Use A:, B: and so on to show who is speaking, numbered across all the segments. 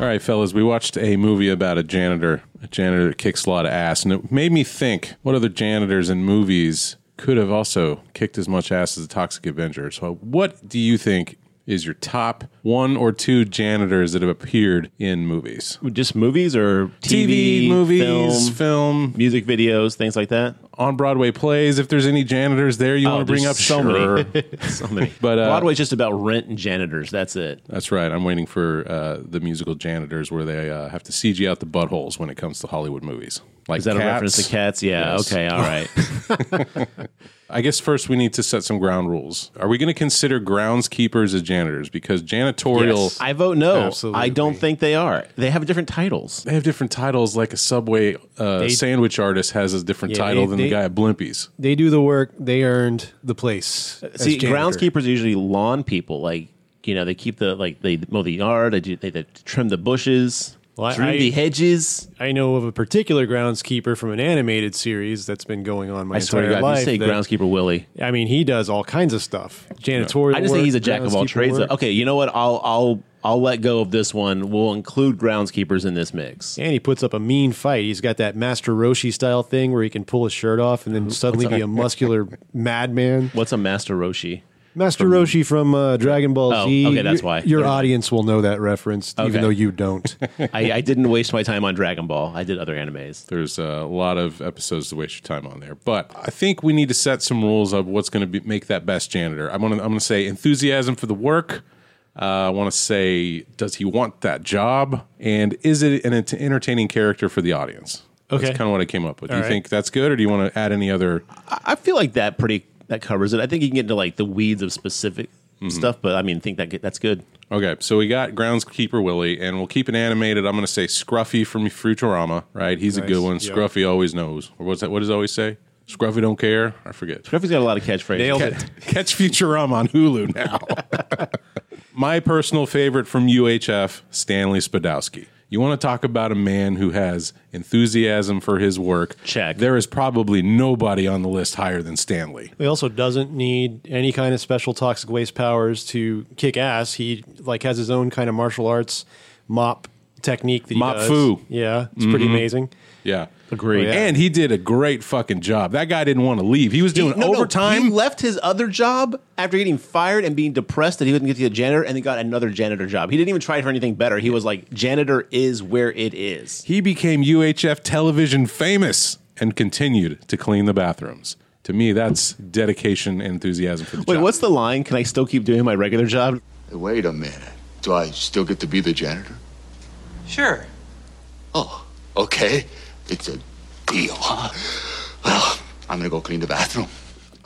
A: All right, fellas, we watched a movie about a janitor, a janitor that kicks a lot of ass, and it made me think what other janitors in movies could have also kicked as much ass as the Toxic Avenger. So, what do you think is your top one or two janitors that have appeared in movies?
B: Just movies or TV,
A: TV, movies,
B: film,
A: film,
B: music videos, things like that.
A: on Broadway plays. If there's any janitors there you
B: Oh,
A: want to bring
B: there's
A: up,
B: so
A: sure.
B: many, so many.
A: But, uh,
B: Broadway's just about rent and janitors. That's it.
A: That's right. I'm waiting for uh, the musical janitors where they uh, have to CG out the buttholes when it comes to Hollywood movies. Like
B: Is that
A: Cats.
B: a reference to cats? Yeah.
A: Yes.
B: Okay. All right.
A: I guess first we need to set some ground rules. Are we going to consider groundskeepers as janitors? Because janitorial,
B: Yes. I vote no.
C: Absolutely.
B: I don't think they are. They have different titles.
A: they have different titles. Like a Subway uh, sandwich artist has a different
C: Yeah,
A: title
C: they-
A: than the
C: they-
A: guy at Blimpies.
C: They do the work. They earned the place. as
B: See,
C: janitor.
B: groundskeepers are usually lawn people. Like you know, they keep the like they mow the yard. They do, they, they trim the bushes,
C: Well, I-
B: trim
C: I-
B: the hedges.
C: I know of a particular groundskeeper from an animated series that's been going on my
B: I swear
C: entire
B: to God, if
C: life.
B: you say
C: that-
B: groundskeeper Willie.
C: I mean, he does all kinds of stuff. Janitorial.
B: I just think he's a
C: work,
B: jack of all
C: groundskeeper
B: trades.
C: work.
B: though. Okay, you know what? I'll I'll I'll let go of this one. We'll include groundskeepers in this mix.
C: And he puts up a mean fight. He's got that Master Roshi style thing where he can pull his shirt off and then suddenly be a muscular madman.
B: What's a master Roshi?
C: Master Roshi from uh, Dragon Ball
B: Oh,
C: Z.
B: okay, that's
C: Your-
B: why.
C: Your
B: Never mind.
C: audience will know that reference,
B: Okay.
C: even though you don't.
B: I, I didn't waste my time on Dragon Ball. I did other animes.
A: There's a lot of episodes to waste your time on there, but I think we need to set some rules of what's going to be, make that best janitor. I'm gonna I'm gonna say enthusiasm for the work. Uh, I want to say, does he want that job, and is it an ent- entertaining character for the audience?
C: Okay.
A: that's kind of what I came up with. do you
C: right.
A: think that's good, or do you want to add any other?
B: I, I feel like that pretty that covers it. I think you can get into like the weeds of specific stuff, but I mean, think that that's good.
A: Okay, so we got groundskeeper Willie, and we'll keep it animated. I'm going to say Scruffy from Futurama. Right, he's a
C: Nice.
A: good one.
C: Yep.
A: Scruffy always knows, or what's that? What does it always say? Scruffy don't care. I forget.
B: Jeffrey's got a lot of catchphrases.
C: Nailed it.
A: Catch, catch Futurama on Hulu now. My personal favorite from UHF, Stanley Spadowski. You want to talk about a man who has enthusiasm for his work?
B: Check.
A: There is probably nobody on the list higher than Stanley.
C: He also doesn't need any kind of special toxic waste powers to kick ass. He like has his own kind of martial arts mop technique that he
A: Mop
C: does.
A: fu.
C: Yeah, it's pretty amazing.
A: Yeah.
B: Agreed.
C: Oh, yeah.
A: And he did a great fucking job. That guy didn't want to leave. He was doing
B: No, no,
A: overtime.
B: he left his other job after getting fired and being depressed that he wouldn't get to be a janitor, and then got another janitor job. He didn't even try for anything better. He was like, janitor is where it is.
A: He became UHF television famous and continued to clean the bathrooms. To me, that's dedication and enthusiasm for the
B: Wait,
A: job.
B: what's the line? Can I still keep doing my regular job?
D: Wait a minute. Do I still get to be the janitor?
E: Sure.
D: Oh, okay. It's a deal, huh? Well, I'm gonna go clean the bathroom.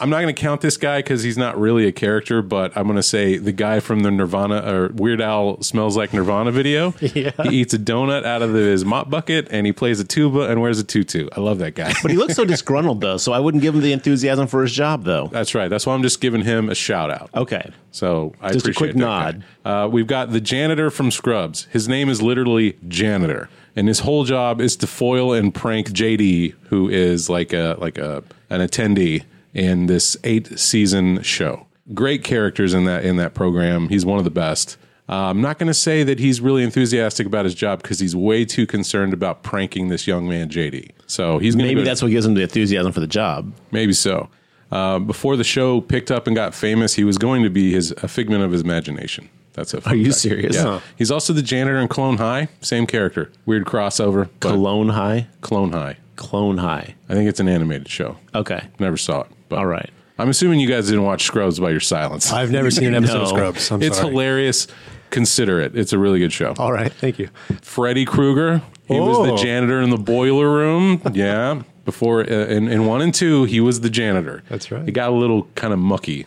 A: I'm not going to count this guy because he's not really a character, but I'm going to say the guy from the Nirvana or Weird Al smells like Nirvana video. yeah. He eats a donut out of the, his mop bucket and he plays a tuba and wears a tutu. I love that guy.
B: But he looks so disgruntled, though, so I wouldn't give him the enthusiasm for his job, though.
A: That's right. That's why I'm just giving him a shout out.
B: Okay.
A: So I
B: Just a
A: appreciate
B: quick
A: that
B: nod.
A: guy. Uh, we've got the janitor from Scrubs. His name is literally janitor, and his whole job is to foil and prank JD, who is like a like a an attendee in this eight season show. Great characters in that in that program. He's one of the best. Uh, I'm not going to say that he's really enthusiastic about his job because he's way too concerned about pranking this young man JD. So he's going
B: Maybe that's what gives him the enthusiasm for the job.
A: Maybe so. Uh, before the show picked up and got famous, he was going to be his a figment of his imagination. That's a. fun
B: Are you
A: fact.
B: serious?
A: Yeah.
B: Huh.
A: He's also the janitor in Clone High. Same character. Weird crossover. But
B: Clone high?
A: Clone High.
B: Clone high.
A: I think it's an animated show.
B: Okay.
A: Never saw it. But
B: All right.
A: I'm assuming you guys didn't watch Scrubs by your silence.
C: I've never seen an episode
B: No.
C: of Scrubs. I'm
A: it's
C: sorry.
A: hilarious. Consider it. It's a really good show.
C: All right, thank you.
A: Freddy Krueger. He was the
C: Oh.
A: janitor in the boiler room. Yeah. Before uh, in, in one and two, he was the janitor.
C: That's right.
A: It got a little kind of mucky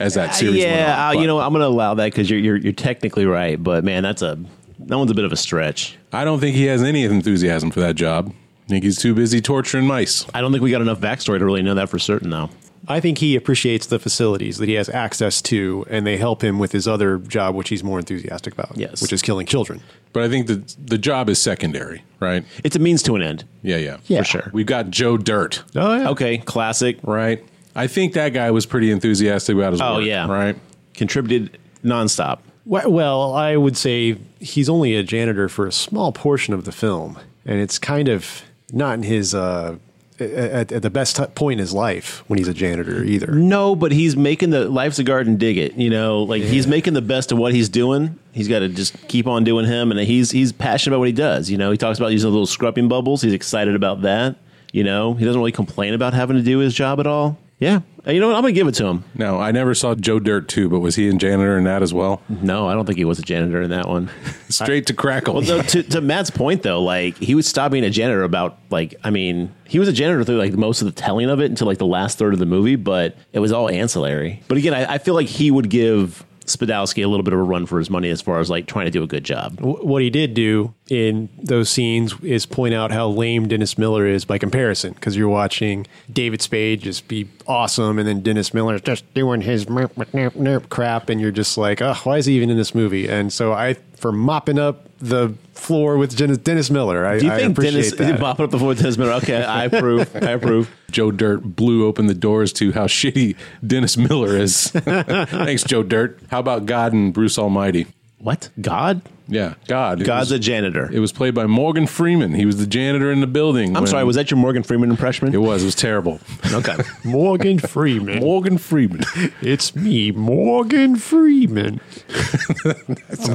A: as that series went on.
B: yeah, uh,
A: but
B: you know, I'm going to allow that because you're, you're, you're technically right, but man, that's a that one's a bit of a stretch.
A: I don't think he has any enthusiasm for that job. I think he's too busy torturing mice.
B: I don't think we got enough backstory to really know that for certain, though.
C: I think he appreciates the facilities that he has access to, and they help him with his other job, which he's more enthusiastic about.
B: Yes.
C: which is killing children.
A: But I think the the job is secondary, right?
B: It's a means to an end.
A: Yeah, yeah,
C: Yeah.
B: For sure.
A: We've got Joe Dirt,
C: Oh yeah.
B: Okay, classic.
A: right? I think that guy was pretty enthusiastic about his
B: Oh,
A: work.
B: yeah.
A: right.
B: Contributed nonstop.
C: Wh- Well, I would say he's only a janitor for a small portion of the film, and it's kind of not in his uh, at, at the best t- point in his life when he's a janitor either.
B: No, but he's making the life's a garden. Dig it, you know. Like he's making the best of what he's doing. He's got to just keep on doing him, and he's he's passionate about what he does. You know, he talks about using little scrubbing bubbles. He's excited about that. You know, he doesn't really complain about having to do his job at all. Yeah, And you know what? I'm gonna give it to him.
A: No, I never saw Joe Dirt too, but was he in janitor in that as well?
B: No, I don't think he was a janitor in that one.
A: Straight to crackle.
B: Well, though, to, to Matt's point, though, like he was stopped being a janitor about like I mean, he was a janitor through like most of the telling of it until like the last third of the movie, but it was all ancillary. But again, I, I feel like he would give Spadowski a little bit of a run for his money as far as like trying to do a good job.
C: Wh- What he did do in those scenes is point out how lame Dennis Miller is by comparison, because you're watching David Spade just be awesome, and then Dennis Miller is just doing his merp, merp, merp crap, and you're just like, oh, why is he even in this movie? And so I, for mopping up the floor with Dennis, Dennis Miller, I,
B: Do you
C: I
B: think
C: appreciate
B: Dennis
C: that.
B: bopping up the floor with Dennis Miller? Okay, I approve. I approve.
A: Joe Dirt blew open the doors to how shitty Dennis Miller is. Thanks, Joe Dirt. How about God and Bruce Almighty?
B: What God?
A: Yeah, God. It
B: God's
A: was,
B: a janitor.
A: It was played by Morgan Freeman. He was the janitor in the building.
B: I'm
A: when-
B: sorry, was that your Morgan Freeman impression?
A: It was. It was terrible.
B: Okay.
C: Morgan Freeman.
A: Morgan Freeman.
C: It's me, Morgan Freeman.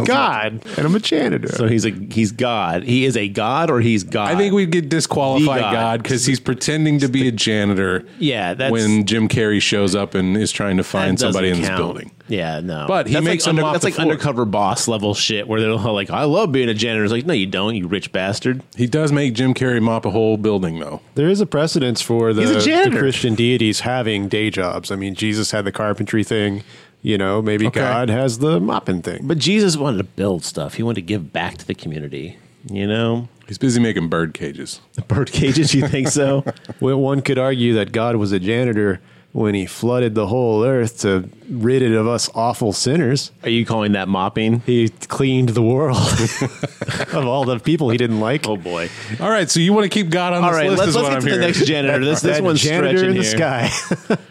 C: God, and I'm a janitor.
B: so he's a he's God. He is a God, or he's God.
A: I think we'd get disqualified
B: The God.
A: God because he's pretending to be a janitor.
B: Yeah, that's-
A: when Jim Carrey shows up and is trying to
B: That
A: find somebody in
B: doesn't
A: this
B: count.
A: building.
B: Yeah, no.
A: But he
B: That's
A: makes
B: like
A: them off
B: That's
A: the
B: like
A: floor.
B: undercover boss level shit where they're all like, "I love being a janitor." It's like, no, you don't, you rich bastard.
A: He does make Jim Carrey mop a whole building though.
C: There is a precedence for the,
B: He's a
C: the
B: janitor.
C: Christian deities having day jobs. I mean, Jesus had the carpentry thing. You know, maybe
A: Okay.
C: God has the mopping thing. But
B: But Jesus wanted to build stuff. He wanted to give back to the community. You know,
A: He's busy making bird cages.
B: the bird cages. You think so?
C: when one could argue that God was a janitor when he flooded the whole earth to rid it of us awful sinners.
B: Are you calling that mopping?
C: He cleaned the world of all the people he didn't like.
B: Oh boy!
A: All right, so you want to keep God on
B: All
A: this
B: right,
A: list?
B: let's,
A: is
B: let's
A: what
B: get
A: I'm
B: to
A: hearing.
B: the next janitor. This this
C: That
B: one's
C: janitor
B: stretching
C: in the
B: here.
C: sky.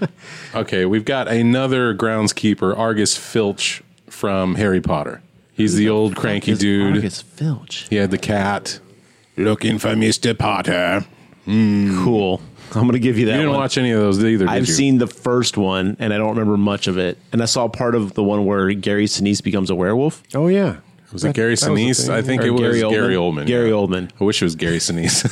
A: Okay, we've got another groundskeeper, Argus Filch from Harry Potter. He's the old cranky
B: Is
A: dude.
B: Argus Filch.
A: He had the cat. Looking for Mr. Potter.
B: Cool. I'm gonna give you that.
A: You didn't
B: one.
A: watch any of those either, did
B: I've
A: you?
B: seen the first one, and I don't remember much of it. And I saw part of the one where Gary Sinise becomes a werewolf.
C: oh yeah,
A: Was it Gary
C: that was the
A: Sinise?
C: thing.
A: I think
B: Or
A: it was Gary
B: Gary
A: Oldman.
B: Oldman. Gary Oldman.
A: I wish it was Gary Sinise.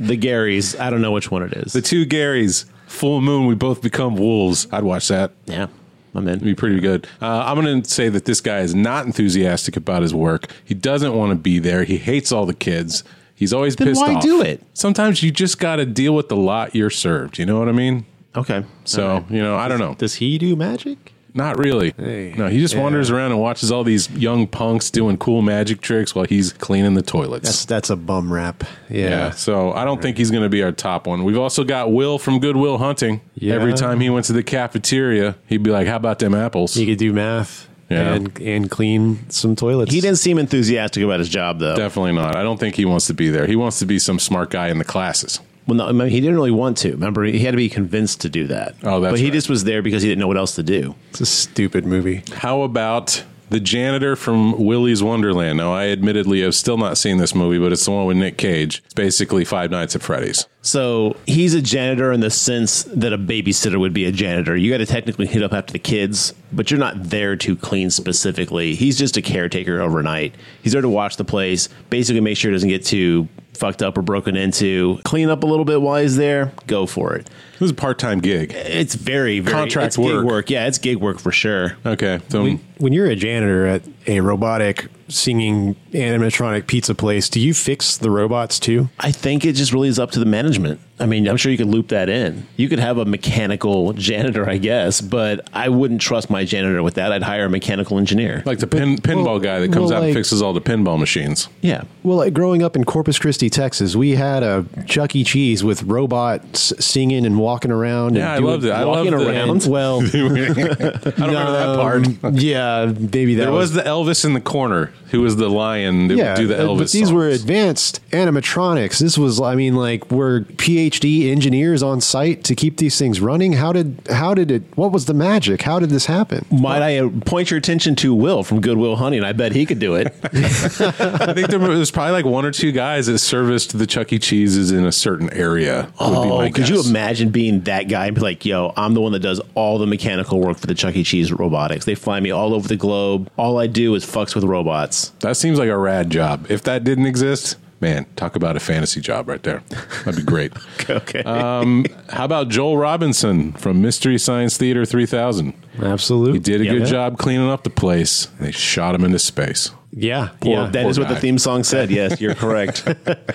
B: The Garys. I don't know which one it is.
A: the two Garys, Full Moon, we both become wolves. I'd watch that.
B: yeah, I'm
A: It'd
B: in.
A: be pretty good. Uh, I'm going to say that this guy is not enthusiastic about his work. He doesn't want to be there. He hates all the kids. He's always
B: Then
A: pissed
B: why
A: off.
B: do it?
A: Sometimes you just got to deal with the lot you're served. You know what I mean?
B: Okay.
A: So, you know, I don't know.
C: does he do magic?
A: Not really.
C: Hey,
A: no, he just
C: yeah.
A: wanders around and watches all these young punks doing cool magic tricks while he's cleaning the toilets.
C: That's that's a bum rap. Yeah.
A: yeah. So I don't think he's going to be our top one. We've also got Will from Goodwill Hunting.
C: Yeah.
A: Every time he went to the cafeteria, he'd be like, "How about them apples?"
C: He could do math
A: Yeah.
C: and and clean some toilets.
B: He didn't seem enthusiastic about his job, though.
A: Definitely not. I don't think he wants to be there. He wants to be some smart guy in the classes.
B: Well, no, I mean, he didn't really want to. Remember, he had to be convinced to do that.
A: Oh, that's
B: But he
A: right.
B: just was there because he didn't know what else to do.
C: It's a stupid movie.
A: How about the janitor from Willy's Wonderland? Now, I admittedly have still not seen this movie, but it's the one with Nick Cage. It's basically Five Nights at Freddy's.
B: So he's a janitor in the sense that a babysitter would be a janitor. You got to technically hit up after the kids, but you're not there to clean specifically. He's just a caretaker overnight. He's there to watch the place, basically make sure it doesn't get too fucked up or broken into. Clean up a little bit while he's there. Go for it.
A: It was a part-time gig.
B: It's very, very
A: Contract
B: it's gig
A: work.
B: work. Yeah, it's gig work for sure.
A: Okay, so
C: When you're a janitor at a robotic singing animatronic pizza place, do you fix the robots too?
B: I think it just really is up to the management. I mean, I'm sure you could loop that in. You could have a mechanical janitor, I guess, but I wouldn't trust my janitor with that. I'd hire a mechanical engineer.
A: like the pin, pinball
C: well,
A: guy that comes
C: well,
A: out and
C: like-
A: fixes all the pinball machines.
B: yeah.
C: Well, like growing up in Corpus Christi, Texas, we had a Chuck E. Cheese with robots singing and walking around.
A: Yeah, I
C: and doing-
A: loved it. I
B: walking
A: loved the-
B: around.
C: Well,
A: I don't remember that part.
C: um, yeah, maybe that
A: There was the Elvis in the corner who was the lion lion that would do the
C: uh,
A: Elvis.
C: But these
A: songs.
C: were advanced animatronics. This was, I mean, like were PhD engineers on site to keep these things running. How did how did it? What was the magic? How did this happen?
B: Might I uh, point your attention to Will from Goodwill Hunting? I bet he could do it.
A: I think there was probably like one or two guys that serviced the Chuck E. Cheese's in a certain area. Would be my
B: oh, could you
A: guess.
B: imagine being that guy and be like, "Yo, I'm the one that does all the mechanical work for the Chuck E. Cheese robotics. They fly me all over the globe. All I do is fucks with robots."
A: That seems like a rad job. If that didn't exist, man, talk about a fantasy job right there. That'd be great.
B: Okay.
C: Uh,
A: um, how about Joel Robinson from Mystery Science Theater 3000? He
C: Absolutely.
A: did a
B: Yeah.
A: good job cleaning up the place. They shot him into space.
C: Yeah.
B: Well,
C: yeah.
B: that is
A: poor
B: what the
A: guy.
B: theme song said. Yes, you're correct.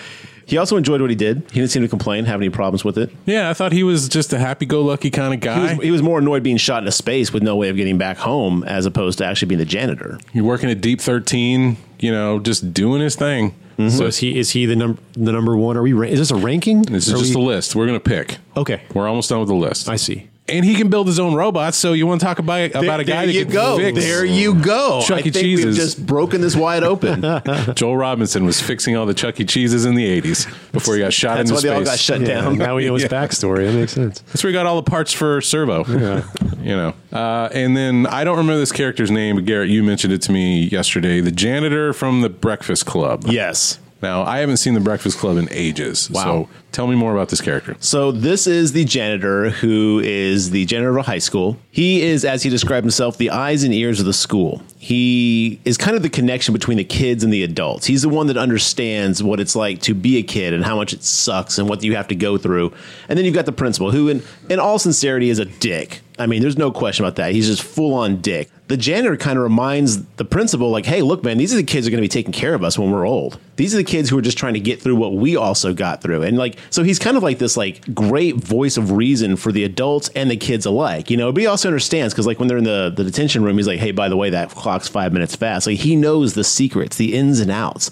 B: he also enjoyed what he did. He didn't seem to complain, have any problems with it.
A: Yeah, I thought he was just a happy-go-lucky kind of
B: He
A: guy.
B: was, he was more annoyed being shot into space with no way of getting back home as opposed to actually being the janitor.
A: You're working at Deep 13, you know, just doing his thing.
B: Mm-hmm.
C: so is he is he the number the number one? Are we? Ra- is this a ranking?
A: This is
C: Are
A: just
C: we-
A: a list. We're going to pick.
C: okay.
A: We're almost done with the list.
C: I see.
A: and he can build his own robots. So you want to talk about about a guy that can fix?
B: There you go.
A: Chuck
B: I
A: E.
B: think we've
A: Cheese's.
B: just broken this wide open. That's
A: Joel Robinson was fixing all the Chuck E. Cheeses in the '80s before he got shot into
B: why they
A: space.
B: all got shut
C: Yeah,
B: down.
C: now we know his backstory. That makes sense.
A: That's where he got all the parts for Servo. you know, uh, and then I don't remember this character's name, but Garrett, you mentioned it to me yesterday. The janitor from the Breakfast Club.
B: Yes.
A: Now I haven't seen the Breakfast Club in ages. Wow. So tell me more about this character.
B: So this is the janitor who is the janitor of a high school. He is, as he described himself, the eyes and ears of the school. He is kind of the connection between the kids and the adults. He's the one that understands what it's like to be a kid and how much it sucks and what you have to go through. And then you've got the principal, who, in, in all sincerity, is a dick. I mean, there's no question about that. He's just full on dick. The janitor kind of reminds the principal, like, hey, look, man, these are the kids who are going to be taking care of us when we're old. These are the kids who are just trying to get through what we also got through. And like, so he's kind of like this, like, great voice of reason for the adults and the kids alike, you know, but he also understands because, like, when they're in the, the detention room, he's like, hey, by the way, that clock's five minutes fast. Like, he knows the secrets, the ins and outs.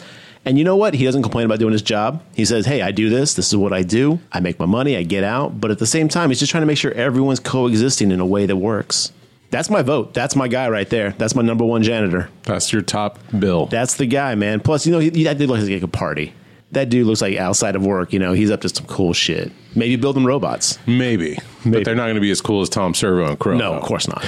B: And you know what? He doesn't complain about doing his job. He says, Hey, I do this. This is what I do. I make my money. I get out. But at the same time, he's just trying to make sure everyone's coexisting in a way that works. That's my vote. That's my guy right there. That's my number one janitor.
A: That's your top bill.
B: That's the guy, man. Plus, you know, he, he- that dude looks like a party. That dude looks like outside of work, you know, he's up to some cool shit. Maybe building robots.
A: Oh, Maybe,
B: Maybe.
A: but they're not going to be as cool as Tom Servo and Crow.
B: No, of course not.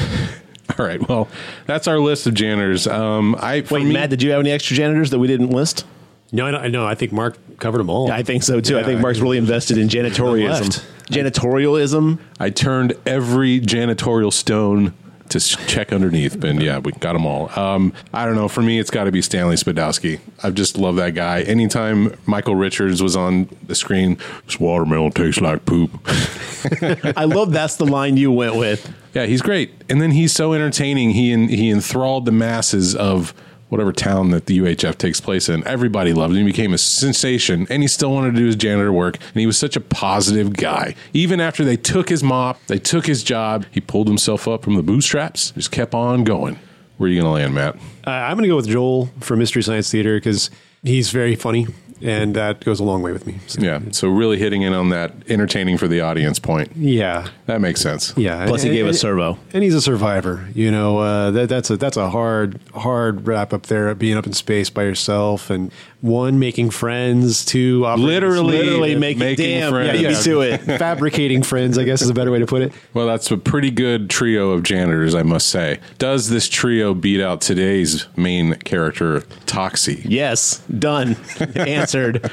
A: All right. Well, that's our list of janitors. Um, I for
B: Wait,
A: me,
B: Matt, did you have any extra janitors that we didn't list?
C: No, I don't- no, I think Mark covered them
F: Oh.
C: all.
B: I think so too. I think Mark's really invested in janitorialism.
C: Left.
B: Janitorialism.
A: I turned every janitorial stone to s- check underneath, and yeah, we got them all. Um, I don't know. For me, it's got to be Stanley Spadowski. I just love that guy. Anytime Michael Richards was on the screen, this watermelon tastes like poop.
B: I love that's the line you went with.
A: Yeah, he's great, and then he's so entertaining. He en- he enthralled the masses of whatever town that the UHF takes place in. Everybody loved him. He became a sensation, and he still wanted to do his janitor work. And he was such a positive guy. Even after they took his mop, they took his job. He pulled himself up from the bootstraps, just kept on going. Where are you going to land, Matt?
C: Uh, I'm going to go with Joel for Mystery Science Theater because he's very funny, and that goes a long way with me. So,
A: Yeah, so really hitting in on that entertaining for the audience point.
C: yeah,
A: That makes sense.
C: yeah.
B: Plus, he
C: And-
B: gave
C: and-
B: us servo.
C: and he's a survivor. You know, uh, that, that's a that's a hard hard wrap up there. Being up in space by yourself, and one making friends, two operating-
A: Literally
B: make
A: making friends.
B: Yeah, you
A: Yeah.
B: beat to it.
C: fabricating friends. I guess is a better way to put it.
A: Well, that's a pretty good trio of janitors, I must say. Does this trio beat out today's main character, Toxie?
B: Yes, done, answered.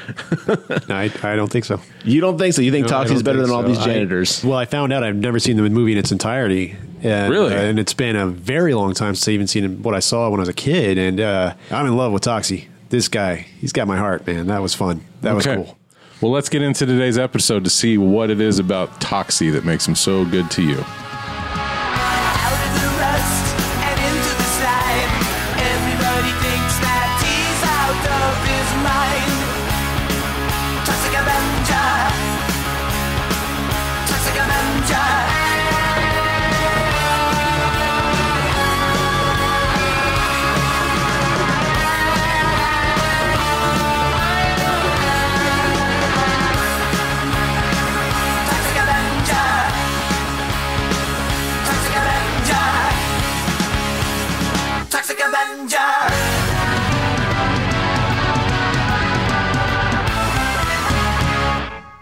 C: No, I, I don't think so.
B: You don't think so? You think
C: No, I
B: Toxie's
C: don't
B: better
C: think
B: than all
C: so.
B: these
C: I-
B: janitors?
C: well, I found out I've never seen the movie in its entirety. And,
A: Really?
C: uh, and it's been a very long time since I even seen what I saw when I was a kid. And uh, I'm in love with Toxie. This guy, he's got my heart, man. That was fun. That was cool.
A: Well, let's get into today's episode to see what it is about Toxie that makes him so good to you.
E: Out of the rust and into the slime. Everybody thinks that he's out of his mind. Toxic Avenger. Toxic Avenger. Toxic Avenger.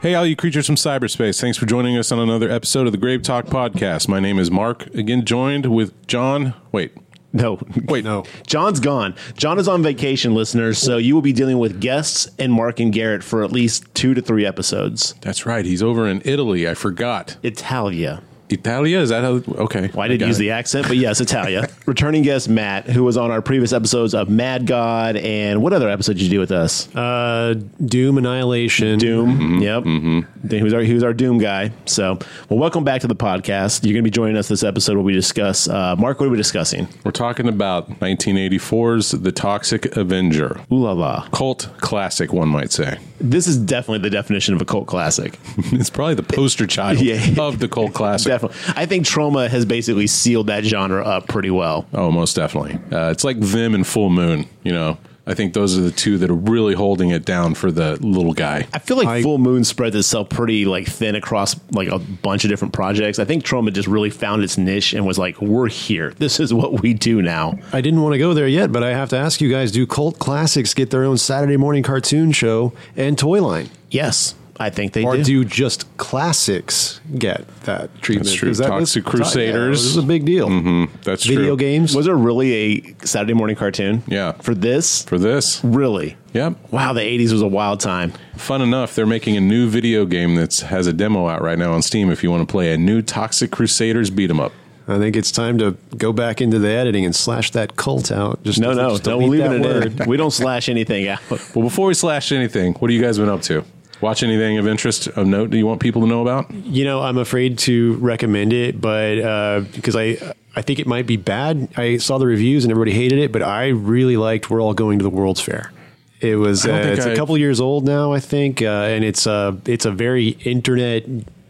A: Hey, all you creatures from cyberspace, thanks for joining us on another episode of the Grave Talk Podcast. My name is Mark, again joined with John. Wait,
B: No.
A: wait,
C: No.
B: John's gone. John is on vacation, listeners, so you will be dealing with guests and Mark and Garrett for at least two to three episodes.
A: That's right. He's over in Italy. I forgot.
B: Italia.
A: Italia? Is that how? Okay.
B: Well, I didn't
A: got
B: use
A: it.
B: the accent, but yes, Italia. Returning guest Matt, who was on our previous episodes of Mad God and what other episode did you do with us?
C: Uh, Doom Annihilation.
B: Doom.
C: mm-hmm,
B: Yep. He was our he was our Doom guy. So, well, welcome back to the podcast. You're going to be joining us this episode where we discuss uh, Mark. What are we discussing?
A: We're talking about 1984's The Toxic Avenger.
B: Ooh la la!
A: Cult classic, one might say.
B: This is definitely the definition of a cult classic.
A: It's probably the poster child
B: Yeah.
A: of the cult classic.
B: definitely, I think Trauma has basically sealed that genre up pretty well.
A: Oh, most definitely. Uh, it's like Vim and Full Moon, you know. I think those are the two that are really holding it down for the little guy.
B: I feel like
C: I-
B: Full Moon spreads itself pretty like thin across like a bunch of different projects. I think Trauma just really found its niche and was like, "We're here. This is what we do now."
C: I didn't want to go there yet, but I have to ask you guys: Do cult classics get their own Saturday morning cartoon show and toy line,
B: Yes, I think they
C: or
B: do.
C: do just classics get that treatment?
A: true.
C: Is that
A: Toxic
C: was-
A: Crusaders.
C: Yeah, this is a big deal.
A: That's
C: Video
A: true.
C: games.
B: Was there really a Saturday morning cartoon?
A: Yeah.
B: For this,
A: For this.
B: really?
A: Yep.
B: Wow, the '80s was a wild time.
A: Fun enough, they're making a new video game that has a demo out right now on Steam if you want to play a new Toxic Crusaders beat 'em up.
C: I think it's time to go back into the editing and slash that cult out. Just
B: No, no,
C: just
B: no,
C: delete
B: we're leaving
C: that
B: it
C: word.
B: in. We don't slash anything out.
A: Well, before we slash anything, what have you guys been up to? Watch anything of interest of note that you want people to know about?
C: You know, I'm afraid to recommend it, but uh, because I I think it might be bad. I saw the reviews and everybody hated it, but I really liked "We're All Going to the World's Fair." It was uh,
A: don't think
C: it's
A: I-
C: a couple years old now, I think, uh, and it's a it's a very internet,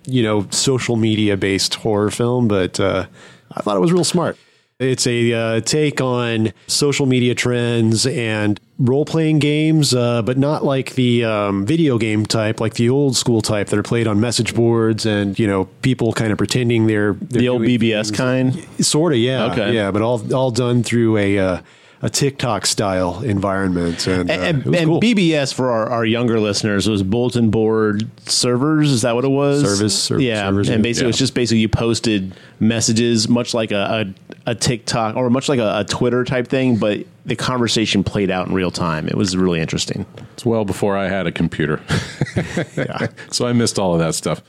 C: you know, social media based horror film. But uh, I thought it was real smart. It's a uh, take on social media trends and role playing games, uh, but not like the um, video game type, like the old school type that are played on message boards and you know people kind of pretending they're, they're
B: The old
C: doing-
B: BBS kind.
C: sort of yeah
B: Okay.
C: yeah, but all all done through a uh, a TikTok style environment and, uh,
B: And,
C: it was
B: and
C: cool.
B: BBS for our, our younger listeners was bulletin board servers. Is that what it was?
C: Service, ser-
B: yeah.
C: servers,
B: and basically,
A: yeah.
B: it was just basically you posted messages, much like a, a, a TikTok or much like a, a Twitter type thing, but the conversation played out in real time. It was really interesting.
A: It's well before I had a computer. So I missed all of that stuff.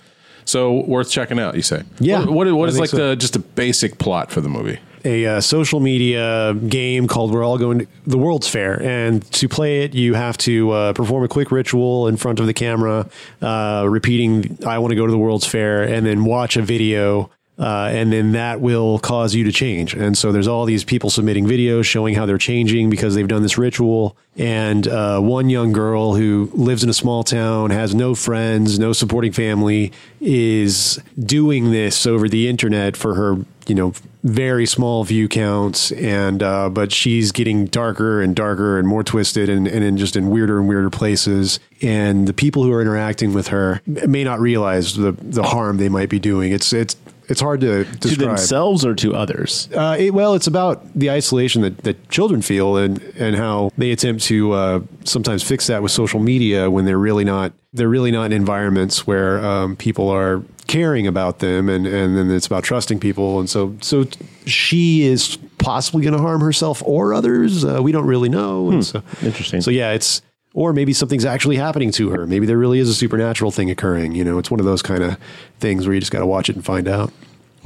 A: So worth checking out, you say?
C: Yeah.
A: What, what, what
C: I
A: is
C: think
A: like
C: so.
A: the just a basic plot for the movie?
C: a uh, social media game called We're All Going to the World's Fair. And to play it, you have to uh, perform a quick ritual in front of the camera, uh, repeating, I want to go to the World's Fair, and then watch a video. Uh, and then that will cause you to change. And so there's all these people submitting videos showing how they're changing because they've done this ritual. And uh, one young girl who lives in a small town, has no friends, no supporting family, is doing this over the internet for her you know very small view counts and uh, but she's getting darker and darker and more twisted and, and in just in weirder and weirder places and the people who are interacting with her may not realize the the harm they might be doing it's it's it's hard to
B: To
C: describe
B: themselves or to others?
C: uh, it, well, it's about the isolation that, that children feel and, and how they attempt to uh, sometimes fix that with social media when they're really not they're really not in environments where um, people are caring about them and, and then it's about trusting people and so so she is possibly going to harm herself or others uh, we don't really know and so,
B: Interesting.
C: so yeah it's or maybe something's actually happening to her maybe there really is a supernatural thing occurring you know it's one of those kind of things where you just got to watch it and find out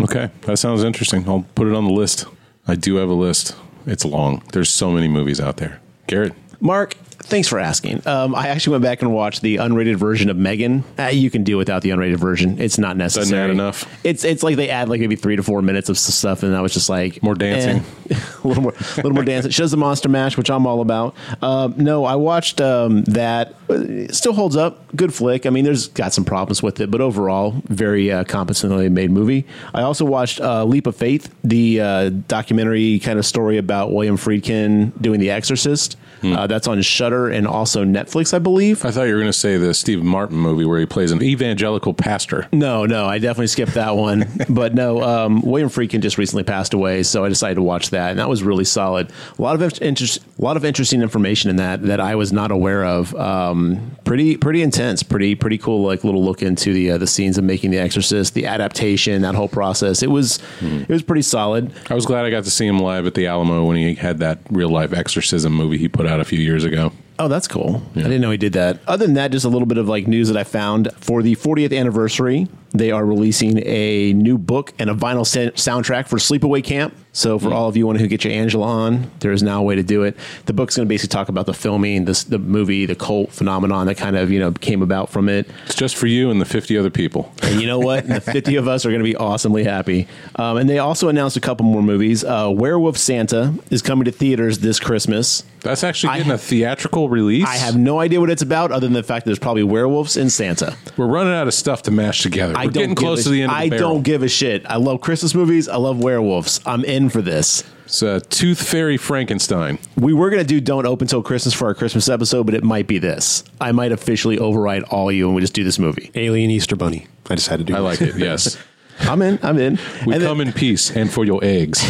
A: Okay, that sounds interesting. I'll put it on the list. I do have a list. It's long. There's so many movies out there. Garrett,
B: Mark, thanks for asking. Um, I actually went back and watched the unrated version of Megan. Uh, you can do without the unrated version; it's not necessary.
A: add enough.
B: It's it's like they add like maybe three to four minutes of s- stuff, and I was just like
A: More dancing.
B: eh. a little more, a little more dancing. She does the monster mash, which I'm all about. Um, no, I watched um, that. It still holds up. Good flick. I mean, there's got some problems with it, but overall, very uh, competently made movie. I also watched uh, Leap of Faith, the uh, documentary kind of story about William Friedkin doing The Exorcist. Uh, that's on Shudder. Potter and also Netflix, I believe.
A: I thought you were going to say the Steve Martin movie where he plays an evangelical pastor.
B: No, no, I definitely skipped that one. but no, um, William Friedkin just recently passed away, so I decided to watch that, and that was really solid. A lot of int- interest, a lot of interesting information in that that I was not aware of. Um, pretty, pretty intense. Pretty, pretty cool. Like little look into the uh, the scenes of making The Exorcist, the adaptation, that whole process. It was, it was pretty solid.
A: I was glad I got to see him live at the Alamo when he had that real life exorcism movie he put out a few years ago.
B: Oh, that's cool. I didn't know he did that. Other than that, just a little bit of like news that I found for the 40th anniversary. They are releasing a new book and a vinyl sa- soundtrack for Sleepaway Camp. So for all of you wanting to get your Angela on, there is now a way to do it. The book's going to basically talk about the filming, this the movie, the cult phenomenon that kind of you know came about from it.
A: It's just for you and the 50 other people.
B: And you know what? the 50 of us are going to be awesomely happy. Um, and they also announced a couple more movies. Uh, Werewolf Santa is coming to theaters this Christmas.
A: That's actually
B: I
A: getting a
B: ha-
A: theatrical release.
B: I have no idea what it's about, other than the fact that there's probably werewolves and Santa.
A: We're running out of stuff to mash together.
B: I
A: We're
B: don't
A: getting
B: give
A: close
B: a-
A: to the end. Of the
B: I
A: barrel.
B: don't give a shit. I love Christmas movies. I love werewolves. I'm in for this.
A: It's uh, Tooth Fairy Frankenstein.
B: We were gonna do "Don't Open Till Christmas" for our Christmas episode, but it might be this. I might officially override all you, and we just do this movie.
C: Alien Easter Bunny. I just had to do.
A: I
C: this.
A: like it. Yes,
B: I'm in. I'm in.
A: we
B: And then
A: come in peace and for your eggs.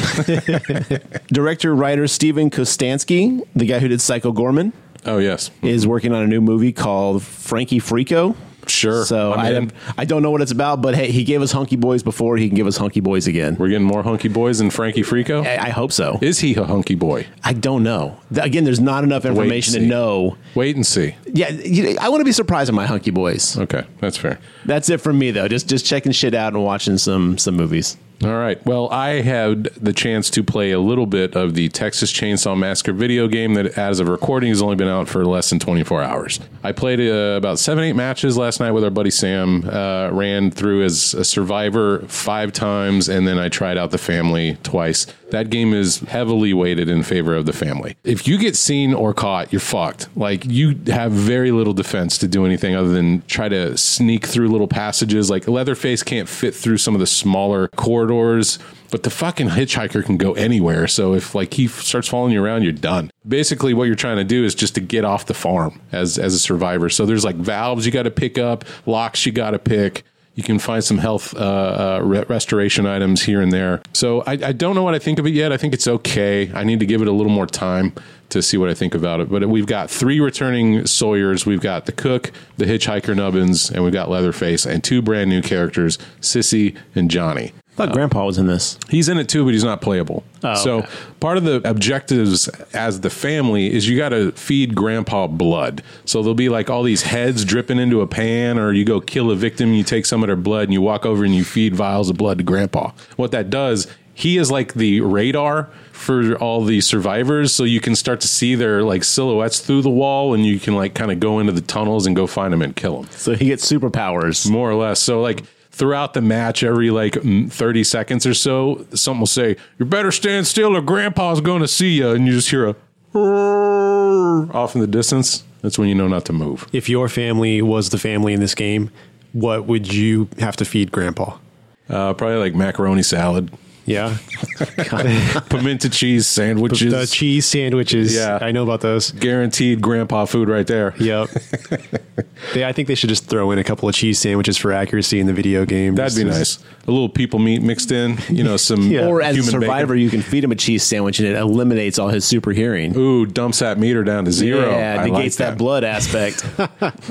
B: director writer Steven Kostansky, the guy who did Psycho Gorman,
A: oh yes,
B: is working on a new movie called Frankie Frico.
A: sure.
B: So
A: I'm
B: I
A: in.
B: don't, I don't know what it's about, but hey, he gave us Hunky Boys before. He can give us Hunky Boys again.
A: we're getting more hunky boys than Frankie Frico.
B: I, I hope so.
A: Is he a hunky boy?
B: I don't know. Th- Again, there's not enough
A: and
B: information to
A: see.
B: know.
A: Wait and see.
B: Yeah, you know, I want to be surprised on my hunky boys.
A: Okay, that's fair.
B: That's it from me though. Just just checking shit out and watching some some movies.
A: All right. Well, I had the chance to play a little bit of the Texas Chainsaw Massacre video game that, as of recording, has only been out for less than 24 hours. I played uh, about seven, eight matches last night with our buddy Sam. Uh, ran through as a survivor five times, and then I tried out the family twice. That game is heavily weighted in favor of the family. If you get seen or caught, you're fucked. Like you have very little defense to do anything other than try to sneak through little passages. Like Leatherface can't fit through some of the smaller corridors, but the fucking hitchhiker can go anywhere. So if like he f- starts following you around, you're done. Basically, what you're trying to do is just to get off the farm as as a survivor. So there's like valves you got to pick up, locks you got to pick. You can find some health uh, uh, re- restoration items here and there. So I, I don't know what I think of it yet. I think it's okay. I need to give it a little more time to see what I think about it. But we've got three returning Sawyers. We've got the cook, the hitchhiker Nubbins, and we've got Leatherface, and two brand new characters, Sissy and Johnny.
B: I thought Grandpa was in this.
A: He's in it too, but he's not playable. so
B: okay.
A: part of the objectives as the family is you got to feed grandpa blood. So there'll be like all these heads dripping into a pan, or you go kill a victim, you take some of their blood, and you walk over and you feed vials of blood to grandpa. What that does, he is like the radar for all the survivors, so you can start to see their like silhouettes through the wall, and you can like kind of go into the tunnels and go find them and kill them
B: So he gets superpowers.
A: more or less. So like throughout the match, every like mm, thirty seconds or so, something will say, "You better stand still, or Grandpa's going to see you," and you just hear a "Roar" off in the distance. That's when you know not to move.
C: If your family was the family in this game, what would you have to feed Grandpa?
A: Uh, probably like macaroni salad,
C: Yeah,
A: pimento cheese sandwiches.
C: the cheese sandwiches.
A: Yeah.
C: I know about those.
A: Guaranteed grandpa food right there.
C: Yep. they, I think they should just throw in a couple of cheese sandwiches for accuracy in the video game.
A: That'd be nice.
C: Just-
A: A little people meat mixed in, you know, some
C: Yeah.
B: Or as a
A: human
B: survivor,
A: bacon.
B: you can feed him a cheese sandwich and it eliminates all his super hearing.
A: Ooh, dumps that meter down to zero. I
B: Yeah,
A: like
B: negates that. blood aspect.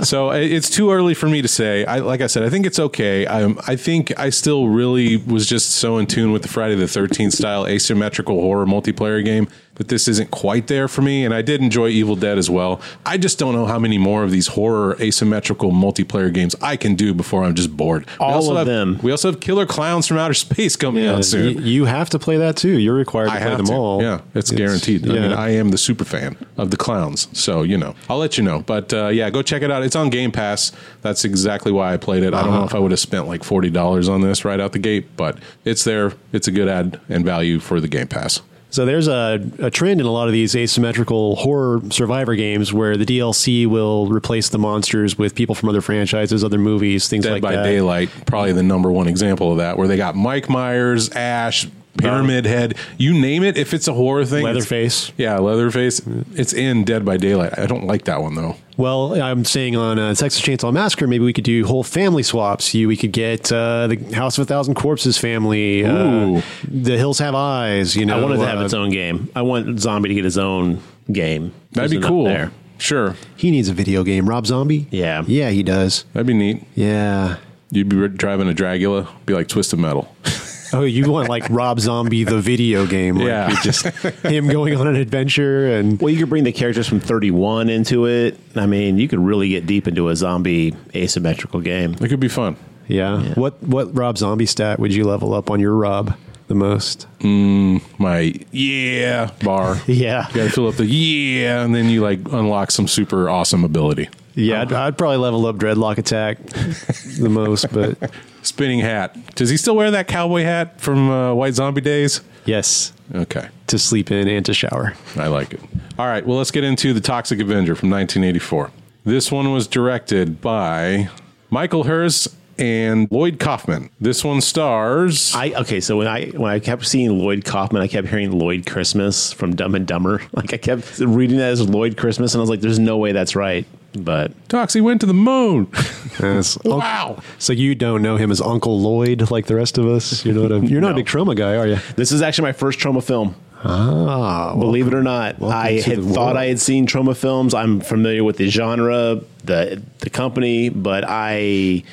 A: So i- it's too early for me to say. I, like I said, I think it's okay. I, I think I still really was just so in tune with the Friday the Thirteenth style asymmetrical horror multiplayer game that this isn't quite there for me. And I did enjoy Evil Dead as well. I just don't know how many more of these horror asymmetrical multiplayer games I can do before I'm just bored. We
B: All
A: also
B: of
A: have-
B: them.
A: We also have Killer Clowns from Outer Space coming
C: Yeah,
A: out soon.
C: you, you have to play that too. You're required to
A: I
C: play
A: have
C: them
A: to.
C: all.
A: Yeah, it's, guaranteed. I mean,
C: yeah.
A: I am the super fan of the clowns, so you know, I'll let you know. But uh, yeah, go check it out. It's on Game Pass. That's exactly why I played it. I don't
C: Uh-huh.
A: know if I would have spent like forty dollars on this right out the gate, but it's there. It's a good ad and value for the Game Pass.
C: So there's a, a trend in a lot of these asymmetrical horror survivor games where the DLC will replace the monsters with people from other franchises, other movies, things
A: Dead
C: like
A: by
C: that.
A: Daylight, probably the number one example of that, where they got Mike Myers, Ash, Pyramid Head, you name it. If it's a horror thing, it's-
C: Uh-huh. Leatherface.
A: yeah, Leatherface. It's in Dead by Daylight. I don't like that one though.
C: Well, I'm saying on uh, Texas Chainsaw Massacre, maybe we could do whole family swaps. You, we could get uh, the House of a Thousand Corpses family. Uh,
A: Ooh.
C: the Hills Have Eyes. You know,
B: I want it to have
C: uh,
B: its own game. I want Zombie to get his own game.
A: That'd
B: There's
A: be
B: enough
A: cool.
B: There.
A: Sure,
C: He needs a video game. Rob Zombie.
B: Yeah.
C: yeah, he does.
A: that'd be neat.
C: Yeah.
A: You'd be driving a Dragula, be like Twisted Metal.
C: Oh, you want like Rob Zombie the video game? like,
A: Yeah.
C: you just him going on an adventure and
B: Well, you could bring the characters from 31 into it. I mean, you could really get deep into a zombie asymmetrical game.
A: It could be fun.
C: yeah.
B: Yeah.
C: What what Rob Zombie stat would you level up on your Rob the most?
A: My yeah bar.
C: Yeah,
A: You gotta fill up the yeah, and then you like unlock some super awesome ability.
C: yeah. I'd, I'd probably level up Dreadlock Attack the most, but
A: Spinning hat. Does he still wear that cowboy hat from uh, White Zombie days?
C: yes,
A: Okay,
C: to sleep in and to shower.
A: I like it. All right, well, let's get into The Toxic Avenger from 1984. This one was directed by Michael Hurst and Lloyd Kaufman. This one stars.
B: I okay, so when I when I kept seeing Lloyd Kaufman, I kept hearing Lloyd Christmas from Dumb and Dumber. Like I kept reading that as Lloyd Christmas, and I was like, "There's no way that's right." But
A: Toxie went to the moon.
C: Yes.
A: Wow.
C: So you don't know him as Uncle Lloyd like the rest of us. You're not a you're not a
B: No.
C: big trauma guy, are you?
B: this is actually my first trauma film.
C: Ah, well,
B: Believe it or not,
C: welcome
B: I
C: to
B: had
C: the world.
B: thought I had seen trauma films. I'm familiar with the genre, the the company, but I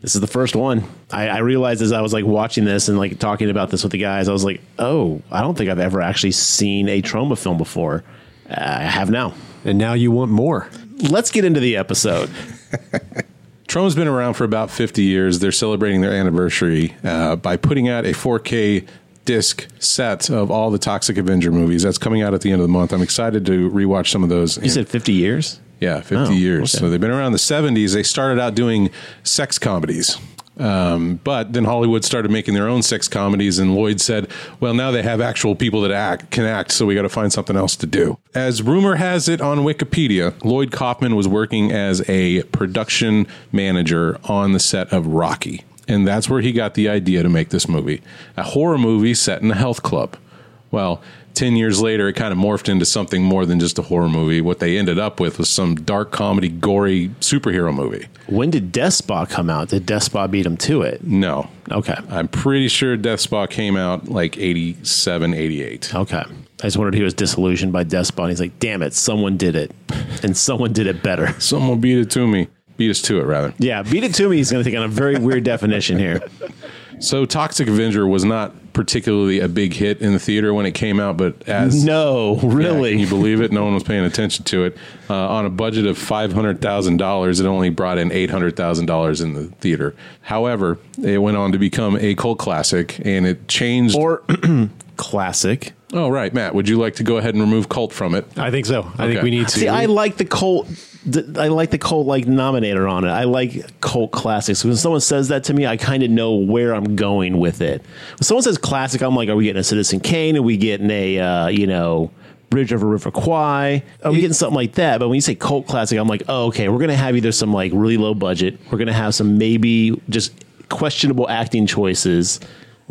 B: this is the first one. I, I realized as I was like watching this and like talking about this with the guys, I was like, "Oh, I don't think I've ever actually seen a trauma film before." Uh, I have now.
C: and now you want more.
B: let's get into the episode.
A: Trone's been around for about 50 years. They're celebrating their anniversary uh, by putting out a 4K disc set of all the Toxic Avenger movies. That's coming out at the end of the month. I'm excited to rewatch some of those.
B: You said 50 years?
A: yeah, 50
B: Oh,
A: years.
B: okay.
A: So they've been around the 70s. They started out doing sex comedies. Um, but then Hollywood started making their own sex comedies, and Lloyd said, "Well, now they have actual people that act can act, so we got to find something else to do." As rumor has it on Wikipedia, Lloyd Kaufman was working as a production manager on the set of Rocky, and that's where he got the idea to make this movie, a horror movie set in a health club. Well, 10 years later, it kind of morphed into something more than just a horror movie. What they ended up with was some dark comedy, gory superhero movie.
B: When did Despot come out? Did Despot beat him to it?
A: No.
B: Okay.
A: I'm pretty sure Death Spa came out like 87, 88.
B: Okay. I just wondered if he was disillusioned by Despot. He's like, damn it, someone did it. And someone did it better.
A: Someone beat it to me. Beat us to it, rather.
B: Yeah, beat it to me. He's going to take on a very weird definition here.
A: So, Toxic Avenger was not particularly a big hit in the theater when it came out, but as.
B: No,
A: Yeah,
B: really?
A: can you believe it? No one was paying attention to it. Uh, on a budget of five hundred thousand dollars, it only brought in eight hundred thousand dollars in the theater. However, it went on to become a cult classic, and it changed.
B: or classic.
A: oh, right, Matt, would you like to go ahead and remove cult from it?
C: I think so. I think
A: Okay.
C: we need to.
B: See, I like the cult. th- I like the cult like nominator on it. I like cult classics. When someone says that to me, I kind of know where I'm going with it. When someone says classic, I'm like, are we getting a Citizen Kane? Are we getting a uh, you know Bridge over River Kwai? Are we getting something like that? But when you say cult classic, I'm like, oh okay, we're gonna have either some like really low budget. We're gonna have some maybe just questionable acting choices.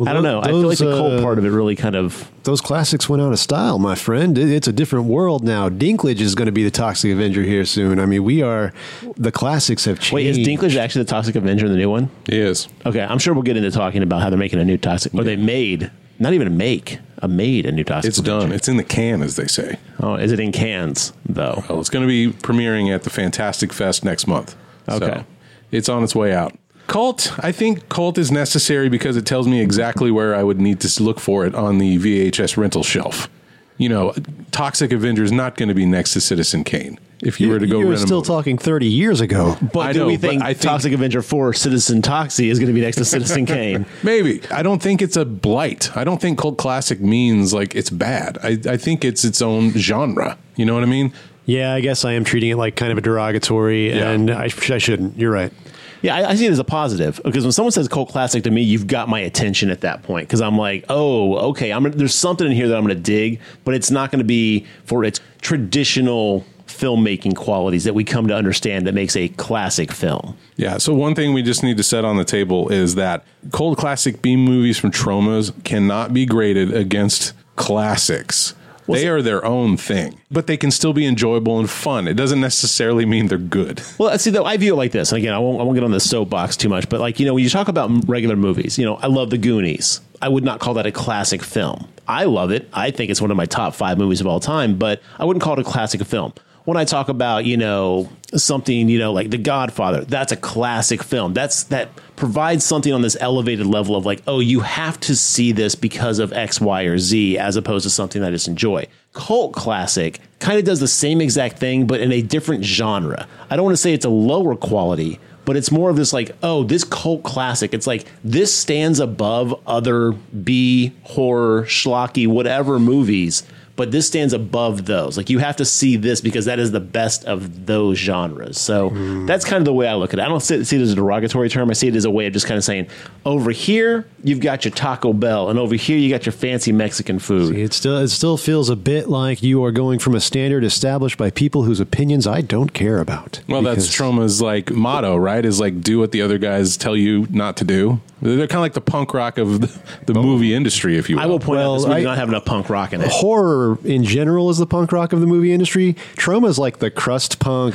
B: I don't know. I feel like the
C: those,
B: cult
C: uh,
B: part of it really kind of
C: Those classics went out of style, my friend. It- It's a different world now. Dinklage is going to be the Toxic Avenger here soon. I mean, we are the classics have changed.
B: wait. Is Dinklage actually the Toxic Avenger in the new one?
A: Yes.
B: Okay, I'm sure we'll get into talking about how they're making a new toxic, or they made not even a make a made a new toxic.
A: It's done. It's in the can, as they say.
B: Oh, is it in cans though?
A: Well, Oh, it's going to be premiering at the Fantastic Fest next month.
B: Okay.
A: it's on its way out. Cult, I think Cult is necessary because it tells me exactly where I would need to s- look for it on the VHS rental shelf. You know, Toxic Avenger is not going to be next to Citizen Kane if you were to go
C: You're
A: rent a
C: still
A: movie.
C: talking 30 years ago.
B: But
A: I
B: do
A: know,
B: we
A: but
B: think,
A: I think-
B: Toxic Avenger Four Citizen Toxie is going to be next to Citizen Kane?
A: Maybe. I don't think it's a blight. I don't think cult classic means like it's bad. I, I think it's its own genre. You know what I mean?
C: Yeah, I guess I am treating it like kind of a derogatory,
A: Yeah.
C: and I, sh- I shouldn't. You're right.
B: Yeah, I, I see it as a positive because when someone says cult classic to me, you've got my attention at that point because I'm like, oh, okay, I'm gonna, there's something in here that I'm going to dig, but it's not going to be for its traditional filmmaking qualities that we come to understand that makes a classic film.
A: Yeah. So one thing we just need to set on the table is that cold classic B movies from Tromas cannot be graded against classics. they are their own thing, but they can still be enjoyable and fun. It doesn't necessarily mean they're good.
B: Well, see, though, I view it like this. And again, I won't, I won't get on the soapbox too much, but like, you know, when you talk about m- regular movies, you know, I love The Goonies. I would not call that a classic film. I love it. I think it's one of my top five movies of all time, but I wouldn't call it a classic film. When I talk about, you know, something, you know, like The Godfather, that's a classic film. That's that provides something on this elevated level of like, oh, you have to see this because of X, Y, or Z, as opposed to something that I just enjoy cult classic kind of does the same exact thing, but in a different genre. I don't want to say it's a lower quality, but it's more of this like, oh, this cult classic. It's like this stands above other B horror, schlocky, whatever movies, but this stands above those. Like you have to see this because that is the best of those genres. So that's kind of the way I look at it. I don't see see it as a derogatory term. I see it as a way of just kind of saying, over here you've got your Taco Bell, and over here you got your fancy Mexican food.
C: It still it still feels a bit like you are going from a standard established by people whose opinions I don't care about.
A: Well, that's
C: Because-
A: Troma's like motto, right? Is like do what the other guys tell you not to do. They're kind of like the punk rock of the, the movie industry, if you will.
B: I will point
C: Well,
B: out this movie
C: I-
B: not having a punk rock in it.
C: Horror in general is the punk rock of the movie industry. Troma's like the crust punk.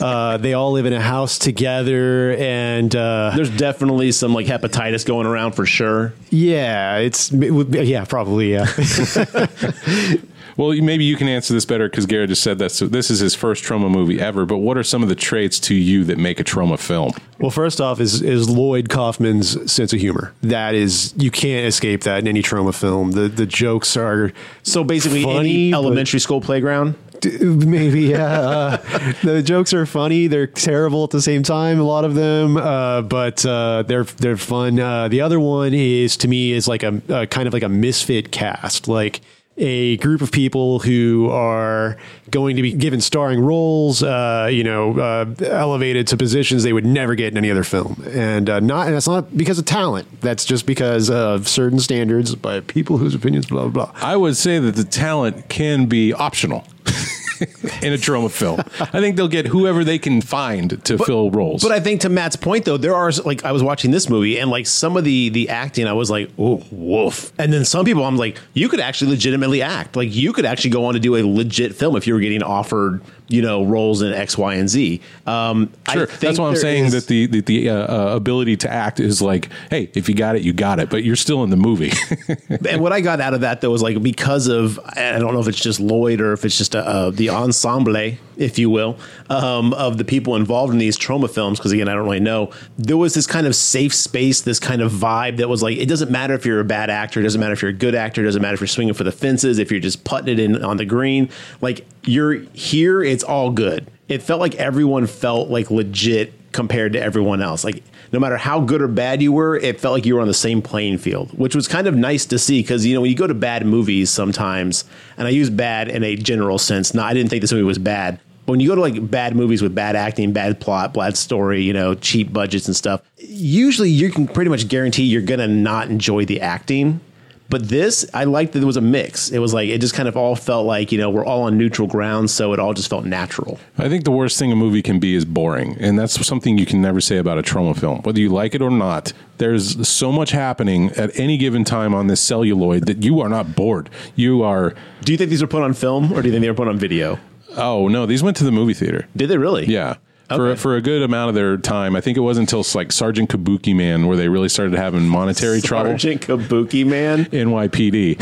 C: uh, they all live in a house together, and uh,
B: There's definitely some like hepatitis going around for sure.
C: yeah, it's it would be- yeah, probably yeah.
A: Well, you- maybe you can answer this better because Garrett just said that. So this is his first trauma movie ever. But what are some of the traits to you that make a trauma film?
C: Well, first off, is is Lloyd Kaufman's sense of humor. That is, you can't escape that in any trauma film. The the jokes are
B: So basically,
C: Funny,
B: any
C: but-
B: elementary school playground.
C: d- maybe yeah. Uh, the jokes are funny. They're terrible at the same time. A lot of them, uh, but uh, they're they're fun. Uh, the other one is to me is like a, a kind of like a misfit cast, like a group of people who are going to be given starring roles, uh, you know, uh, elevated to positions they would never get in any other film, and uh, not and that's not because of talent. That's just because uh, of certain standards by people whose opinions, blah blah. blah.
A: I would say that the talent can be optional in a trauma film. I think they'll get whoever they can find to fill roles.
B: But I think to Matt's point, though, there are like I was watching this movie and like some of the the acting, I was like, oh, woof. And then some people, I'm like, you could actually legitimately act. Like you could actually go on to do a legit film if you were getting offered, you know, roles in X, Y, and Z. Um, I
A: sure,
B: think
A: that's why I'm
B: there
A: saying
B: is-
A: that the the, the uh, uh, ability to act is like, hey, if you got it, you got it. But you're still in the movie.
B: and what I got out of that though was like because of I don't know if it's just Lloyd or if it's just uh, the ensemble, if you will, um, of the people involved in these trauma films. Because again, I don't really know. There was this kind of safe space, this kind of vibe that was like it doesn't matter if you're a bad actor, it doesn't matter if you're a good actor, it doesn't matter if you're swinging for the fences, if you're just putting it in on the green. Like you're here, it's all good. It felt like everyone felt like legit compared to everyone else. Like no matter how good or bad you were, it felt like you were on the same playing field, which was kind of nice to see because you know when you go to bad movies sometimes, and I use bad in a general sense. Now I didn't think this movie was bad. But when you go to like bad movies with bad acting, bad plot, bad story, you know, cheap budgets and stuff, usually you can pretty much guarantee you're gonna not enjoy the acting. But this, I liked that there was a mix. It was like it just kind of all felt like you know we're all on neutral ground, so it all just felt natural.
A: I think the worst thing a movie can be is boring, and that's something you can never say about a trauma film. Whether you like it or not, there's so much happening at any given time on this celluloid that you are not bored. You are,
B: Do you think these were put on film or do you think they were put on video?
A: oh no, these went to the movie theater.
B: Did they really?
A: Yeah. For, for a good amount of their time, I think it wasn't until like Sergeant Kabuki Man where they really started having monetary trouble.
B: Sergeant Kabuki man,
A: NYPD.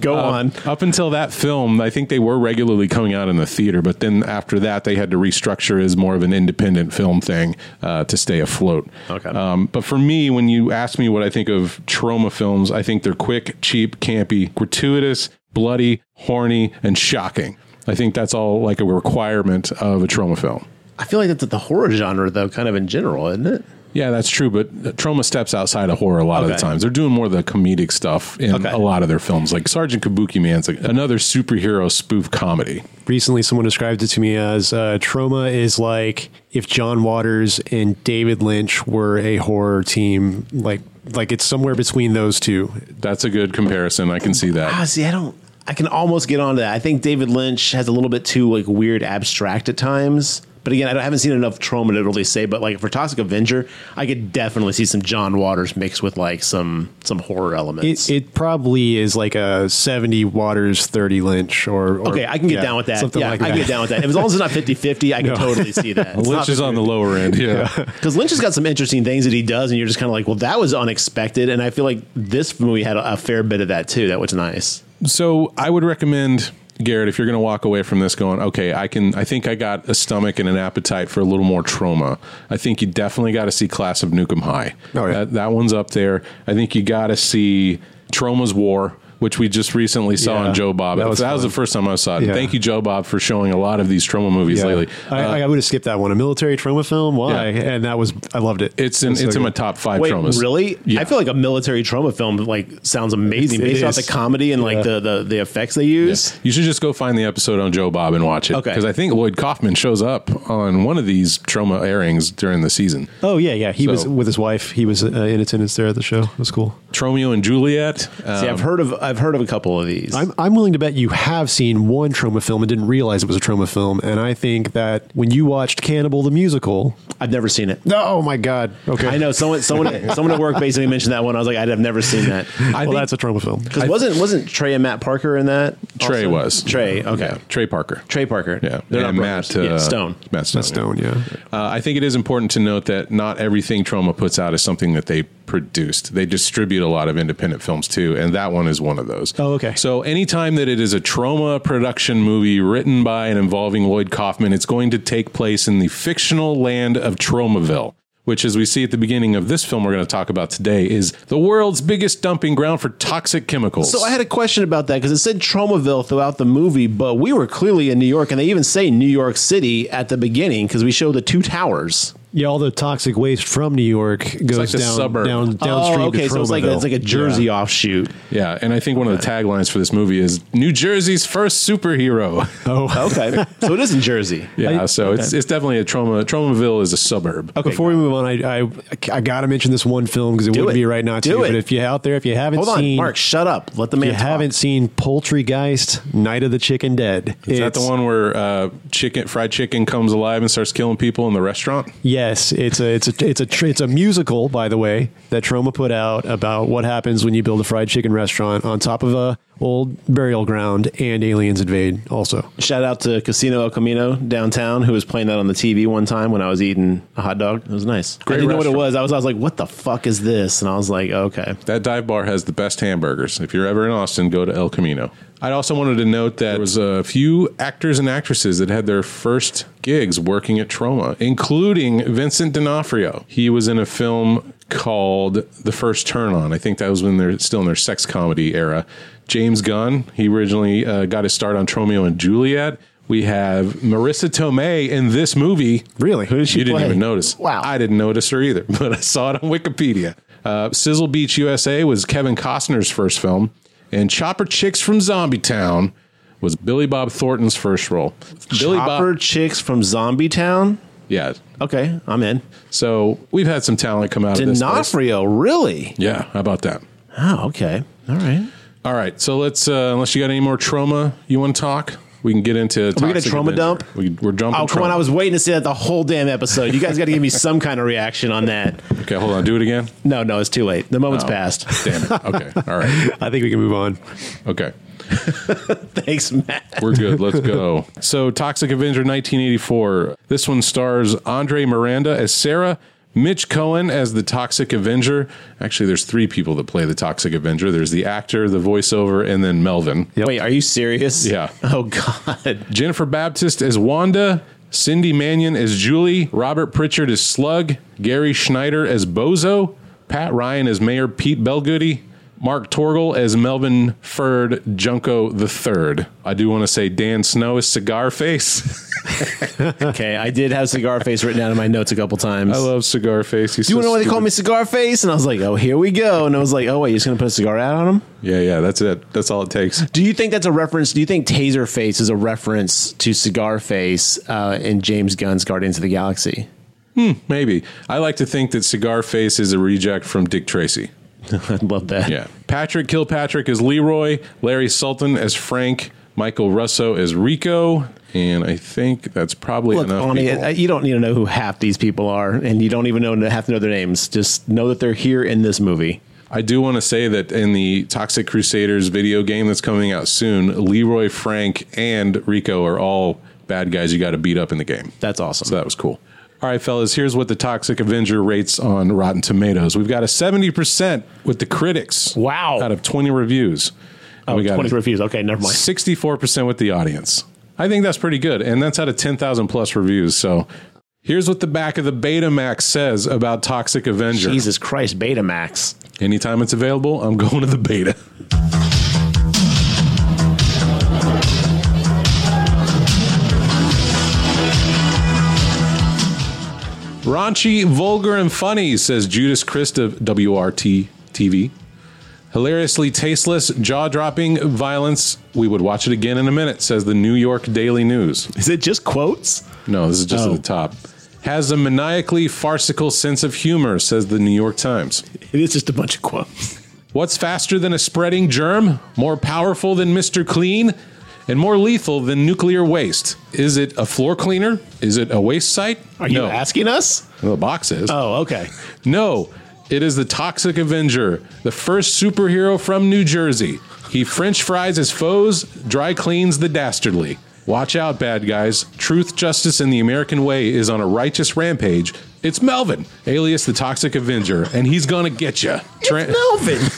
B: go on.
A: Up until that film, I think they were regularly coming out in the theater, but then after that, they had to restructure as more of an independent film thing uh, to stay afloat.
B: Okay.
A: Um, but for me, when you ask me what I think of trauma films, I think they're quick, cheap, campy, gratuitous, bloody, horny, and shocking. I think that's all like a requirement of a trauma film.
B: I feel like that's the horror genre though, kind of in general, isn't it?
A: Yeah, that's true. But trauma steps outside of horror a lot of
B: Okay.
A: the times. They're doing more of the comedic stuff in
B: Okay.
A: a lot of their films. Like Sergeant Kabuki Man's like another superhero spoof comedy.
C: recently someone described it to me as uh, trauma is like if john waters and david lynch were a horror team like like it's somewhere between those two
A: That's a good comparison. I can see that.
B: Ah, see, I don't. I can almost get on to that. I think David Lynch has a little bit too like weird abstract at times. But again, I, don't, I haven't seen enough trauma to really say. But like for Toxic Avenger, I could definitely see some John Waters mixed with like some some horror elements.
C: It, it probably is like a 70 Waters 30 Lynch or, or-
B: okay, I can get
C: yeah,
B: down with that.
C: Something
B: yeah,
C: like
B: I
C: that.
B: can get down with that. As long as it's not 50-50, I can
C: No.
B: totally see that. It's
A: Lynch
B: not
A: is on the lower end. Yeah.
B: Because Lynch has got some interesting things that he does, and you're just kind of like, well, that was unexpected. And I feel like this movie had a, a fair bit of that too. That was nice.
A: so I would recommend Garrett if you're going to walk away from this going, okay, I can. I think I got a stomach and an appetite for a little more trauma. I think you definitely got to see Class of Nukem High.
C: Oh, yeah.
A: that, that one's up there. I think you got to see Trauma's War. Which we just recently saw
C: Yeah,
A: in Joe Bob. That
C: that
A: was,
C: was
A: the
C: fun.
A: first time I saw it.
C: Yeah.
A: Thank you, Joe Bob, for showing a lot of these trauma movies
C: Yeah.
A: lately.
C: I,
A: Uh,
C: I would have skipped that one. A military trauma film? Why?
A: Yeah.
C: And that was, I loved it.
A: it's in,
C: It was so
A: it's in my
C: good.
A: top five
B: Wait,
A: traumas.
B: really?
A: Yeah.
B: I feel like a military trauma film like sounds amazing
C: It
B: based off
C: is.
B: the comedy and like
C: Yeah.
B: the, the the effects they use.
A: You should just go find the episode on Joe Bob and watch it.
B: Okay.
A: Because I think Lloyd Kaufman shows up on one of these trauma airings during the season.
C: Oh, yeah, yeah. He was
A: So-
C: with his wife. He was uh, in attendance there at the show. It was cool.
A: Tromeo and Juliet. Um,
B: See, I've heard of I've heard of a couple of these.
C: I'm, I'm willing to bet you have seen one trauma film and didn't realize it was a trauma film. And I think that when you watched Cannibal the Musical.
B: I've never seen it.
C: Oh, my God. Okay.
B: I know someone someone someone at work basically mentioned that one. I was like, I'd have never seen that.
A: I
C: well,
A: think
C: that's a trauma film.
B: Because wasn't wasn't Trey and Matt Parker in that?
A: Trey
B: also?
A: was.
B: Trey. Okay.
A: Yeah, Trey Parker.
B: Trey Parker.
A: Yeah.
B: They're
A: and
B: not
A: Matt,
B: Matt
A: uh,
B: Stone.
A: Matt Stone.
C: That's Stone, yeah.
A: Uh, I think it is important to note that not everything Trauma puts out is something that they produced. They distribute a lot of independent films too, and that one is one of those.
C: Oh, okay.
A: So anytime that it is a Trauma production movie written by and involving Lloyd Kaufman, it's going to take place in the fictional land of Tromaville. Which, as we see at the beginning of this film, we're going to talk about today, is the world's biggest dumping ground for toxic chemicals.
B: So I had a question about that because it said Tromaville throughout the movie, but we were clearly in New York, and they even say New York City at the beginning because we show the two towers.
C: Yeah, all the toxic waste from New York goes
A: like the
C: down,
A: suburb.
C: down downstream.
B: Oh, okay,
C: to
B: so it's like
C: Tromaville.
B: it's like a Jersey
C: Yeah.
B: offshoot.
A: Yeah, and I think one of the taglines for this movie is New Jersey's first superhero.
C: Oh.
B: Okay, so it is in Jersey.
A: yeah, so it's it's definitely a trauma. Tromaville is a suburb.
B: Okay,
C: Before we move on, I I, I got to mention this one film because it
B: Do
C: wouldn't
B: it.
C: be right not
B: Do
C: to.
B: it.
C: But if you're out there, if you haven't
B: Hold on,
C: seen,
B: Mark, shut up. Let the
C: if
B: man.
C: you
B: talk.
C: haven't seen Poultrygeist, Night of the Chicken Dead.
A: Is that the one where uh, chicken fried chicken comes alive and starts killing people in the restaurant?
C: Yes, it's a it's a it's a tr- it's a musical, by the way, that Troma put out about what happens when you build a fried chicken restaurant on top of a old burial ground and aliens invade. Also,
B: Shout out to Casino El Camino downtown, who was playing that on the TV one time when I was eating a hot dog. It was nice.
A: Great
B: I didn't know what it
A: restaurant.
B: was. I was I was like, what the fuck is this? And I was like, okay.
A: That dive bar has the best hamburgers. If you're ever in Austin, go to El Camino. I also wanted to note that there was a few actors and actresses that had their first gigs working at Trauma, including Vincent D'Onofrio. He was in a film called The First Turn On. I think that was when they're still in their sex comedy era. James Gunn, he originally uh, got his start on Tromeo and Juliet. We have Marissa Tomei in this movie.
C: really, who did
A: You didn't
B: play?
A: even notice.
B: Wow.
A: I didn't notice her either, but I saw it on Wikipedia. Uh, Sizzle Beach USA was Kevin Costner's first film, and Chopper Chicks from Zombie Town was Billy Bob Thornton's first role. Billy
B: Chopper
A: Bob,
B: chicks from Zombie Town.
A: yeah.
B: Okay, I'm in.
A: So we've had some talent come out of this. place.
B: D'Onofrio, really?
A: Yeah, how about that?
B: Oh, okay. All right. Oh,
A: All right, so let's uh, unless you got any more trauma you want to talk, we can get into.
B: we gonna
A: toxic
B: trauma
A: adventure.
B: dump?
A: We, we're jumping.
B: Oh, come on.
A: trauma.
B: I was waiting to see that the whole damn episode. You guys got to give me some kind of reaction on that.
A: okay. Hold on, do it again.
B: No, no, it's too late. The moment's
A: Oh.
B: passed.
A: Damn it. Okay. All right.
C: I think we can move on.
A: Okay.
B: Thanks, Matt.
A: We're good. Let's go. So, Toxic Avenger 1984. This one stars Andre Miranda as Sarah, Mitch Cohen as the Toxic Avenger. Actually, there's three people that play the Toxic Avenger there's the actor, the voiceover, and then Melvin.
B: Wait, are you serious?
A: Yeah.
B: Oh, God.
A: Jennifer Baptist as Wanda, Cindy Mannion as Julie, Robert Pritchard as Slug, Gary Schneider as Bozo, Pat Ryan as Mayor Pete Belgoody, Mark Torgel as Melvin Ferd Junko the Third. I do want to say Dan Snow is Cigar Face.
B: Okay, I did have cigar face written down in my notes a couple times.
A: I love Cigar Face. He's
B: Do you
A: so
B: know why they call
A: stupid.
B: me cigar face? And I was like, oh, here we go. And I was like, oh, wait, you're just going to put a cigar out on him?
A: Yeah, yeah, that's it. That's all it takes.
B: Do you think that's a reference? Do you think Taser Face is a reference to Cigar Face uh, in James Gunn's Guardians of the Galaxy?
A: Maybe I like to think that Cigar Face is a reject from Dick Tracy.
B: I love that.
A: Yeah. Patrick Kilpatrick as Leroy, Larry Sultan as Frank, Michael Russo as Rico, and I think that's probably
B: Look,
A: enough.
B: Ani,
A: people.
B: uh, you don't need to know who half these people are, and you don't even know half to know their names. Just know that they're here in this movie.
A: I do want to say that in the Toxic Crusaders video game that's coming out soon, Leroy, Frank, and Rico are all bad guys you got to beat up in the game.
B: That's awesome.
A: So that was cool. All right, fellas, here's what the Toxic Avenger rates on Rotten Tomatoes. We've got a 70% with the critics.
B: Wow.
A: Out of 20 reviews. And we got a
B: 20 reviews. Okay, never mind.
A: 64% with the audience. I think that's pretty good. And that's out of 10,000 plus reviews. So here's what the back of the Betamax says about Toxic Avenger.
B: Jesus Christ, Betamax.
A: Anytime it's available, I'm going to the beta. Raunchy, vulgar, and funny, says Judas Christ of WRT TV. Hilariously tasteless, jaw dropping violence. We would watch it again in a minute, says the New York Daily News.
B: Is it just quotes?
A: No, this is just
B: Oh.
A: at the top. Has a maniacally farcical sense of humor, says the New York Times.
B: It is just a bunch of quotes.
A: What's faster than a spreading germ? More powerful than Mr. Clean? And more lethal than nuclear waste? Is it a floor cleaner? Is it a waste site?
B: Are you
A: no.
B: asking us?
A: The box is.
B: Oh, okay.
A: No, it is the Toxic Avenger, the first superhero from New Jersey. He french fries his foes, dry cleans the dastardly. Watch out, bad guys. Truth, justice, and the American way is on a righteous rampage. It's Melvin, alias the Toxic Avenger, and he's gonna get you.
B: Melvin.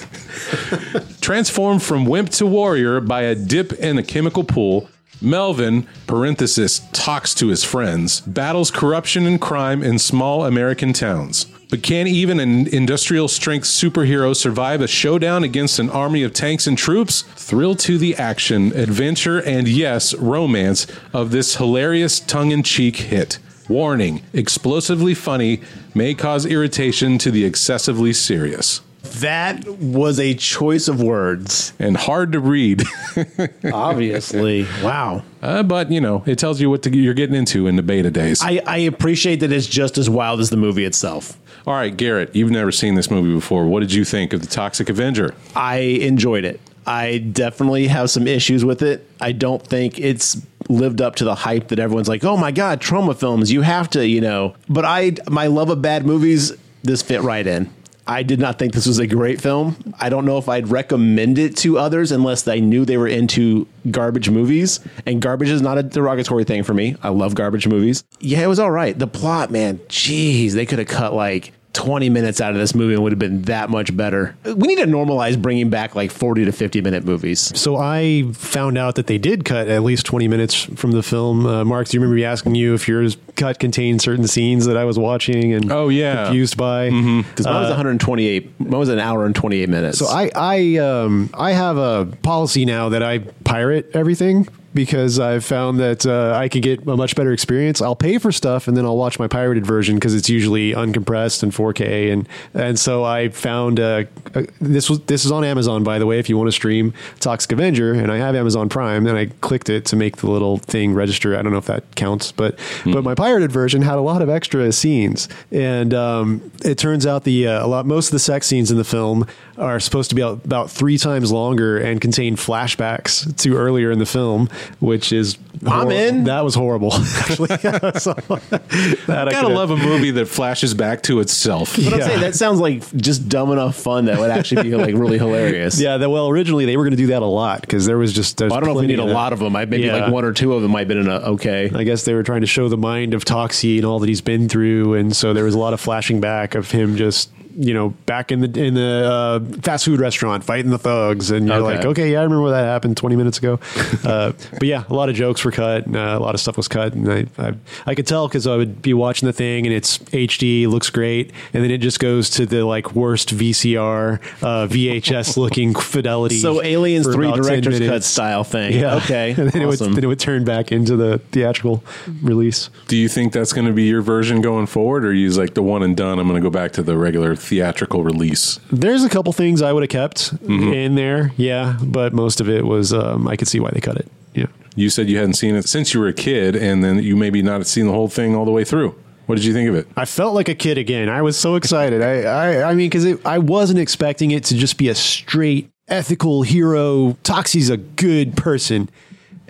A: Transformed from wimp to warrior by a dip in a chemical pool, Melvin, parenthesis, talks to his friends, battles corruption and crime in small American towns. But can even an industrial strength superhero survive a showdown against an army of tanks and troops? Thrill to the action, adventure, and yes, romance of this hilarious tongue in cheek hit. Warning explosively funny may cause irritation to the excessively serious
B: That was a choice of words.
A: and hard to read.
B: Obviously. wow.
A: Uh, but you know, it tells you what to, you're getting into in the beta days.
B: I, I appreciate that it's just as wild as the movie itself.
A: All right, Garrett, you've never seen this movie before. What did you think of the Toxic Avenger?
B: I enjoyed it. I definitely have some issues with it. I don't think it's lived up to the hype that everyone's like, "Oh my god, trauma films, you have to, you know." But I my love of bad movies, this fit right in. I did not think this was a great film. I don't know if I'd recommend it to others unless they knew they were into garbage movies. And garbage is not a derogatory thing for me. I love garbage movies. Yeah, it was all right. The plot, man, jeez, they could have cut like 20 minutes out of this movie and would have been that much better. We need to normalize bringing back like 40 to 50 minute movies.
F: So I found out that they did cut at least 20 minutes from the film. Uh, Mark, do you remember me asking you if yours cut contained certain scenes that I was watching and
A: Oh, yeah.
F: confused by?
B: Because mine was 128, mine was an hour and 28 minutes.
F: Uh, So I I um I have a policy now that I pirate everything because I've found that uh, I can get a much better experience. I'll pay for stuff and then I'll watch my pirated version because it's usually uncompressed and 4K and and so I found uh, uh, this was this is on Amazon by the way if you want to stream Toxic Avenger and I have Amazon Prime and I clicked it to make the little thing register. I don't know if that counts, but
B: Hmm.
F: but my pirated version had a lot of extra scenes and um, it turns out the uh, a lot most of the sex scenes in the film are supposed to be out- about three times longer and contain flashbacks to earlier in the film, which is hor-
B: in.
F: That was horrible. Actually, so, that I
A: I gotta
F: coulda-
A: love a movie that flashes back to itself.
B: But I'm
F: Yeah.
B: saying that sounds like just dumb enough fun that would actually be like really hilarious.
F: Yeah, that, well, originally they were going to do that a lot because there was just. there's
B: I don't know if we
F: plenty
B: need a lot of them. I maybe
F: Yeah.
B: like one or two of them might have been in a okay.
F: I guess they were trying to show the mind of Toxie and all that he's been through, and so there was a lot of flashing back of him just you know back in the in the uh, fast food restaurant fighting the thugs, and you're
B: Okay.
F: like, okay, yeah, I remember that happened 20 minutes ago. uh, but yeah, a lot of jokes were cut, and, uh, a lot of stuff was cut, and I I, I could tell because I would be watching the thing, and it's HD, looks great, and then it just goes to the like worst VCR, uh, VHS looking fidelity.
B: So Aliens
F: for
B: 3
F: about 10
B: director's cut
F: minutes.
B: style thing.
F: Yeah.
B: Okay.
F: and then, it
B: awesome.
F: would, then it would turn back into the theatrical release.
A: Do you think that's gonna be your version going forward, or are you just like the one and done? I'm gonna go back to the regular theatrical release.
F: There's a couple things I would have kept in there. Yeah. But most of it was, um, I could see why they cut it. Yeah.
A: You said you hadn't seen it since you were a kid, and then you maybe not seen the whole thing all the way through. What did you think of it?
F: I felt like a kid again. I was so excited. I, I, I mean, because I wasn't expecting it to just be a straight ethical hero. Toxie's a good person,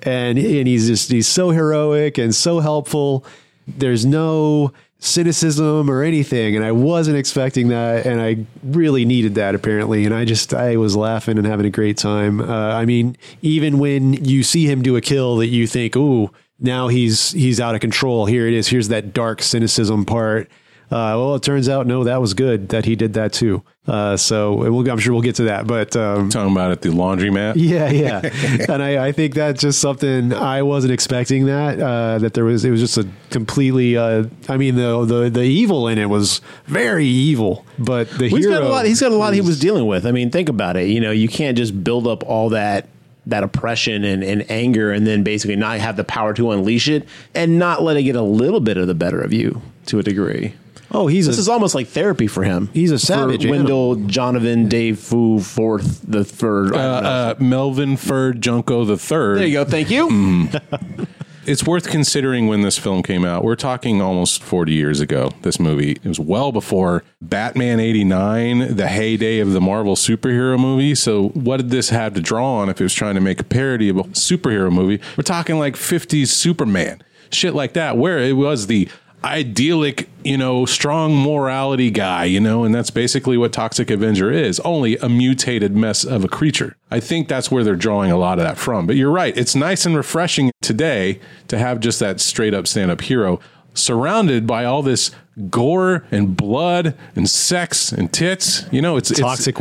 F: and and he's just he's so heroic and so helpful. There's no cynicism or anything, and I wasn't expecting that, and I really needed that apparently. And I just I was laughing and having a great time. Uh, I mean, even when you see him do a kill that you think, ooh now he's he's out of control. Here it is. Here's that dark cynicism part. Uh, well, it turns out no, that was good that he did that too. Uh, so and we'll, I'm sure we'll get to that, but um,
A: Talking about at the laundromat.
F: yeah, yeah. and I, I think that's just something I wasn't expecting that uh, that there was. It was just a completely. Uh, I mean, the the the evil in it was very evil, but the
B: Well, he's
F: hero.
B: got a lot. He's got a lot he was dealing with. I mean, think about it. You know, you can't just build up all that that oppression and, and anger and then basically not have the power to unleash it and not let it get a little bit of the better of you to a degree.
F: oh, he's
B: This
F: a,
B: is almost like therapy for him.
F: He's a savage
B: For Wendell, Jonathan, Dave, Foo, Fourth, the third.
A: Uh, uh, Melvin Fur Junko the third.
B: there you go. Thank you.
A: mm, It's worth considering when this film came out. We're talking almost 40 years ago, this movie. It was well before Batman 89, the heyday of the Marvel superhero movie. So, what did this have to draw on if it was trying to make a parody of a superhero movie? We're talking like 50s Superman, shit like that, where it was the idyllic, you know, strong morality guy, you know, and that's basically what Toxic Avenger is, only a mutated mess of a creature. I think that's where they're drawing a lot of that from. But you're right, it's nice and refreshing today to have just that straight up stand up hero surrounded by all this gore and blood and sex and tits. You know, it's it's-
F: toxic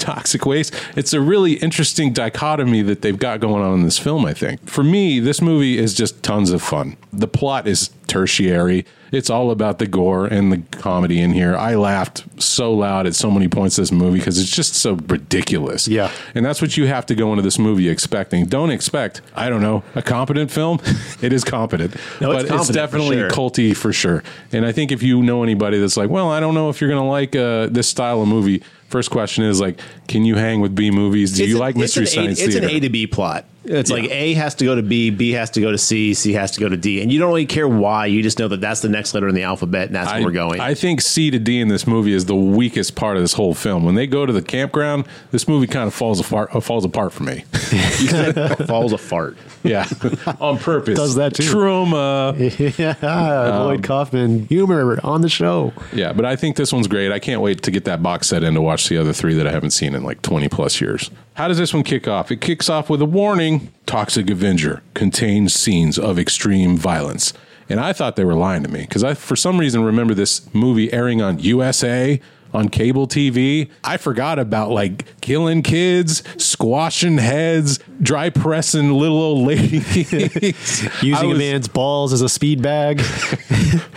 A: toxic waste. It's a really interesting dichotomy that they've got going on in this film, I think. For me, this movie is just tons of fun. The plot is tertiary. It's all about the gore and the comedy in here. I laughed so loud at so many points this movie because it's just so ridiculous.
F: Yeah.
A: And that's what you have to go into this movie expecting. Don't expect, I don't know, a competent film. it is competent.
B: No,
A: but
B: it's
A: it's,
B: competent for
A: definitely
B: sure.
A: culty for sure. And I think if you know anybody that's like, well, I don't know if you're going to like uh, this style of movie. First question is like, can you hang with B movies? Do you
B: an-
A: like mystery
B: an A-
A: science
B: It's
A: theater?
B: an A to B plot. It's like A has to go to B, B has to go to C, C has to go to D, and you don't really care why. You just know that that's the next letter in the alphabet, and that's
A: I,
B: where we're going.
A: I think C to D in this movie is the weakest part of this whole film. When they go to the campground, this movie kind of falls apart. Uh, falls apart for me.
B: falls a fart.
A: yeah, on purpose.
F: Does that too.
A: Trauma.
F: yeah,
B: Um,
F: Lloyd Kaufman humor on the show.
A: Yeah, but I think this one's great. I can't wait to get that box set in to watch the other three that I haven't seen in like 20 plus years. How does this one kick off? It kicks off with a warning Toxic Avenger contains scenes of extreme violence. And I thought they were lying to me because I, for some reason, remember this movie airing on USA on cable TV. I forgot about like killing kids, squashing heads, dry pressing little old ladies. I
F: Using
A: was-
F: a man's balls as a speed bag.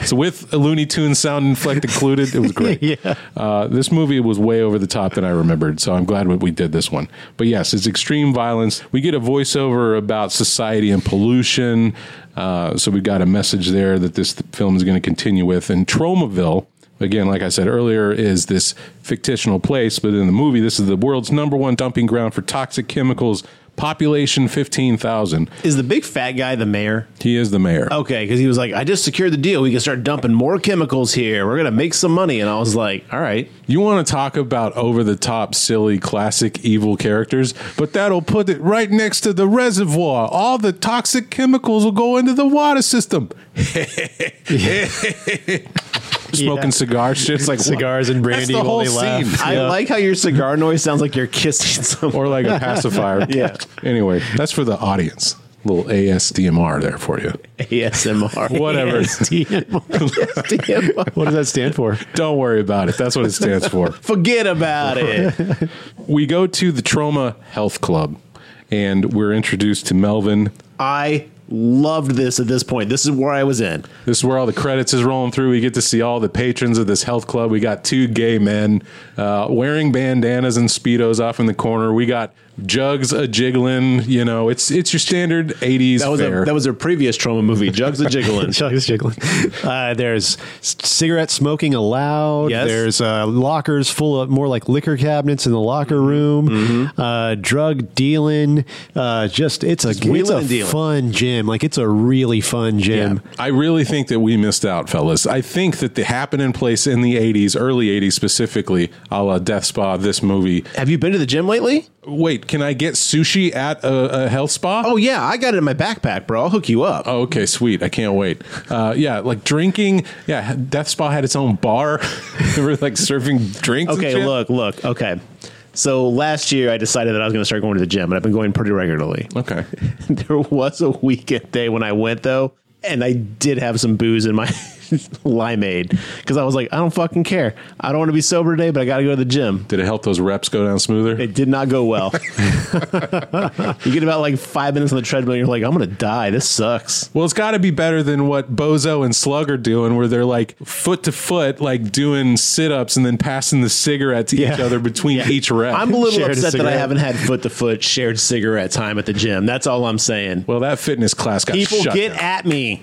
A: so with a Looney Tune sound effect included, it was great.
F: Yeah.
A: uh, this movie was way over the top than I remembered, so I'm glad we- we did this one. But yes, it's extreme violence. We get a voiceover about society and pollution, uh, so we got a message there that this film is going to continue with. And Tromaville, again, like I said earlier, is this fictional place, but in the movie, this is the world's number one dumping ground for toxic chemicals. Population fifteen thousand.
B: Is the big fat guy the mayor?
A: He is the mayor.
B: Okay, because he was like, I just secured the deal. We can start dumping more chemicals here. We're gonna make some money, and I was like, all right.
A: You want to talk about over the top, silly, classic evil characters, but that'll put it right next to the reservoir. All the toxic chemicals will go into the water system. Smoking
F: Yeah.
A: cigar shit. It's like
F: Cigars and
A: That's
F: brandy
A: the
F: while
A: whole
F: they laugh.
A: scene.
B: I like how your cigar noise sounds like you're kissing someone.
A: Or like a pacifier.
B: Yeah.
A: Anyway, that's for the audience. Little ASDMR there for you.
B: ASMR.
A: Whatever.
B: ASMR.
F: What does that stand for?
A: Don't worry about it. That's what it stands for.
B: Forget about it.
A: We go to the Trauma Health Club and we're introduced to Melvin
B: I loved this at this point. This is where I was in.
A: This is where all the credits is rolling through. We get to see all the patrons of this health club. We got two gay men uh, wearing bandanas and speedos off in the corner. We got jugs a jiggling. You know, it's it's your standard '80s
B: That was
A: fare.
B: a, that was their previous trauma movie, Jugs a Jiggling.
C: Chuck is jiggling. Uh, there's c- cigarette smoking allowed.
B: Yes.
C: There's uh, lockers full of more like liquor cabinets in the locker room. Uh, drug dealing. Uh, just it's a it's
B: wheeling and
C: a
B: dealing.
C: fun gym. Like it's a really fun gym.
A: I really think that we missed out, fellas. I think that the happening place in the 80s, early 80s specifically, a la Death Spa, this movie.
B: Have you been to the gym lately?
A: Wait, can I get sushi at a, a health spa?
B: Oh yeah, I got it in my backpack, bro. I'll hook you up.
A: Oh, okay, sweet. I can't wait. Uh, yeah, like drinking. Yeah, Death Spa had its own bar. they were like serving drinks. and
B: okay,
A: shit.
B: look, look. Okay. So last year I decided that I was going to start going to the gym, and I've been going pretty regularly.
A: Okay.
B: there was a weekend day when I went though, and I did have some booze in my limeade because I was like, I don't fucking care. I don't want to be sober today, but I got to go to the gym.
A: Did it help those reps go down smoother?
B: It did not go well. you get about like five minutes on the treadmill, and you're like, I'm gonna die. This sucks.
A: Well, it's got to be better than what Bozo and Slug are doing, where they're like foot to foot, like doing sit ups and then passing the cigarette to each
C: Yeah.
A: other between each rep.
B: I'm a little
C: Shared a
B: upset that I
C: cigarette.
B: haven't had foot to foot shared cigarette time at the gym. That's all I'm saying.
A: well, that fitness class got
B: People
A: shut
B: get
A: down.
B: at me.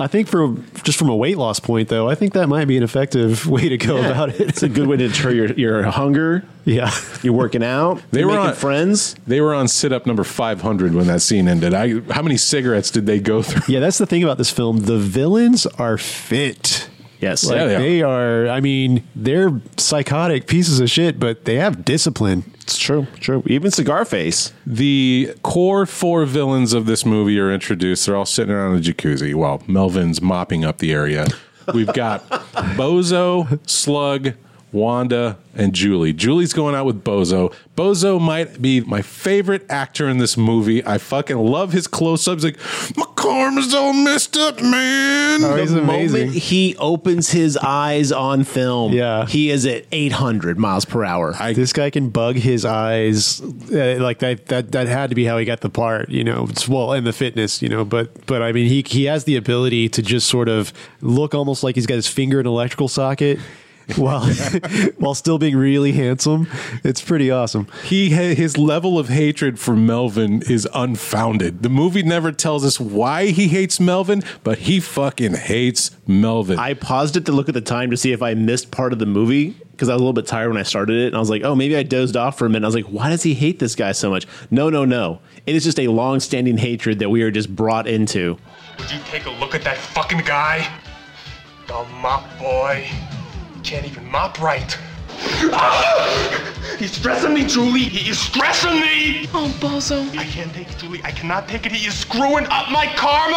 C: I think for just from a weight loss point though, I think that might be an effective way to go about
B: It's
C: it.
B: a good way to deter your, your hunger.
C: yeah.
B: You're working out.
A: They
B: You're
A: were
B: making
A: on-
B: friends.
A: They were on sit up number 500 when that scene ended. I, how many cigarettes did they go through?
C: Yeah, that's the thing about this film. The villains are fit.
B: Yes.
C: Like
A: Yeah, they are.
C: they are. I mean, they're psychotic pieces of shit, but they have discipline.
B: It's true. True. Even cigar face.
A: The core four villains of this movie are introduced. They're all sitting around a jacuzzi while Melvin's mopping up the area. We've got Bozo, Slug, Wanda, and Julie. Julie's going out with Bozo. Bozo might be my favorite actor in this movie. I fucking love his close ups. Like, my arm is all messed up, man.
C: Oh, he's
B: the
C: amazing.
B: moment he opens his eyes on film,
C: Yeah.
B: he is at 800 miles per hour.
A: I-
C: This guy can bug his eyes, uh, like that. That that had to be how he got the part, you know. It's- Well, and the fitness, you know. But but I mean, he he has the ability to just sort of look almost like he's got his finger in an electrical socket, while while still being really handsome. It's pretty awesome.
A: He ha- his level of hatred for Melvin is unfounded. The movie never tells us why he hates Melvin, but he fucking hates Melvin.
B: I paused it to look at the time to see if I missed part of the movie because I was a little bit tired when I started it. And I was like, oh, maybe I dozed off for a minute. I was like, why does he hate this guy so much? No, no, no. It is just a long standing hatred that we are just brought into.
G: Would you take a look at that fucking guy? The mop boy. Can't even mop right. He's stressing me, Julie. He is stressing me.
H: Oh, Bozo.
G: I can't take it, Julie. I cannot take it. He is screwing up my karma.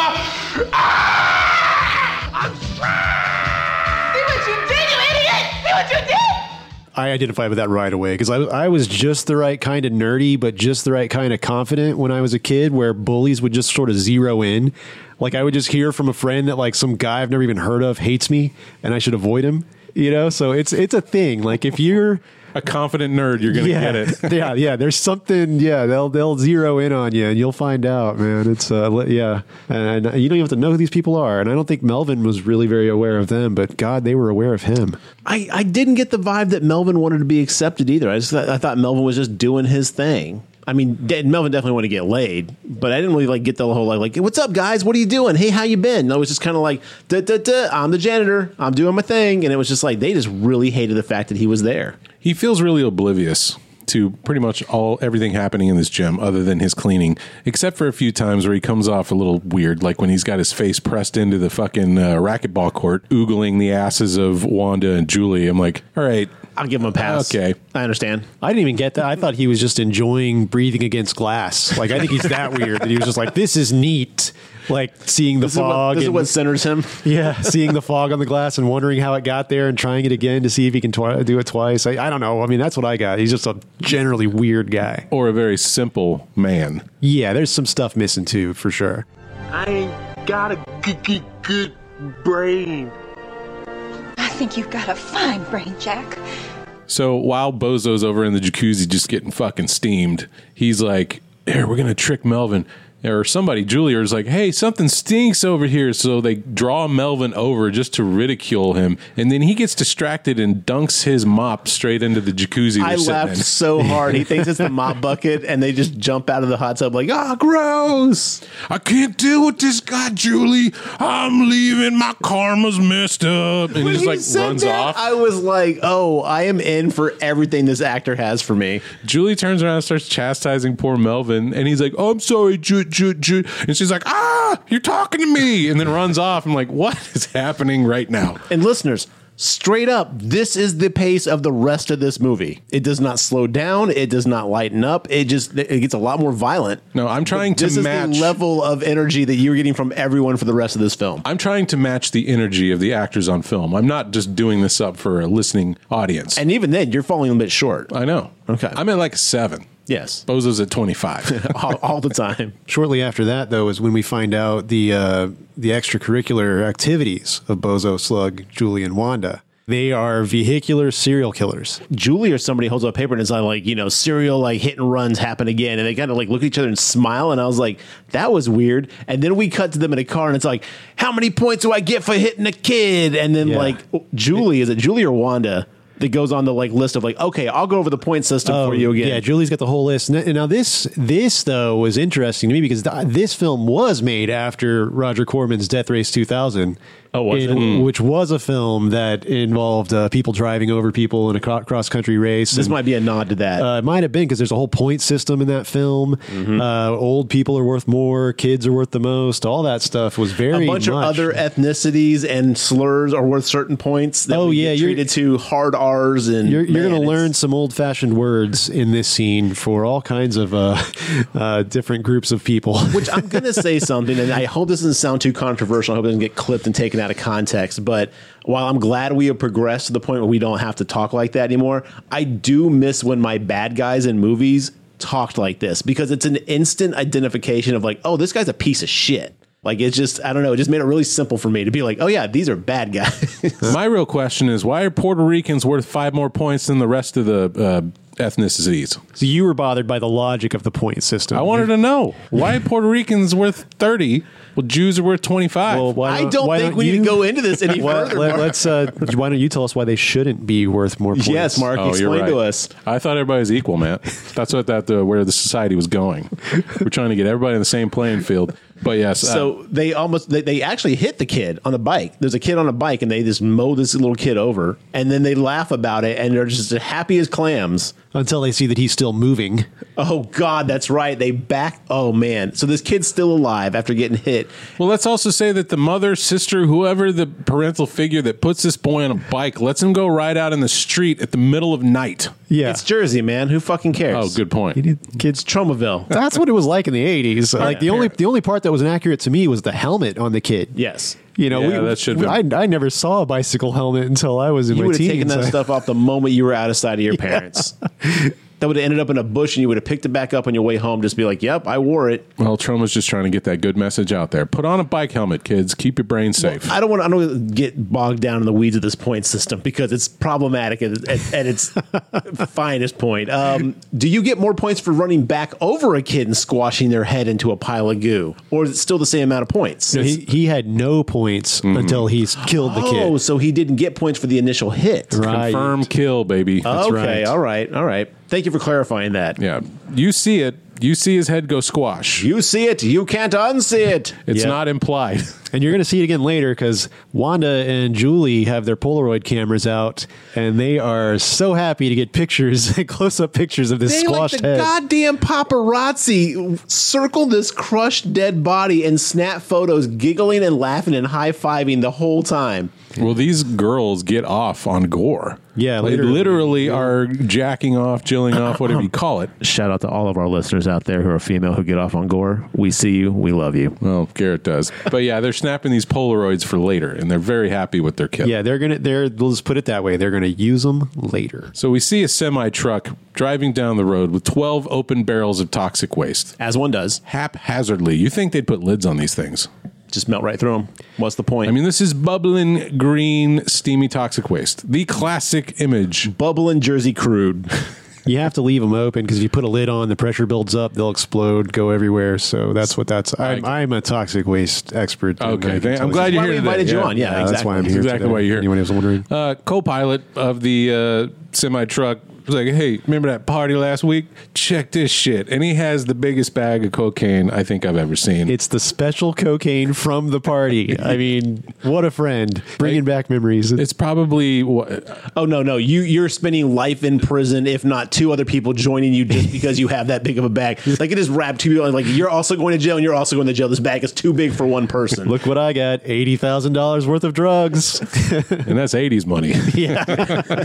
G: Ah! I'm stressed.
H: See what you did, you idiot! See what you did!
C: I identify with that right away because I, I was just the right kind of nerdy, but just the right kind of confident when I was a kid, where bullies would just sort of zero in. Like I would just hear from a friend that like some guy I've never even heard of hates me, and I should avoid him. You know, so it's it's a thing. Like if you're
A: a confident nerd, you're gonna
C: yeah,
A: get it.
C: yeah, yeah. There's something. Yeah, they'll they'll zero in on you, and you'll find out, man. It's uh, li- yeah, and you don't even have to know who these people are. And I don't think Melvin was really very aware of them, but God, they were aware of him.
B: I, I didn't get the vibe that Melvin wanted to be accepted either. I just thought, I thought Melvin was just doing his thing. I mean, De- Melvin definitely wanted to get laid, but I didn't really like get the whole like, like, what's up, guys? What are you doing? Hey, how you been? And I was just kind of like, duh, duh, duh, I'm the janitor. I'm doing my thing, and it was just like they just really hated the fact that he was there.
A: He feels really oblivious to pretty much all everything happening in this gym other than his cleaning except for a few times where he comes off a little weird like when he's got his face pressed into the fucking uh, racquetball court oogling the asses of Wanda and Julie I'm like all right
B: I'll give him a pass.
A: Okay.
B: I understand.
C: I didn't even get that. I thought he was just enjoying breathing against glass. Like I think he's that weird that he was just like, "This is neat." Like seeing the
B: This, is, what,
C: fog.
B: this is
C: and-
B: what centers him.
C: yeah, seeing the fog on the glass and wondering how it got there and trying it again to see if he can twi- do it twice. I, I don't know. I mean, that's what I got. He's just a generally weird guy.
A: or a very simple man
C: Yeah, there's some stuff missing too, for sure.
I: I ain't got a good, good, good brain.
J: I think you've got a fine brain, Jack.
A: So while Bozo's over in the jacuzzi just getting fucking steamed, he's like, Here, we're going to trick Melvin. or somebody, Julia, is like, hey, something stinks over here. So they draw Melvin over just to ridicule him. And then he gets distracted and dunks his mop straight into the jacuzzi.
B: I
A: they're sitting
B: laughed
A: in.
B: so hard. He thinks it's the mop bucket, and they just jump out of the hot tub like, ah, gross.
A: I can't deal with this guy, Julie. I'm leaving. My karma's messed up. And he just like
B: said
A: runs
B: that,
A: off.
B: I was like, oh, I am in for everything this actor has for me.
A: Julie turns around and starts chastising poor Melvin. And he's like, oh, I'm sorry, Jude, Jude, Jude. And she's like, ah, you're talking to me. And then runs off. I'm like, what is happening right now?
B: And listeners, straight up, this is the pace of the rest of this movie. It does not slow down. It does not lighten up. It just it gets a lot more violent.
A: No, I'm trying to
B: This is
A: match.
B: the level of energy that you're getting from everyone for the rest of this film.
A: I'm trying to match the energy of the actors on film. I'm not just doing this up for a listening audience.
B: And even then, you're falling a bit short.
A: I know.
B: Okay.
A: I'm at like a seven.
B: Yes,
A: Bozo's at 25.
B: all, all the time.
C: Shortly after that, though, is when we find out the uh, the extracurricular activities of Bozo, Slug, Julie, and Wanda. They are vehicular serial killers.
B: Julie or somebody holds up a paper and it's not like, you know, serial like hit and runs happen again. And they kind of like look at each other and smile. And I was like, that was weird. And then we cut to them in a car and it's like, how many points do I get for hitting a kid? And then
C: Yeah.
B: like Julie, is it Julie or Wanda that goes on the like list of like, okay, I'll go over the point system for you again.
C: Oh, Um, Yeah, Julie's got the whole list. N- Now this this though was interesting to me because th- this film was made after Roger Corman's Death Race 2000.
B: Oh, was
C: in-
B: it?
C: Which was a film that involved uh, people driving over people in a cross country race.
B: this
C: and-
B: might be a nod to that.
C: Uh, it might have been because there's a whole point system in that film.
B: Mm-hmm.
C: Uh, old people are worth more, kids are worth the most. All that stuff was very
B: a bunch of
C: much-
B: other ethnicities and slurs are worth certain points that
C: Oh,
B: we
C: yeah,
B: get
C: you're-
B: treated to hard R's and
C: You're, you're
B: man,
C: going to
B: it's-
C: learn some old fashioned words in this scene for all kinds of uh, uh, different groups of people.
B: Which I'm going to say something, and I hope this doesn't sound too controversial. I hope it doesn't get clipped and taken out of context. But while I'm glad we have progressed to the point where we don't have to talk like that anymore, I do miss when my bad guys in movies talked like this because it's an instant identification of like, oh, this guy's a piece of shit. Like it's just, I don't know, it just made it really simple for me to be like, oh yeah, these are bad guys.
A: My real question is why are Puerto Ricans worth five more points than the rest of the uh, ethnicities?
C: so you were bothered by the logic of the point system.
A: I wanted to know why Puerto Ricans worth 30? Well, Jews are worth 25.
C: Well, why
B: I don't
C: why
B: think we need to
C: you-
B: go into this any
C: Well,
B: further.
C: let,
B: Mark.
C: us Uh, why don't you tell us why they shouldn't be worth more points?
B: yes,
A: Oh,
B: Mark, explain to us.
A: I thought everybody was equal, man. That's what that uh, where the society was going. We're trying to get everybody on the same playing field. But yes, uh,
B: So they almost they, they actually hit the kid on a bike. There's a kid on a bike, and they just mow this little kid over, and then they laugh about it, and they're just as happy as clams.
C: Until they see that he's still moving.
B: Oh God, that's right. They back. Oh man, so this kid's still alive after getting hit.
A: Well, let's also say that the mother, sister, whoever the parental figure that puts this boy on a bike lets him go ride out in the street at the middle of night.
C: Yeah.
B: It's Jersey, man. Who fucking cares?
A: Oh, good point.
B: Kids, Tromaville.
C: That's what it was like in the eighties. Like the only
B: parents.
C: the only part that was inaccurate to me was the helmet on the kid.
B: yes,
C: You know,
A: Yeah,
C: we,
A: that should've
C: I, I never saw a bicycle helmet until I was in
B: you
C: my
B: would have
C: teens.
B: taken that
C: I-
B: stuff off the moment you were out of sight of your parents. that would have ended up in a bush, and you would have picked it back up on your way home. Just be like, "Yep, I wore it."
A: Well, Troma's just trying to get that good message out there. Put on a bike helmet, kids. Keep your brain safe.
B: I don't want to. I don't wanna get bogged down in the weeds of this point system because it's problematic at, at, at its finest point. Um, do you get more points for running back over a kid and squashing their head into a pile of goo, or is it still the same amount of points?
C: So he, he had no points until he's killed the kid.
B: Mm. oh, so he didn't get points for the initial hit.
C: Right.
A: Confirm kill, baby.
B: Oh, Okay.
C: right.
B: All right. All right. Thank you for clarifying that.
A: Yeah. You see it. You see his head go squash.
B: You see it. You can't unsee it.
A: it's
B: Yeah.
A: not implied.
C: And you're going to see it again later because Wanda and Julie have their Polaroid cameras out, and they are so happy to get pictures, close-up pictures of this
B: They like
C: squashed
B: the
C: head.
B: goddamn paparazzi circle this crushed dead body and snap photos, giggling and laughing and high fiving the whole time.
A: well, these girls get off on gore.
C: Yeah,
A: They
C: literally.
A: literally are jacking off, jilling off, whatever you call it.
B: Shout out to all of our listeners out there who are female who get off on gore. We see you. We love you.
A: Well, Garrett does. But yeah, they're snapping these Polaroids for later, and they're very happy with their kill.
C: Yeah, they're gonna. They're. We'll just put it that way. They're gonna use them later.
A: So we see a semi truck driving down the road with 12 open barrels of toxic waste.
B: As one does,
A: Haphazardly, you think they'd put lids on these things.
B: just melt right through them. What's the point?
A: I mean, this is bubbling green, steamy toxic waste. The classic image.
B: bubbling Jersey crude.
C: you have to leave them open because if you put a lid on, the pressure builds up, they'll explode, go everywhere. So that's what that's. I'm, I'm a toxic waste expert. and
A: Okay,
C: I can
A: thank-
C: tell
A: I'm glad
C: you.
A: you're
B: why
A: here
B: we
A: today.
B: invited you on. Yeah,
C: Yeah, that's why I'm
B: exactly.
C: here.
A: exactly
C: today.
A: why you're here.
C: Anyone else wondering?
A: Uh, co-pilot of the uh, semi truck was like, "Hey, remember that party last week? Check this shit." And he has the biggest bag of cocaine I think I've ever seen.
C: It's the special cocaine from the party. I mean, what a friend. Bringing back memories.
A: it's probably what
B: Oh no, no! You you're spending life in prison, if not two other people joining you, just because you have that big of a bag. Like it is wrapped two people. Like you're also going to jail, and you're also going to jail. This bag is too big for one person.
C: Look what I got $80,000 worth of drugs.
A: and that's 80s money. Yeah.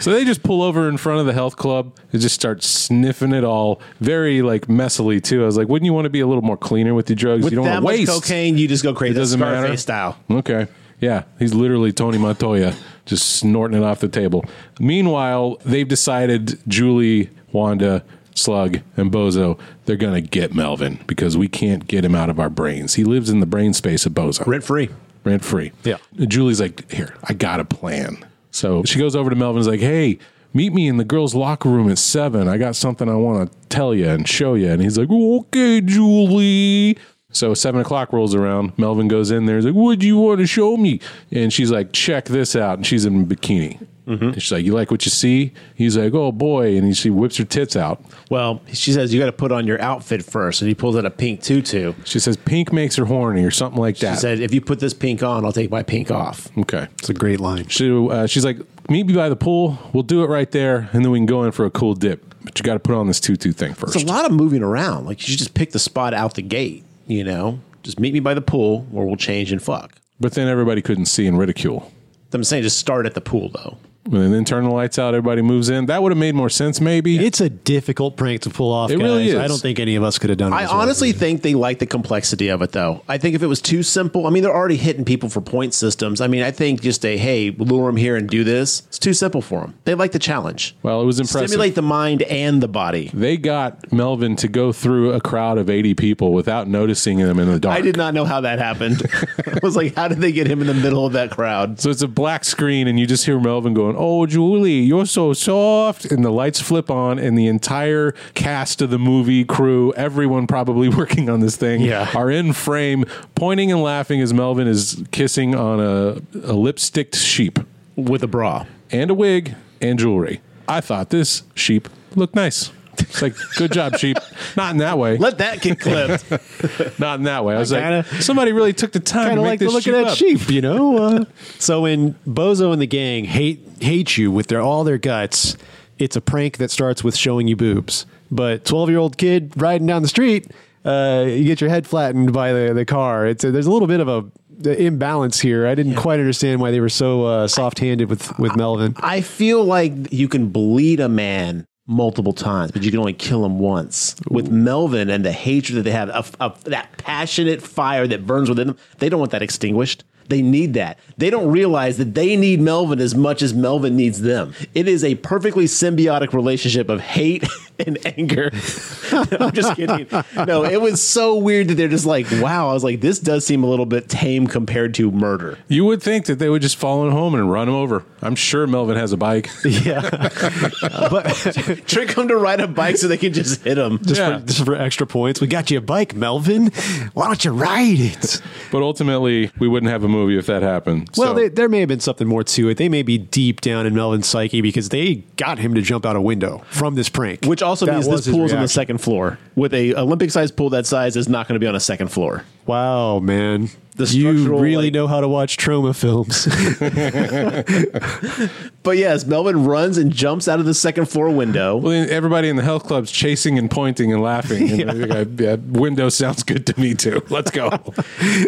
A: so they just pull over in front of the health club and just start sniffing it all very like messily too. I was like, wouldn't you want to be a little more cleaner with your drugs?
B: with
A: you don't
B: that
A: want to
B: much
A: waste.
B: cocaine, you just go crazy.
A: It doesn't
B: Scarface
A: matter.
B: Style.
A: Okay. Yeah, he's literally Tony Montoya, just snorting it off the table. Meanwhile, they've decided Julie, Wanda, Slug, and Bozo, they're going to get Melvin because we can't get him out of our brains. He lives in the brain space of Bozo
B: Rent free.
A: rent free.
C: Yeah.
A: Julie's like, here, I got a plan. So she goes over to Melvin and is like, hey, meet me in the girls' locker room at seven. I got something I want to tell you and show you. And he's like, okay, Julie. So seven o'clock rolls around. Melvin goes in there. He's like, what do you want to show me? And she's like, check this out. And she's in a bikini.
B: Mm-hmm.
A: And she's like, you like what you see? He's like, oh boy. And he, she whips her tits out.
B: Well, she says you got to put on your outfit first, and he pulls out a pink tutu.
A: She says, pink makes her horny or something like
B: She
C: Uh.
A: that.
B: said, "If you put this pink on, I'll take my pink off."
A: okay.
C: It's a great line.
A: She, uh, she's like, meet me by the pool. We'll do it right there, and then we can go in for a cool dip. But you got to put on this tutu thing first.
B: It's a lot of moving around. Like you should just pick the spot out the gate. You know, just meet me by the pool, where we'll change and fuck.
A: But then everybody couldn't see and ridicule.
B: I'm saying just start at the pool though.
A: And then turn the lights out. Everybody moves in. That would have made more sense, maybe.
C: It's a difficult prank to pull off.
A: It
C: guys.
A: really is.
C: I don't think any of us could have done it.
B: I
C: as well.
B: honestly think they like the complexity of it, though. I think if it was too simple, I mean, they're already hitting people for point systems. I mean, I think just a hey, lure them here and do this. It's too simple for them. They like the challenge.
A: well, it was impressive.
B: Stimulate the mind and the body.
A: they got Melvin to go through a crowd of 80 people without noticing them in the dark.
B: I did not know how that happened. I was like, how did they get him in the middle of that crowd?
A: So it's a black screen, and you just hear Melvin going, "Oh, Julie, you're so soft," and the lights flip on, and the entire cast of the movie crew, everyone probably working on this thing,
C: Yeah.
A: are in frame, pointing and laughing as Melvin is kissing on a, a lipsticked sheep
B: With a bra.
A: and a wig and jewelry. I thought this sheep looked nice. It's like, good job, sheep. Not in that way.
B: Let that get clipped.
A: Not in that way. I was like,
C: kinda-
A: somebody really took the time
C: kind
A: to
C: of
A: make
C: like the
A: this
C: look
A: sheep
C: of that
A: up.
C: sheep, you know. Uh, so when Bozo and the gang hate hate you with their all their guts, it's a prank that starts with showing you boobs. But twelve year old kid riding down the street, uh, you get your head flattened by the, the car. It's a, there's a little bit of a the imbalance here. I didn't quite understand why they were so uh, soft handed with with Melvin.
B: I feel like you can bleed a man multiple times, but you can only kill him once. With Melvin and the hatred that they have, of, of that passionate fire that burns within them, they don't want that extinguished. They need that. They don't realize that they need Melvin as much as Melvin needs them. It is a perfectly symbiotic relationship of hate and anger. I'm just kidding. No, it was so weird that they're just like, wow. I was like, this does seem a little bit tame compared to murder.
A: You would think that they would just follow him home and run him over. I'm sure Melvin has a bike.
C: Yeah, but.
B: Trick them to ride a bike so they can just hit him.
C: Just,
A: Yeah.
C: for, just for extra points, we got you a bike, Melvin. Why don't you ride it?
A: But ultimately, we wouldn't have a movie if that happened.
C: Well,
A: So-
C: they, there may have been something more to it. They may be deep down in Melvin's psyche because they got him to jump out a window from this prank.
B: Which also
C: That
B: means
C: was
B: this
C: his
B: pool's on the
C: reaction.
B: second floor. With a Olympic sized pool that size is not going to be on a second floor.
C: Wow, man.
B: The
C: you
B: structural,
C: really
B: like-
C: know how to watch trauma films.
B: But yes, Melvin runs and jumps out of the second floor window.
A: Well, then everybody in the health club's chasing and pointing and laughing. And they're like, "Yeah, window sounds good to me too. Let's go.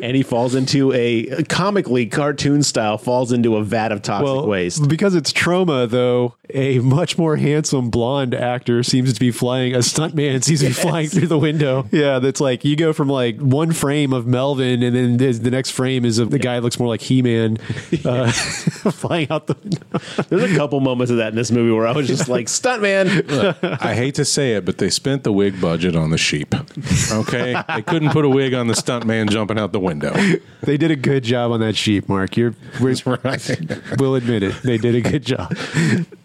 B: and he falls into a comically cartoon style falls into a vat of toxic waste.
C: because it's trauma, though, a much more handsome blonde actor seems to be flying, a stuntman seems to be flying through the window. Yeah, that's like you go from like one frame of Melvin and then there's is the next frame is of the guy looks more like He Man uh, flying out the window.
B: There's a couple moments of that in this movie where I was just like, stuntman.
A: I hate to say it, but they spent the wig budget on the sheep. Okay, they couldn't put a wig on the stuntman jumping out the window.
C: They did a good job on that sheep, Mark. You're we're, we'll admit it. They did a good job.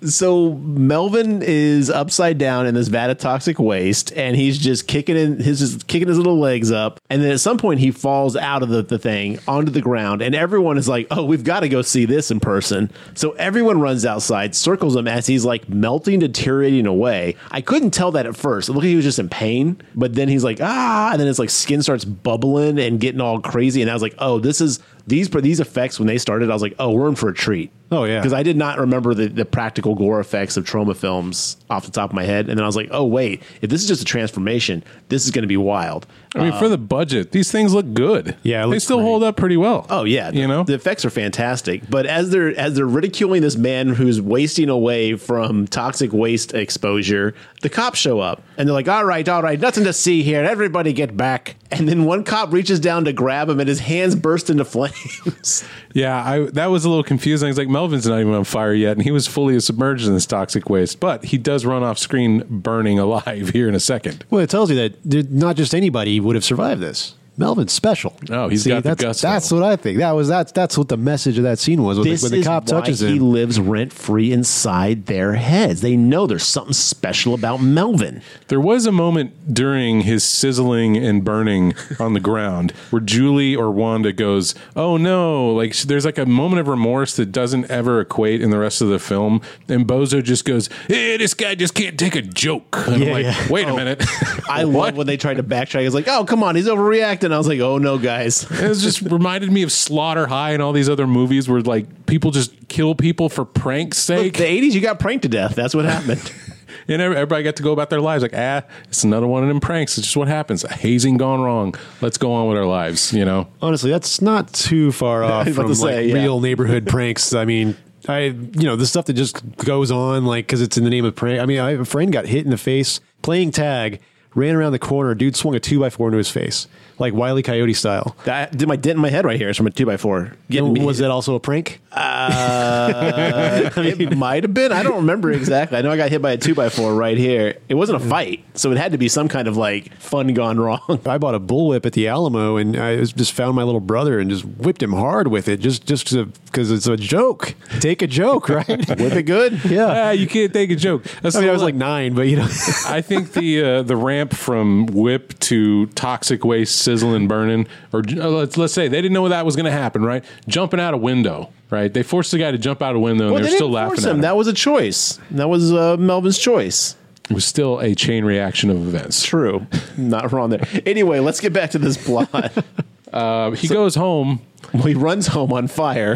B: So Melvin is upside down in this vat of toxic waste, and he's just kicking in his just kicking his little legs up. And then at some point he falls out of the, the thing onto the ground, and everyone is like, Oh, we've got to go see this in person. So everyone runs outside, circles him as he's like melting, deteriorating away. I couldn't tell that at first. It looked like he was just in pain, but then he's like, ah, and then his like skin starts bubbling and getting all crazy. And I was like, oh, this is these these effects when they started, I was like, oh, we're in for a treat.
C: Oh, yeah.
B: Because I did not remember the, the practical gore effects of trauma films off the top of my head. And then I was like, oh wait, if this is just a transformation, this is gonna be wild.
A: I mean, for the budget, these things look good.
C: Uh, Yeah, it
A: they
C: looks
A: still
C: great.
A: hold up pretty well.
B: Oh yeah,
A: you
B: The-
A: know
B: the effects are fantastic. But as they're as they're ridiculing this man who's wasting away from toxic waste exposure, the cops show up and they're like, "All right, all right, nothing to see here. Everybody get back." And then one cop reaches down to grab him, and his hands burst into flames.
A: Yeah, I, that was a little confusing. It's like Melvin's not even on fire yet, and he was fully submerged in this toxic waste. But he does run off screen burning alive here in a second.
C: Well, it tells you that there- not just anybody would have survived this. Melvin's special.
A: Oh, he's got the
C: that's,
A: gusto.
C: That's what I think. That was that's that's what the message of that scene was. When, the-
B: this
C: when the
B: is
C: cop
B: why
C: touches
B: he
C: him,
B: lives rent free inside their heads. They know there's something special about Melvin.
A: There was a moment during his sizzling and burning on the ground where Julie or Wanda goes, "Oh no!" Like sh- there's like a moment of remorse that doesn't ever equate in the rest of the film, and Bozo just goes, "Eh, this guy just can't take a joke." And I'm
B: Yeah,
A: like,
B: yeah. Oh.
A: "Wait a minute."
B: I love when they tried to backtrack. It's like, oh, come on, he's overreacting. I was like, oh no, guys.
A: It was just reminded me of Slaughter High and all these other movies where like people just kill people for prank's
B: Look,
A: sake,
B: the 80s, you got pranked to death. That's what happened.
A: and every- everybody got to go about their lives like ah, it's another one of them pranks. It's just what happens. Hazing gone wrong. Let's go on with our lives. You know,
C: honestly, that's not too far off
B: was about
C: from
B: to
C: like
B: say, yeah.
C: real neighborhood pranks. I mean, I you know the stuff that just goes on like because it's in the name of prank. I mean, I have a friend got hit in the face playing tag, ran around the corner, dude swung a two by four into his face like Wiley Coyote style.
B: I did my dent in my head right here. It's from a 2x4. Getting me-
C: was that also a prank?
B: Uh, it might have been. I don't remember exactly. I know I got hit by a 2x4 right here. It wasn't a fight, so it had to be some kind of like fun gone wrong.
C: I bought a bullwhip at the Alamo, and I was- just found my little brother and just whipped him hard with it, just just because it's a joke. Take a joke, right?
B: Whip it good? uh,
C: yeah.
A: ah, you can't take a joke. That's
C: I mean, I was
A: the-
C: like nine, but you know,
A: I think the uh, the ramp from whip to toxic waste sizzling burning, or uh, let's let's say they didn't know that was going to happen, right? Jumping out a window, right? They forced the guy to jump out a window, and
B: Well,
A: they're
B: they
A: still
B: didn't
A: laughing
B: force
A: at him.
B: him. That was a choice. That was uh, Melvin's choice.
A: it was still a chain reaction of events.
B: True. Not wrong there. Anyway, let's get back to this plot.
A: Uh, he goes home
B: well, he runs home on fire.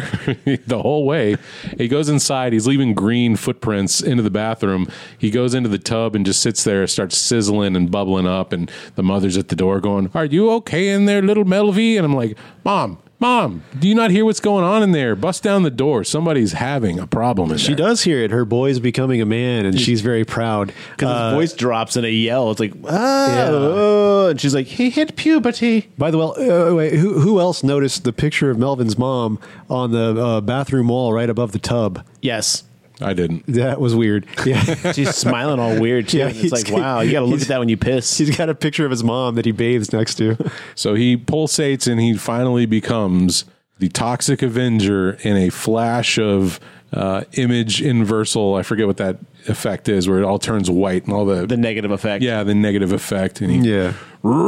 A: the whole way. He goes inside. He's leaving green footprints into the bathroom. He goes into the tub and just sits there, starts sizzling and bubbling up. And the mother's at the door going, Are you okay in there, little Melvie? And I'm like, Mom, Mom, do you not hear what's going on in there? Bust down the door. Somebody's having a problem in
C: she does hear it. Her boy's becoming a man, and she's very proud.
B: Because
C: Uh,
B: his voice drops in a yell. It's like, ah,
C: Yeah.
B: oh," and she's like, he hit puberty.
C: by the way, uh, wait, who who else noticed the picture of Melvin's mom on the uh, bathroom wall right above the tub?
B: Yes.
A: I didn't.
C: That was weird. Yeah.
B: She's smiling all weird, too.
C: Yeah,
B: and it's like,
C: he's-
B: wow, you got to look at that when you piss.
C: He's got a picture of his mom that he bathes next to.
A: So he pulsates and he finally becomes the toxic Avenger in a flash of uh, image inversal. I forget what that effect is, where it all turns white and all
B: The negative effect.
A: Yeah, the negative effect, and he
C: Yeah.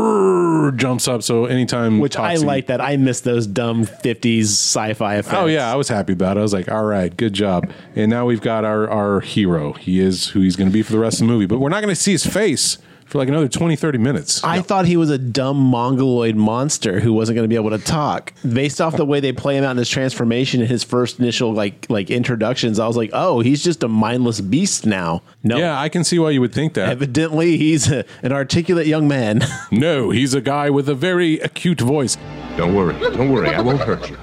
A: roar jumps up. So anytime,
B: Which I
A: Toxie-
B: like that. I miss those dumb 50s sci fi effects.
A: Oh yeah, I was happy about it. I was like, all right, good job. And now we've got our our hero. He is who he's going to be for the rest of the movie, but we're not going to see his face for like another 20, 30 minutes.
B: I thought he was a dumb mongoloid monster who wasn't going to be able to talk. Based off the way they play him out in his transformation and his first initial like like introductions, I was like, "Oh, he's just a mindless beast now." No,
A: yeah, I can see why you would think that.
B: evidently he's a, an articulate young man.
A: No, he's a guy with a very acute voice.
K: Don't worry. Don't worry. I won't hurt you.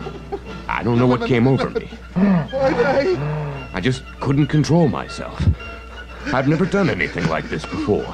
K: I don't know what came over me. I just couldn't control myself. I've never done anything like this before.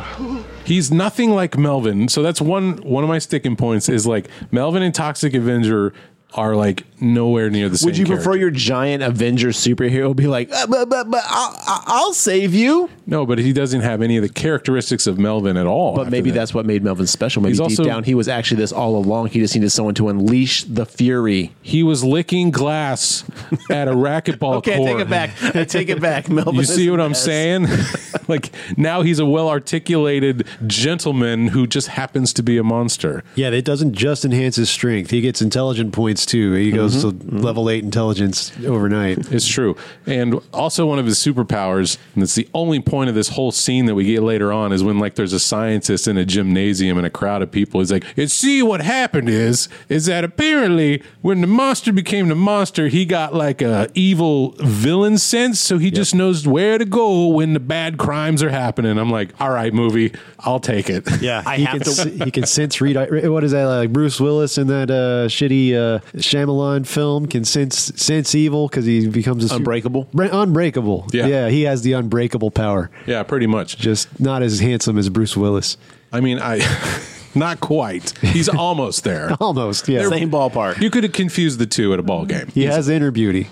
A: He's nothing like Melvin. So that's one one of my sticking points is like Melvin and Toxic Avenger are like nowhere near the same.
B: Would you
A: character.
B: prefer your giant Avenger superhero be like, uh, but, but, but I'll, I'll- I'll save you?
A: No, but he doesn't have any of the characteristics of Melvin at all.
B: But maybe that's what made Melvin special. Maybe
A: He's
B: deep
A: also-
B: down, he was actually this all along. He just needed someone to unleash the fury.
A: he was licking glass at a racquetball
B: Okay, I
A: court.
B: take it back. I take it back. Melvin,
A: You
B: is
A: see what
B: the
A: I'm
B: best.
A: saying? like now he's a well articulated gentleman who just happens to be a monster.
C: Yeah, that doesn't just enhance his strength. He gets intelligent points too. He goes to
B: Mm-hmm.
C: level eight intelligence overnight.
A: It's true. And also one of his superpowers, and it's the only point of this whole scene that we get later on is when like there's a scientist in a gymnasium and a crowd of people. He's like, and see what happened is is that apparently when the monster became the monster, he got like a evil villain sense, so he just knows where to go when the bad crimes are happening. I'm like, all right, movie, I'll take it.
C: Yeah, he can se- he can sense read. What is that like? Bruce Willis in that uh, shitty uh, Shyamalan film can sense sense evil because he becomes a
B: Unbreakable?
C: Bra- unbreakable.
A: Yeah.
C: yeah, he has the unbreakable power.
A: Yeah, pretty much.
C: Just not as handsome as Bruce Willis.
A: I mean, I not quite. He's almost there.
C: Almost. Yeah,
B: Same ballpark.
A: You could have confused the two at a ball game.
C: he has inner beauty.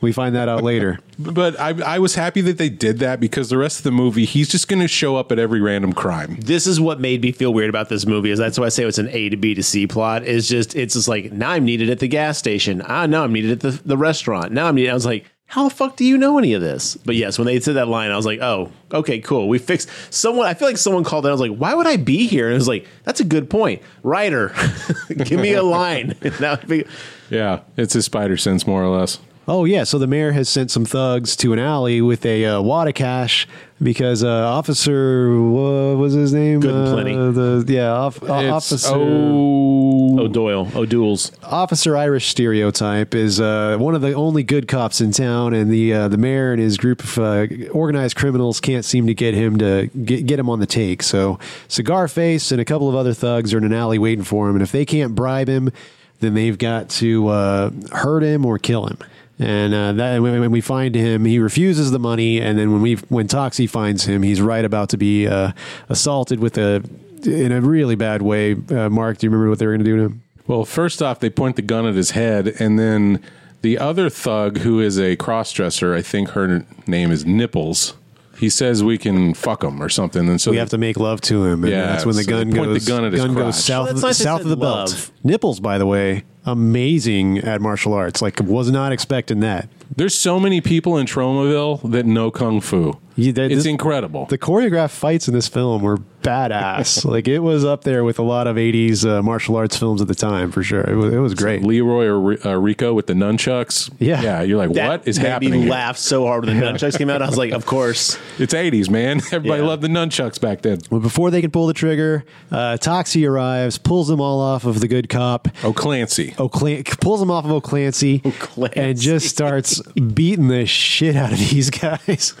C: we find that out later.
A: But I, I was happy that they did that because the rest of the movie, he's just going to show up at every random crime.
B: this is what made me feel weird about this movie is that's why I say it's an A to B to C plot is just it's just like now I'm needed at the gas station. Ah, now I'm needed at the, the restaurant. Now I'm needed. I was like, how the fuck do you know any of this? But yes, when they said that line, I was like, oh, okay, cool. We fixed someone. I feel like someone called that. I was like, why would I be here? And it was like, that's a good point. Writer, give me a line. that would be,
A: Yeah, it's his spider sense, more or less.
C: Oh yeah, so the mayor has sent some thugs to an alley with a uh, wad of cash because uh, officer what was his name?
B: Good and
C: Uh,
B: plenty.
C: the yeah, off, uh, officer
A: oh,
B: oh, Doyle, oh, duels.
C: officer Irish stereotype is uh, one of the only good cops in town, and the uh, the mayor and his group of uh, organized criminals can't seem to get him to get, get him on the take. So Cigar Face and a couple of other thugs are in an alley waiting for him, and if they can't bribe him, then they've got to uh, hurt him or kill him. And uh, that when, when we find him, he refuses the money, and then when we when Toxie finds him, he's right about to be uh, assaulted with a in a really bad way. Uh, Mark, do you remember what they were going to do to him?
A: Well, first off, they point the gun at his head, and then the other thug, who is a crossdresser, I think her name is Nipples. He says we can fuck him or something, and so
C: we have to make love to him. And
A: Yeah,
C: that's when the
A: so
C: gun
A: point the
C: goes.
A: gun at his crotch.
C: goes
B: Well,
C: south,
B: that's nice they
C: south of
B: said
C: the
B: love.
C: belt. Nipples, by the way, amazing at martial arts. Like, was not expecting that.
A: There's so many people in Tromaville that know kung fu.
C: You- that-
A: it's
C: this-
A: incredible.
C: The choreographed fights in this film were badass. like, it was up there with a lot of '80s uh, martial arts films at the time for sure. It was, it was great.
A: Leroy or Ri- uh, Rico with the nunchucks.
C: Yeah.
A: yeah. You're like,
B: That
A: what is
B: made
A: happening?
B: Me
A: here?
B: laugh so hard when the nunchucks came out. I was like, of course.
A: It's 80s, man. Everybody
B: Yeah.
A: loved the nunchucks back then.
C: But before they can pull the trigger, uh, Toxie arrives, pulls them all off of the good cop.
A: Oh, Clancy.
C: O'Clan- pulls him off of O'Clancy,
B: O'Clancy.
C: and just starts beating the shit out of these guys.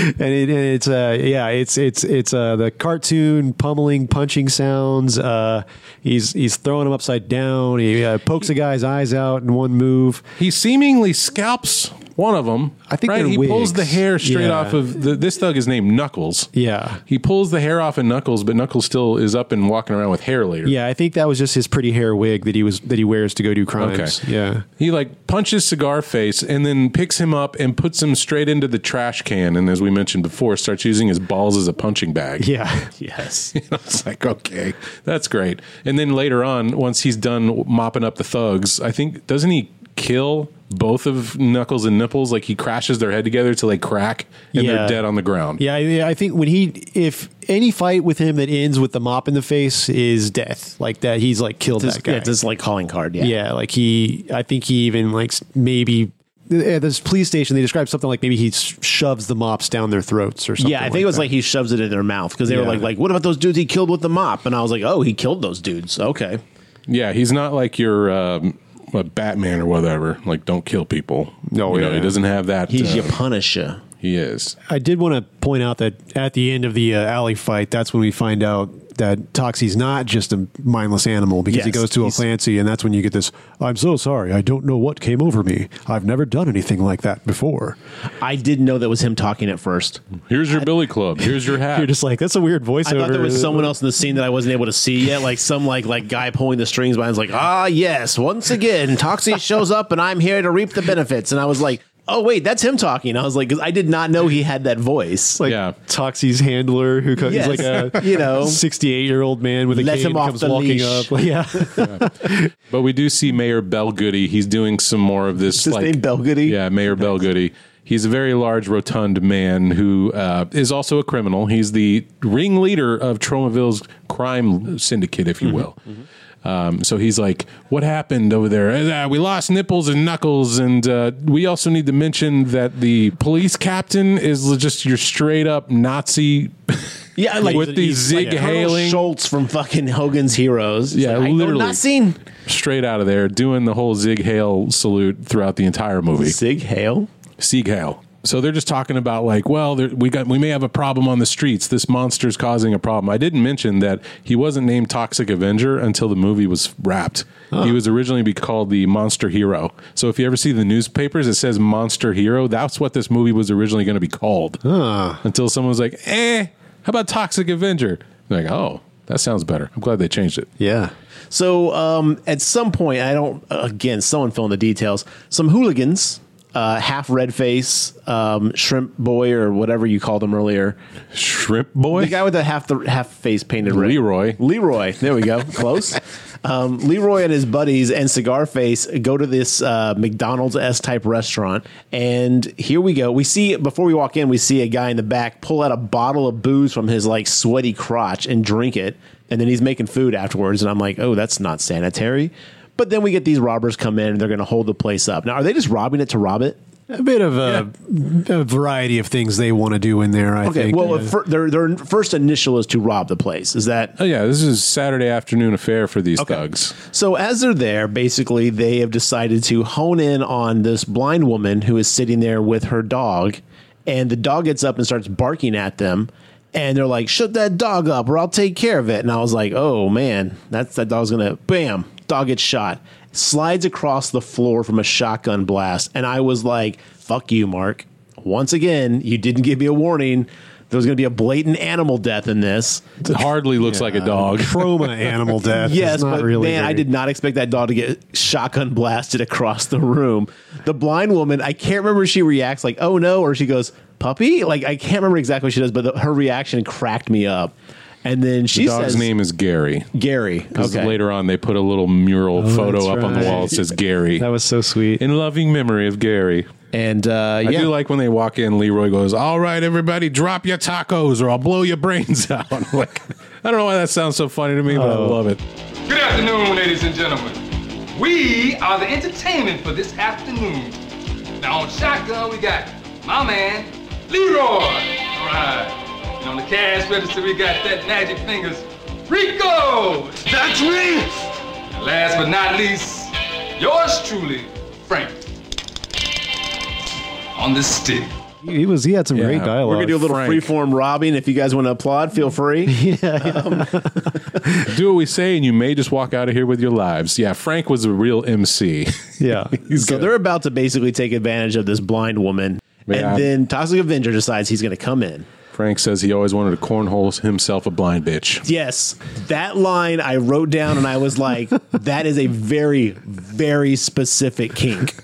C: and, it, and it's uh, yeah, it's it's it's uh, the cartoon pummeling, punching sounds. Uh, he's he's throwing him upside down. He uh, pokes a guy's eyes out in one move.
A: He seemingly scalps one of them.
C: I think
A: right?
C: they're
A: he pulls
C: wigs.
A: the hair straight
C: Yeah.
A: off of the, this thug is named Knuckles.
C: Yeah.
A: He pulls the hair off of Knuckles, but Knuckles still is up and walking around with hair later.
C: Yeah, I think that was just his pretty hair wig that he was that he wears to go do
A: Okay.
C: crimes. Yeah.
A: He like punches cigar face and then picks him up and puts him straight into the trash can. And as we mentioned before, starts using his balls as a punching bag.
C: Yeah.
B: Yes.
A: And I was like, okay, that's great. And then later on, once he's done mopping up the thugs, I think doesn't he kill both of Knuckles and Nipples? Like he crashes their head together till they crack and they're
C: Yeah.
A: dead on the ground.
C: Yeah, I- yeah, I think when he, if any fight with him that ends with the mop in the face is death, like that, he's like killed
B: Just,
C: that guy.
B: yeah, just like calling card. Yeah.
C: yeah, like he, I think he even like s- maybe at this police station they described something like maybe he s- shoves the mops down their throats or something.
B: Yeah, I think it was
C: that.
B: like he shoves it in their mouth because they were
C: Yeah.
B: like, like, what about those dudes he killed with the mop? And I was like, oh, he killed those dudes. Okay,
A: Yeah, he's not like your um, a Batman or whatever. Like, don't kill people.
C: No,
A: you know,
C: yeah.
A: he doesn't have that.
B: he's
A: uh,
B: your punisher.
A: he is.
C: I did want to point out that at the end of the uh, alley fight, that's when we find out that Toxie's not just a mindless animal because he
B: Yes,
C: goes to
B: he's-
C: O'Clancy, and that's when you get this. I'm so sorry. I don't know what came over me. I've never done anything like that before.
B: I didn't know that was him talking at first.
A: Here's your billy club. Here's your hat.
C: You're just like that's a weird voiceover.
B: Uh, I thought there was someone else in the scene that I wasn't able to see yet, like some like like guy pulling the strings behind. Like, ah, yes, once again, Toxie shows up, and I'm here to reap the benefits. And I was like, oh wait, that's him talking. I was like, 'cause I did not know he had that voice.
C: like
A: Yeah.
C: Toxie's handler who comes
B: Yes,
C: like a
B: you know.
C: 68 year old man with a
B: Let
C: cane
B: him off
C: comes
B: the
C: walking
B: leash.
C: up. Like, yeah,
A: But we do see Mayor Belgoody. He's doing some more of this.
B: Is his
A: like,
B: name Belgoody?
A: Yeah, Mayor Belgoody. He's a very large, rotund man who uh, is also a criminal. He's the ringleader of Tromaville's crime syndicate, if
B: Mm-hmm.
A: you will. Um, so he's like, "What happened over there? Uh, we lost nipples and knuckles, and uh, we also need to mention that the police captain is just your straight up Nazi."
B: Yeah, like
A: With the
B: he's
A: Zig
B: like Colonel
A: Hailing.
B: Schultz from fucking Hogan's Heroes. He's
A: Yeah,
B: like, I know
A: literally.
B: Not seen
A: straight out of there, doing the whole Zig Hale salute throughout the entire movie.
B: Zig Hale.
A: Sieg Heil. So they're just talking about like, well, there, we got we may have a problem on the streets. This monster's causing a problem. I didn't mention that he wasn't named Toxic Avenger until the movie was wrapped. He was originally be called the Monster Hero. So if you ever see the newspapers, it says Monster Hero. That's what this movie was originally going to be called. Until someone was like, eh, how about Toxic Avenger? They're like, oh, that sounds better. I'm glad they changed it.
C: yeah.
B: So um, at some point, I don't. Again, someone fill in the details. Some hooligans, uh, half red face, um, shrimp boy or whatever you called him earlier.
A: Shrimp Boy.
B: The guy with the half the half face painted red.
A: Leroy.
B: Leroy. There we go. Close. Um, Leroy and his buddies and Cigar Face go to this uh, McDonald's S type restaurant, and here we go. We see before we walk in, we see a guy in the back pull out a bottle of booze from his like sweaty crotch and drink it, and then he's making food afterwards. And I'm like, oh, that's not sanitary. But then we get these robbers come in and they're going to hold the place up. Now, are they just robbing it to rob it?
C: A bit of a, a variety of things they want to do in there. I
B: Okay.
C: think. Uh,
B: Well,
C: Yeah.
B: fir- their their first initial is to rob the place. Is that
A: Oh yeah, this is Saturday afternoon affair for these
B: Okay.
A: thugs.
B: So as they're there, basically they have decided to hone in on this blind woman who is sitting there with her dog, and the dog gets up and starts barking at them. And they're like, "Shut that dog up, or I'll take care of it." And I was like, "Oh man, that's that dog's gonna bam!" Dog gets shot, slides across the floor from a shotgun blast, and I was like, "Fuck you, Mark! Once again, you didn't give me a warning. There was gonna be a blatant animal death in this."
A: It hardly looks like a dog.
C: trauma animal death. is
B: Yes,
C: not
B: but
C: really
B: man, I
C: very-
B: did not expect that dog to get shotgun blasted across the room. The blind woman, I can't remember if she reacts like "oh no" or she goes "puppy." Like I can't remember exactly what she does, but the, her reaction cracked me up. And then she
A: The dog's
B: says,
A: name is Gary.
B: Gary."
A: Because
B: Okay.
A: later on, they put a little mural photo up
C: Oh, that's
A: on the
C: right.
A: wall that says Gary.
C: That was so sweet.
A: in loving memory of Gary.
B: and uh,
A: I
B: yeah,
A: do like when they walk in, Leroy goes, All right, everybody, drop your tacos or I'll blow your brains out. I'm like, I don't know why that sounds so funny to me, but
C: Oh.
A: I love it.
L: Good afternoon, ladies and gentlemen. We are the entertainment for this afternoon. Now on shotgun, we got my man, Leroy. All right. And on the cash register, we got that magic fingers, Rico. That's me. And last but not least, yours truly, Frank. On the stick.
C: He was. He had some great
A: we're
C: dialogue.
B: we're gonna do a little
A: Frank.
B: freeform robbing. If you guys want to applaud, feel free.
A: Do what we say, and you may just walk out of here with your lives. Yeah, Frank was a real MC.
C: yeah.
B: so they're about to basically take advantage of this blind woman,
A: Yeah.
B: and then Toxic Avenger decides he's going to come in.
A: Frank says he always wanted to cornhole himself a blind bitch.
B: Yes, that line I wrote down and I was like, that is a very, very specific kink.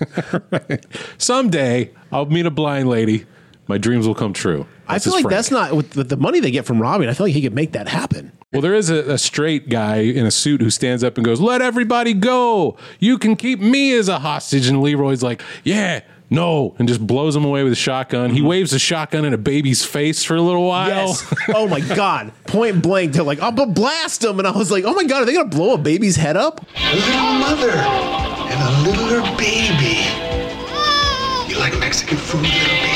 A: Someday, I'll meet a blind lady. My dreams will come true.
B: I
A: This
B: feel
A: is
B: like
A: Frank.
B: that's not with the- the money they get from Robin. I feel like he could make that happen.
A: Well, there is a, a straight guy in a suit who stands up and goes, "Let everybody go. You can keep me as a hostage." And Leroy's like, "Yeah, no," and just blows him away with a shotgun. He waves a shotgun in a baby's face for a little while.
B: Mm-hmm. Yes. oh my God. Point blank. They're like, I'll b- blast him. And I was like, oh my God, are they going to blow a baby's head up?
D: A little mother and a littler baby. You like Mexican food, little baby?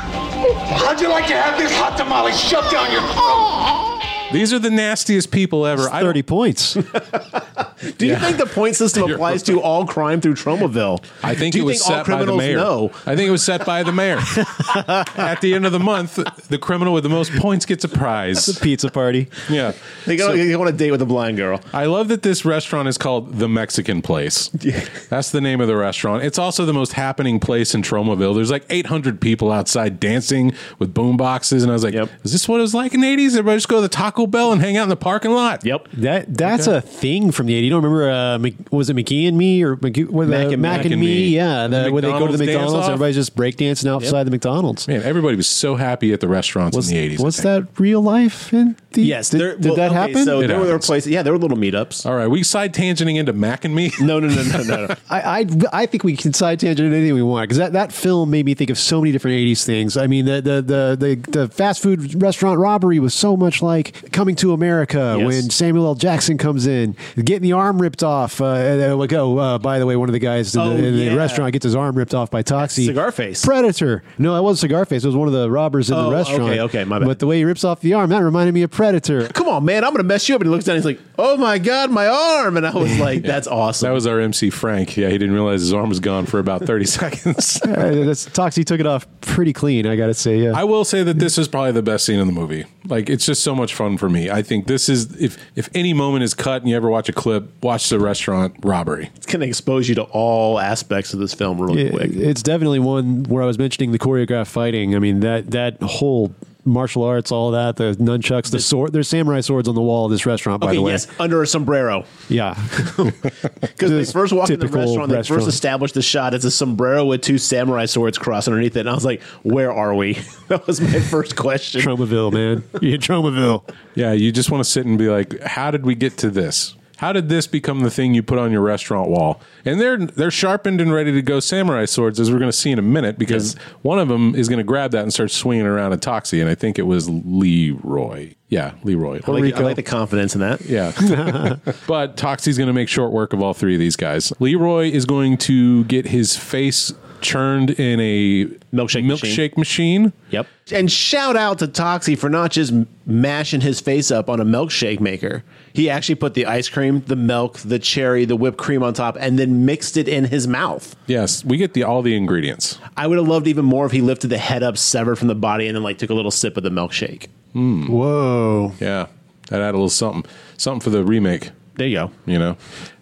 D: How'd you like to have this hot tamale shoved down your throat?
A: These are the nastiest people ever. I don't-
C: Thirty points.
B: Do you think the point system applies to all crime through Tromaville?
A: I think it
B: Do you
A: was set by the mayor.
B: know?
A: I think it was set by the mayor. At the end of the month, the criminal with the most points gets a prize. It's a
F: pizza party.
A: Yeah.
B: They go,
A: So-
B: they go on a date with a blind girl.
A: I love that this restaurant is called The Mexican Place. That's the name of the restaurant. It's also the most happening place in Tromaville. There's like 800 people outside dancing with boom boxes. And I was like, is this what it was like in the 80s? Everybody just go to the Taco Bell and hang out in the parking lot.
B: Yep.
C: That that's a thing from the 80s. You don't remember? Uh, Mc, was it McGee and Me or McGee, what,
A: Mac
C: uh,
A: and-
C: Mac and, Me? Yeah, the,
A: The
C: when they go to
A: McDonald's
C: the
A: dance
C: McDonald's,
A: off?
C: everybody's just breakdancing outside the McDonald's.
A: Man, everybody was so happy at the restaurants in the 80s. I
C: Was
A: think.
C: that real life? In the,
B: Yes,
C: did,
B: there-
C: did
B: well,
C: that
B: okay,
C: happen?
B: So
A: It
B: there were
A: happens.
B: places. Yeah, there were little meetups.
A: All right, we side tangenting into Mac and Me.
B: No, no, no, no, no. no.
C: I, I I think we can side tangent anything we want because that, that film made me think of so many different '80s things. I mean, the the the the, the fast food restaurant robbery was so much like Coming to America
B: Yes.
C: when Samuel L. Jackson comes in, getting the arm ripped off. Uh, uh, like, oh, uh, by the way, one of the guys in,
B: Oh,
C: the, in
B: yeah.
C: the restaurant gets his arm ripped off by Toxie.
B: Cigar Face.
C: Predator. No, that wasn't Cigar Face. It was one of the robbers in
B: Oh,
C: the restaurant.
B: okay, okay, my bad.
C: But the way he rips off the arm, that reminded me of Predator.
B: Come on, man! I'm gonna mess you up. And he looks down. And he's like, "Oh my god, my arm!" And I was like, "That's awesome."
A: That was our MC Frank. Yeah, he didn't realize his arm was gone for about 30 seconds.
C: Uh, that's, Toxie took it off pretty clean. I gotta say, yeah.
A: I will say that this is probably the best scene in the movie. Like it's just so much fun for me. I think this is if if any moment is cut and you ever watch a clip, watch the restaurant robbery.
B: It's gonna expose you to all aspects of this film really
C: It-
B: quick.
C: It's definitely one where I was mentioning the choreographed fighting. I mean that that whole martial arts, all that, the nunchucks, the, sword. There's samurai swords on the wall of this restaurant, by
B: Okay,
C: the way.
B: yes, under a sombrero.
C: Yeah,
B: Because they first walk in the
C: typical
B: restaurant, they
C: restaurant.
B: first establish the shot. It's a sombrero with two samurai swords crossed underneath it. And I was like, where are we? that was my first question.
C: Tromaville, man. You hit Tromaville.
A: Yeah, you just want to sit and be like, how did we get to this? How did this become the thing you put on your restaurant wall? And they're they're sharpened and ready to go samurai swords, as we're going to see in a minute, because one of them is going to grab that and start swinging around a Toxie, and I think it was Leroy. Yeah, Leroy.
B: I like, I
A: Rico.
B: like the confidence in that.
A: Yeah. but Toxie's going to make short work of all three of these guys. Leroy is going to get his face churned in a
B: Milkshake
A: milkshake machine.
B: Yep. And shout out to Toxie for not just m- mashing his face up on a milkshake maker. He actually put the ice cream, the milk, the cherry, the whipped cream on top, and then mixed it in his mouth.
A: Yes, we get the all the ingredients.
B: I would have loved even more if he lifted the head up, severed from the body, and then like took a little sip of the milkshake.
C: Whoa.
A: Yeah. That add a little something, something for the remake.
B: There you go.
A: You know,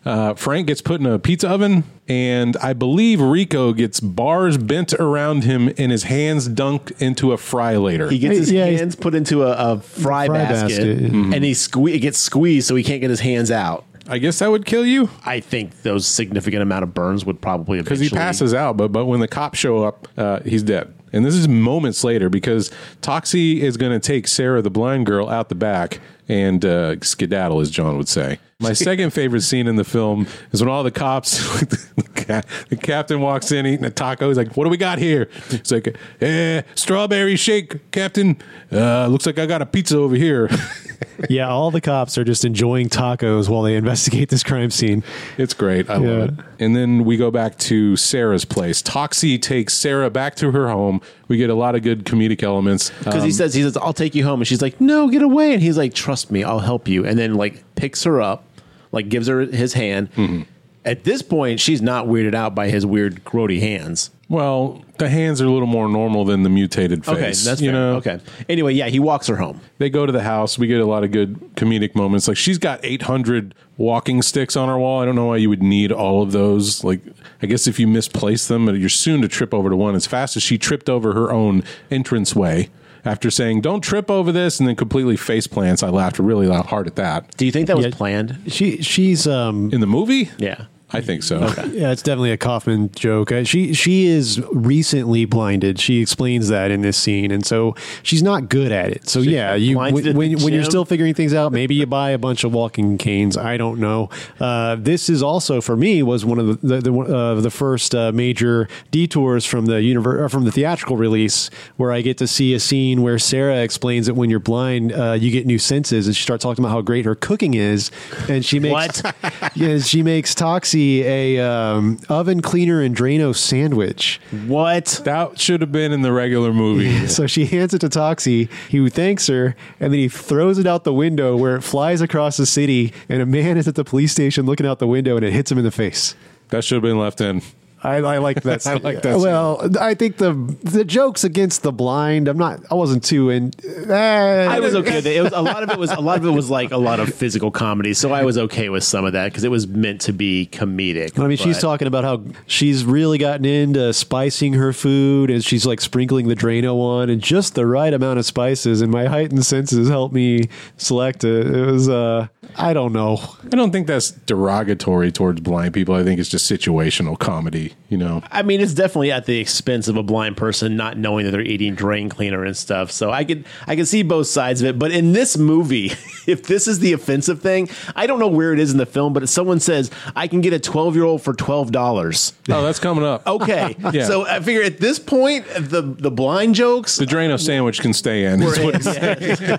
A: uh, Frank gets put in a pizza oven, and I believe Rico gets bars bent around him and his hands dunked into a fry later.
B: He gets his
C: Yeah, he's-
B: hands put into a, a fry,
C: Fry
B: basket,
C: basket, yeah.
A: Mm-hmm.
B: and he sque- it gets squeezed, so he can't get his hands out.
A: I guess that would kill you
B: I think those significant amount of burns would probably
A: because he passes out. But but when the cops show up, uh, he's dead. And this is moments later because Toxie is going to take Sarah, the blind girl, out the back and uh, skedaddle, as John would say. My second favorite scene in the film is when all the cops, the, ca- the captain walks in eating a taco. He's like, "What do we got here?" It's like, "Eh, strawberry shake, Captain. Uh, looks like I got a pizza over here."
C: Yeah, all the cops are just enjoying tacos while they investigate this crime scene.
A: It's great. I
C: Yeah.
A: love it. And then we go back to Sarah's place. Toxie takes Sarah back to her home. We get a lot of good comedic elements.
B: because he
A: Um,
B: says he says I'll take you home, and she's like, "No, get away!" And he's like, "Trust me, I'll help you." And then like picks her up, like gives her his hand.
A: Mm-hmm.
B: At this point, she's not weirded out by his weird grody hands.
A: well, the hands are a little more normal than the mutated face.
B: Okay, that's
A: you
B: fair.
A: know.
B: Okay. Anyway, yeah, he walks her home.
A: They go to the house. We get a lot of good comedic moments. Like she's got 800 walking sticks on her wall. I don't know why you would need all of those. Like I guess if you misplace them, you're soon to trip over to one. As fast as she tripped over her own entranceway. After saying, don't trip over this, and then completely face plants, I laughed really loud, hard at that.
B: Do you think that was
C: Yeah.
B: planned?
C: She she's um
A: In the movie?
B: Yeah.
A: I think so.
C: Yeah, it's definitely a Kaufman joke. Uh, She she is recently blinded. She explains that in this scene, and so she's not good at it. So yeah, you when,
B: blinded at
C: when,
B: the
C: when you're
B: gym.
C: still figuring things out, maybe you buy a bunch of walking canes. I don't know. Uh, this is also for me was one of the the, the, one- uh, the first uh, major detours from the universe or from the theatrical release where I get to see a scene where Sarah explains that when you're blind, uh, you get new senses, and she starts talking about how great her cooking is, and she makes
B: What?
C: yeah, she makes Toxie see a um, oven cleaner and Drano sandwich.
B: What?
A: That should have been in the regular movie.
C: so she hands it to Toxie. He thanks her, and then he throws it out the window where it flies across the city. And a man is at the police station looking out the window, and it hits him in the face.
A: That should have been left in.
C: I, I like that.
A: I like that.
C: Well, I think the the jokes against the blind. I'm not. I wasn't too in. eh.
B: I was okay. With it. it was a lot of it was a lot of it was like a lot of physical comedy, so I was okay with some of that because it was meant to be comedic.
C: I mean, she's
B: but-
C: talking about how she's really gotten into spicing her food, and she's like sprinkling the Drano on and just the right amount of spices. And my heightened senses helped me select it. It was, uh, I don't know.
A: I don't think that's derogatory towards blind people. I think it's just situational comedy, you know.
B: I mean, it's definitely at the expense of a blind person not knowing that they're eating drain cleaner and stuff. So I could I could see both sides of it. But in this movie, if this is the offensive thing, I don't know where it is in the film, but if someone says I can get a twelve year old for twelve dollars.
A: Oh, that's coming up.
B: Okay,
A: Yeah.
B: so I figure at this point, the the blind jokes,
A: the Drano sandwich can stay in. is
B: We're
A: what
B: in,
A: it's saying.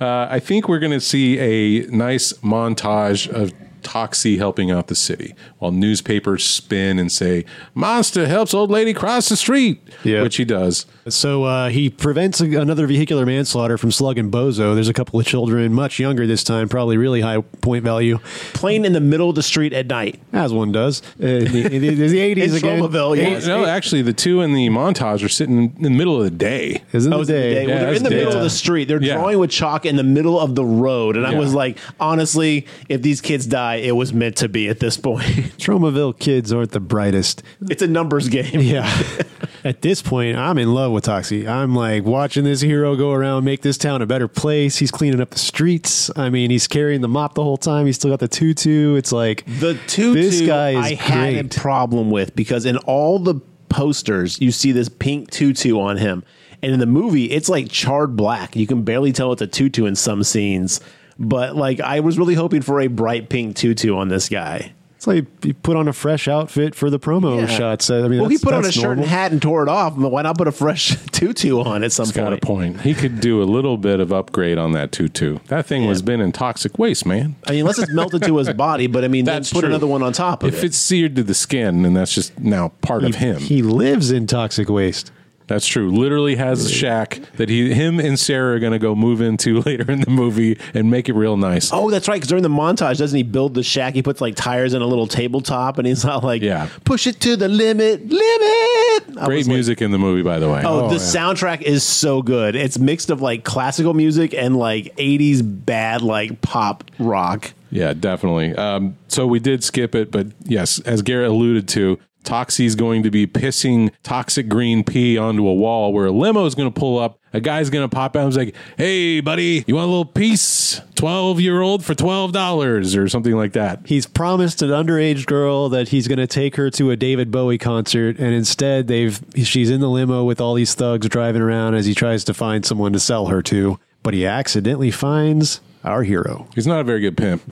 A: uh, I think we're going to see a nice montage of Toxie helping out the city while newspapers spin and say, Monster helps old lady cross the street,
C: Yeah.
A: which he does.
C: So uh, he prevents a- another vehicular manslaughter from slugging Bozo. There's a couple of children, much younger this time, probably really high point value.
B: playing in the middle of the street at night.
C: As one does. Uh, in the, in the- in the 80s
B: In
C: again.
B: Tromaville,
C: Eight-
B: yeah.
A: Well, no, actually, the two in the montage are sitting in the middle of the day.
C: Isn't
B: Oh,
C: the
B: it's in the
C: day.
B: day. Well,
A: Yeah,
B: they're
A: it's
B: in the middle of
A: daytime.
B: the street. They're
A: Yeah.
B: drawing with chalk in the middle of the road. And I
A: Yeah.
B: was like, honestly, if these kids die, it was meant to be at this point.
C: Tromaville kids aren't the brightest.
B: it's a numbers game.
C: Yeah. At this point, I'm in love with Toxie. I'm like watching this hero go around, make this town a better place. He's cleaning up the streets. I mean, he's carrying the mop the whole time. He's still got the tutu. It's like
B: The tutu
C: This guy is
B: I had a
C: great.
B: problem with because in all the posters you see this pink tutu on him. And in the movie, it's like charred black. You can barely tell it's a tutu in some scenes. But like I was really hoping for a bright pink tutu on this guy.
C: It's like he put on a fresh outfit for the promo
B: Yeah.
C: shots. I mean,
B: well, he
C: that's-
B: put on a
C: that's
B: shirt and
C: normal.
B: hat and tore it off. But why not put a fresh tutu on at some
A: He's
B: point?
A: got a point. He could do a little bit of upgrade on that tutu. That thing was been in toxic waste, man.
B: I mean, unless it's melted to his body, but I mean, then
A: That's
B: put
A: true.
B: another one on top of
A: If
B: it.
A: it's seared to the skin, and that's just now part of him.
C: He lives in toxic waste.
A: That's true. Literally has a shack that he, him and Sarah are going to go move into later in the movie and make it real nice.
B: Oh, that's right. Because during the montage, doesn't he build the shack? He puts like tires in a little tabletop, and he's not like,
A: Yeah.
B: push it to the limit, limit. I
A: Great
B: was like,
A: music in the movie, by the way.
B: Oh, the
A: yeah.
B: soundtrack is so good. It's mixed of like classical music and like 80s bad like pop rock.
A: Yeah, definitely. Um, so we did skip it, but yes, as Garrett alluded to, Toxie's going to be pissing toxic green pea onto a wall where a limo is going to pull up. A guy's going to pop out and be like, hey, buddy, you want a little piece? 12 year old for $12 or something like that.
C: He's promised an underage girl that he's going to take her to a David Bowie concert, and instead, they've she's in the limo with all these thugs driving around as he tries to find someone to sell her to. But he accidentally finds our hero.
A: He's not a very good pimp.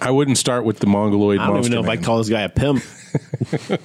A: I wouldn't start with the Mongoloid
B: I don't even
A: monster
B: know if I
A: man.
B: call this guy a pimp.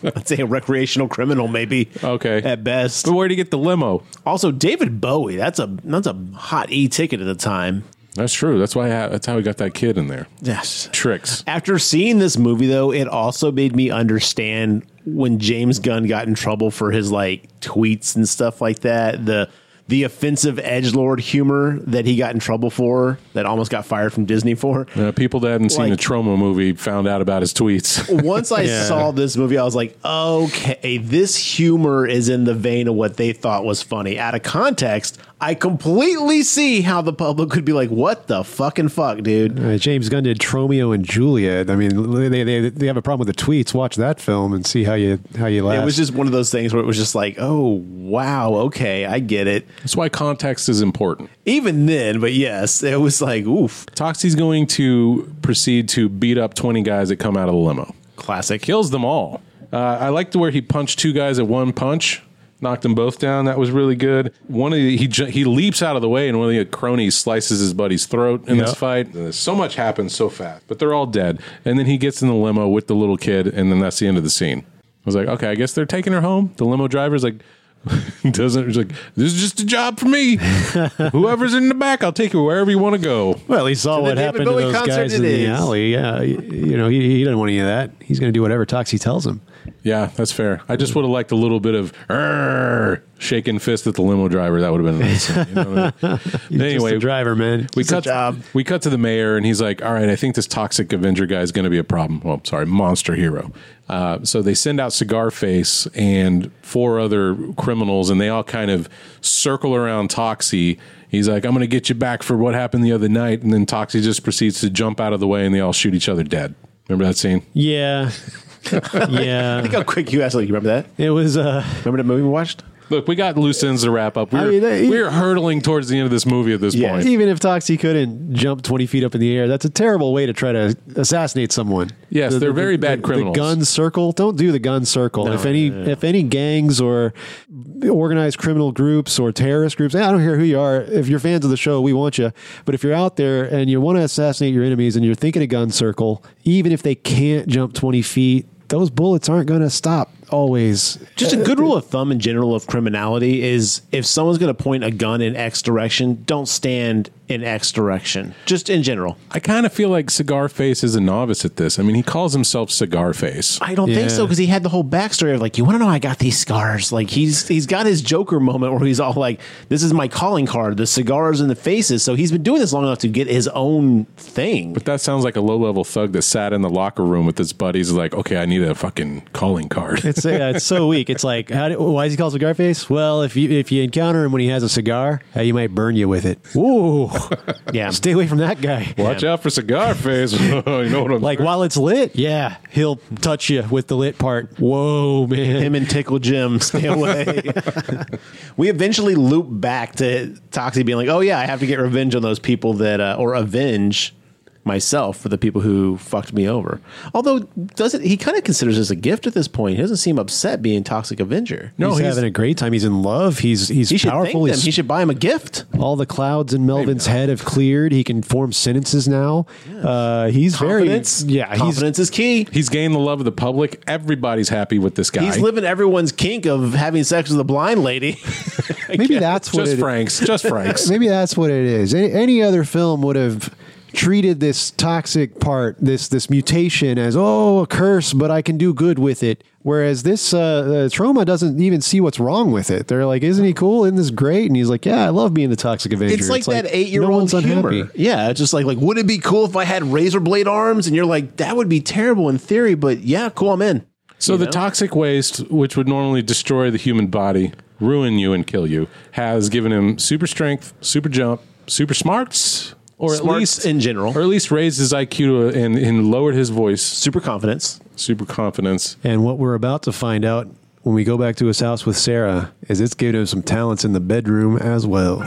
B: I'd say a recreational criminal, maybe.
A: Okay.
B: At best.
A: But where'd he get the limo?
B: Also, David Bowie. That's a that's a hot e ticket at the time.
A: That's true. That's why. that's how he got that kid in there.
B: Yes.
A: Tricks.
B: After seeing this movie, though, it also made me understand when James Gunn got in trouble for his like tweets and stuff like that. The the offensive edge lord humor that he got in trouble for, that almost got fired from Disney for.
A: Uh, people that hadn't seen
B: Like- Oh.
A: the Troma movie found out about his tweets.
B: Once I saw this movie, I was like, okay, this humor is in the vein of what they thought was funny. Out of context, I completely see how the public could be like, what the fucking fuck, dude?
C: Uh, James Gunn did Tromeo and Juliet. I mean, they, they they have a problem with the tweets. Watch that film and see how you how you laugh.
B: It was just one of those things where it was just like, oh, wow, okay, I get it.
A: That's why context is important.
B: Even then, but yes, it was like, oof,
A: Toxie's going to proceed to beat up 20 guys that come out of the limo.
B: classic.
A: Kills them all. Uh, I liked where he punched two guys at one punch, knocked them both down. That was really good. One of the, he ju- he leaps out of the way, and one of the cronies slices his buddy's throat in
C: Yeah.
A: this fight. Uh, So much happens so fast, but they're all dead. And then he gets in the limo with the little kid, and then that's the end of the scene. I was like, okay, I guess they're taking her home. The limo driver's like, doesn't it's like this is just a job for me. Whoever's in the back, I'll take you wherever you want to go.
C: Well, he saw what happened to those guys in the alley. Yeah, you, you know, he, he doesn't want any of that. He's going to do whatever Toxie tells him.
A: Yeah, that's fair. I just would have liked a little bit of "Arr," shaking fist at the limo driver. That would have been nice. You know what I mean? anyway,
C: driver man.
A: We cut. We cut to the mayor, and he's like, "All right, I think this toxic Avenger guy is going to be a problem." Well, sorry, monster hero. Uh, so they send out Cigar Face and four other criminals, and they all kind of circle around Toxie. He's like, "I'm going to get you back for what happened the other night," and then Toxie just proceeds to jump out of the way, and they all shoot each other dead. Remember that scene?
C: Yeah, yeah.
B: I think how quick you asked. Like, you remember that?
C: It was. uh
B: Remember that movie we watched?
A: Look, we got loose ends to wrap up. We're,
C: mean, they-
A: we're hurtling towards the end of this movie at this point.
C: Even if Toxie couldn't jump 20 feet up in the air, that's a terrible way to try to assassinate someone.
A: Yes, they're very bad criminals.
C: The gun circle, don't do the gun circle. if any if any gangs or organized criminal groups or terrorist groups, I don't care who you are, if you're fans of the show, we want you. But if you're out there and you want to assassinate your enemies and you're thinking a gun circle, even if they can't jump 20 feet, those bullets aren't going to stop always.
B: Just a good rule of thumb in general of criminality is if someone's going to point a gun in X direction, don't stand in X direction. Just in general.
A: I kind of feel like Cigar Face is a novice at this. I mean, he calls himself Cigar Face.
B: I don't think so because he had the whole backstory of like, you want to know I got these scars. Like he's he's got his Joker moment where he's all like, this is my calling card, the cigars and the faces. So he's been doing this long enough to get his own thing.
A: But that sounds like a low level thug that sat in the locker room with his buddies, like, okay, I need a fucking calling card.
C: It's yeah, it's so weak. It's like, how do, why is he called cigar face? Well, if you if you encounter him when he has a cigar, uh, you might burn you with it. Ooh,
B: yeah,
C: stay away from that guy.
A: Watch out for Cigar Face. you know what I'm
C: Like while it's lit, yeah, he'll touch you with the lit part. Whoa, man!
B: him and Tickle Jim stay away. we eventually loop back to Toxie being like, "Oh yeah, I have to get revenge on those people that, uh, or avenge myself for the people who fucked me over." Although, doesn't he kind of considers this a gift at this point? He doesn't seem upset being Toxic Avenger.
C: no, he's, having a great time. He's in love. He's he's
B: he should
C: powerful.
B: thank them.
C: He's,
B: He should buy him a gift.
C: all the clouds in Melvin's head have cleared. He can form sentences now. Uh, he's
B: Confidence,
C: very yeah. He's
B: confidence is key.
A: He's gained the love of the public. Everybody's happy with this guy.
B: He's living everyone's kink of having sex with a blind lady.
C: maybe that's what
A: just
C: it,
A: Franks. Just Franks.
C: Maybe that's what it is. Any, any other film would have treated this toxic part, this this mutation, as oh a curse, but I can do good with it. Whereas this uh, uh, trauma doesn't even see what's wrong with it. They're like, "Isn't he cool? Isn't this great?" And he's like, "Yeah, I love being the toxic Avenger."
B: It's like that eight year old humor. Yeah, it's just like like would it be cool if I had razor blade arms? And you're like, that would be terrible in theory, but yeah, cool, I'm in.
A: So the toxic waste, which would normally destroy the human body, ruin you, and kill you, has given him super strength, super jump, super smarts, or at
B: Smarts
A: least
B: in general.
A: or at least raised his IQ to- and, and lowered his voice,
B: Super confidence.
A: super confidence.
C: And what we're about to find out when we go back to his house with Sarah is it's given him some talents in the bedroom as well.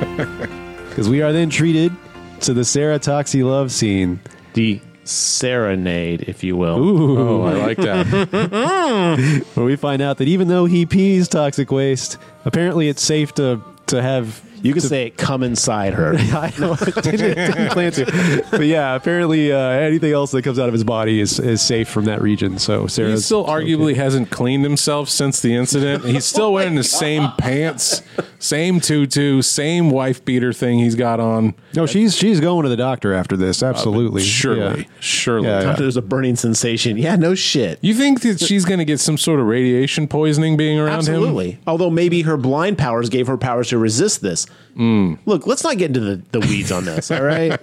C: Because we are then treated to the Sarah Toxie love scene.
B: The serenade, if you will.
A: Oh, I like that.
C: where we find out that even though he pees toxic waste, apparently it's safe to to have.
B: You could say come inside her.
C: I know, I didn't, didn't plan to, but yeah, apparently uh, anything else that comes out of his body is is safe from that region. So Oh
A: he
C: Sarah's
A: still arguably hasn't cleaned himself since the incident. He's still wearing the same pants, same tutu, same wife beater thing he's got on.
C: no, she's she's going to the doctor after this. Absolutely,
A: Uh, Surely,
C: Yeah.
A: surely.
C: Yeah, yeah.
B: After there's a burning sensation. Yeah, no shit.
A: You think that she's going to get some sort of radiation poisoning being around him?
B: Absolutely. Although maybe her blind powers gave her powers to resist this. Look, let's not get into the, the weeds on this, all right?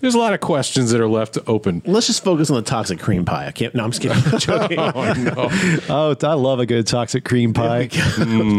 A: There's a lot of questions that are left open.
B: let's just focus on the toxic cream pie. I can't no, I'm just kidding. I'm joking.
C: Oh, I love a good toxic cream pie. Mm.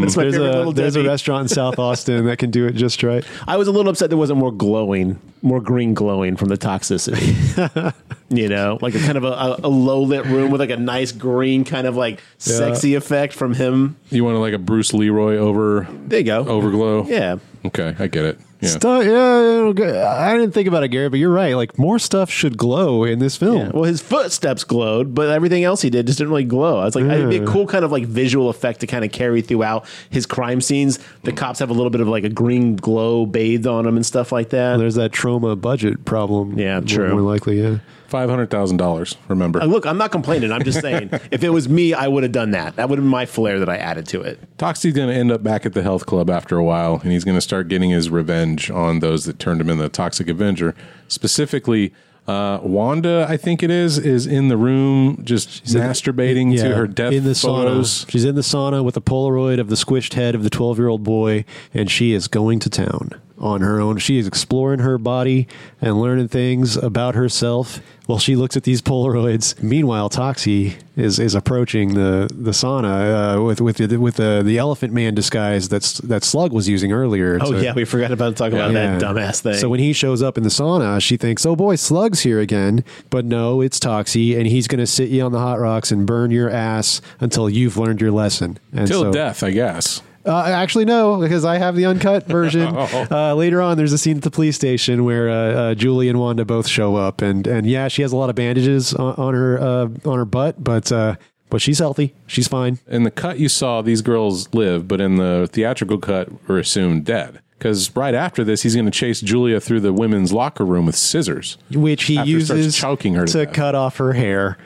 B: That's my
C: There's
B: favorite
C: a
B: Little
C: there's a
B: Debbie.
C: restaurant in South Austin that can do it just right.
B: I was a little upset there wasn't more glowing, more green glowing from the toxicity. you know, like a kind of a, a, a low lit room with like a nice green kind of like sexy effect from him.
A: You want to like a Bruce Leroy over
B: There you go.
A: overglow?
B: Yeah.
A: Okay, I get it. Yeah.
C: Stuff, yeah, it'll go- I didn't think about it, Gary, but you're right. Like more stuff should glow in this film.
B: Yeah. Well, his footsteps glowed, but everything else he did just didn't really glow. I was like, it'd be a cool kind of like visual effect to kind of carry throughout his crime scenes. The cops have a little bit of like a green glow bathed on them and stuff like that.
C: there's that trauma budget problem.
B: Yeah,
C: more-
B: true.
C: More likely, yeah.
A: Five hundred thousand dollars. Remember.
B: Uh, look, I'm not complaining. I'm just saying, if it was me, I would have done that. That would have been my flair that I added to it.
A: Toxie's going to end up back at the health club after a while, and he's going to start getting his revenge on those that turned him into the Toxic Avenger. Specifically, uh, Wanda, I think it is, is in the room just masturbating
C: Yeah,
A: to her death
C: in the
A: photos.
C: sauna. She's in the sauna with a Polaroid of the squished head of the 12 year old boy, and she is going to town on her own. She is exploring her body and learning things about herself while she looks at these Polaroids. Meanwhile, Toxie is is approaching the the sauna uh, with with the, with the, the Elephant Man disguise that's that Slug was using earlier.
B: Oh,
C: to-
B: yeah. We forgot about talking about that dumbass thing.
C: so when he shows up in the sauna, she thinks, "Oh boy, Slug's here again." But no, it's Toxie, and he's going to sit you on the hot rocks and burn your ass until you've learned your lesson. And
A: Till
C: so-
A: death, I guess.
C: Uh, actually, no, because I have the uncut version.
A: Oh.
C: uh, later on, there's a scene at the police station where uh, uh, Julie and Wanda both show up, and and yeah, she has a lot of bandages on, on her uh, on her butt, but uh, but she's healthy, she's fine.
A: In the cut you saw, these girls live, but in the theatrical cut, were assumed dead. Because right after this, he's going to chase Julia through the women's locker room with scissors,
C: which he
A: After he starts
C: uses
A: choking her to
C: to
A: death.
C: cut off her hair.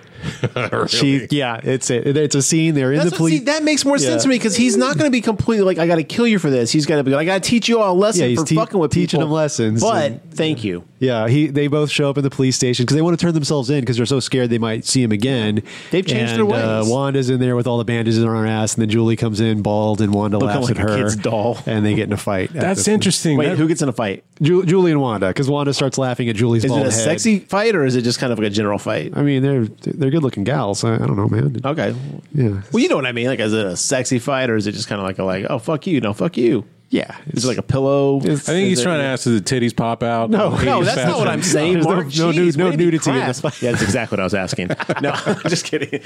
C: She, yeah, it's it. It's a scene there in
B: That's
C: the
B: what- see,
C: police.
B: that makes more sense
C: Yeah.
B: to me because he's not going to be completely like, I got to kill you for this. He's going to be like, I got to teach you all a lesson
C: Yeah, he's
B: for
C: te-
B: fucking with
C: teaching
B: people.
C: them lessons
B: But
C: and-
B: thank you.
C: Yeah, he they both show up at the police station because they want to turn themselves in because they're so scared they might see him again.
B: They've changed
C: and,
B: their
C: Uh,
B: ways.
C: Wanda's in there with all the bandages on her ass, and then Julie comes in bald, and Wanda
B: Looking
C: laughs
B: like
C: at
B: a
C: her
B: kid's doll.
C: and they get in a fight. at
A: That's
C: the-
A: interesting.
B: Wait,
A: That-
B: who gets in a fight?
C: Ju- Julie and Wanda because Wanda starts laughing at Julie's
B: Is
C: bald
B: it a
C: head.
B: sexy fight or is it just kind of like a general fight?
C: I mean, they're they're good looking gals. I, I don't know, man.
B: Okay.
C: Yeah,
B: Well, you know what I mean. Like, is it a sexy fight or is it just kind of like a like, oh fuck you, no fuck you?
C: yeah.
B: Is it like a pillow?
A: I think he's trying to ask, do the titties pop out?
C: No,
A: Hey,
B: No,
A: you
B: that's
A: fat-
B: not what I'm saying.
C: There's no-
B: Mark.
C: no nu-
B: Jeez,
C: no
B: way to be
C: nudity in
B: crass.
C: this fight.
B: Yeah, that's exactly what I was asking. No, just kidding.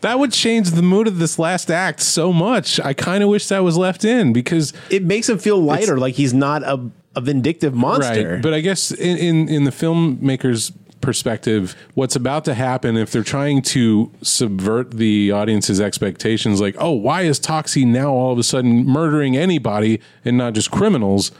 A: That would change the mood of this last act so much. I kind of wish that was left in because
B: It makes him feel lighter, like he's not a, a vindictive monster.
A: right. But I guess in, in in the filmmaker's perspective, what's about to happen if they're trying to subvert the audience's expectations, like oh, why is Toxie now all of a sudden murdering anybody and not just criminals?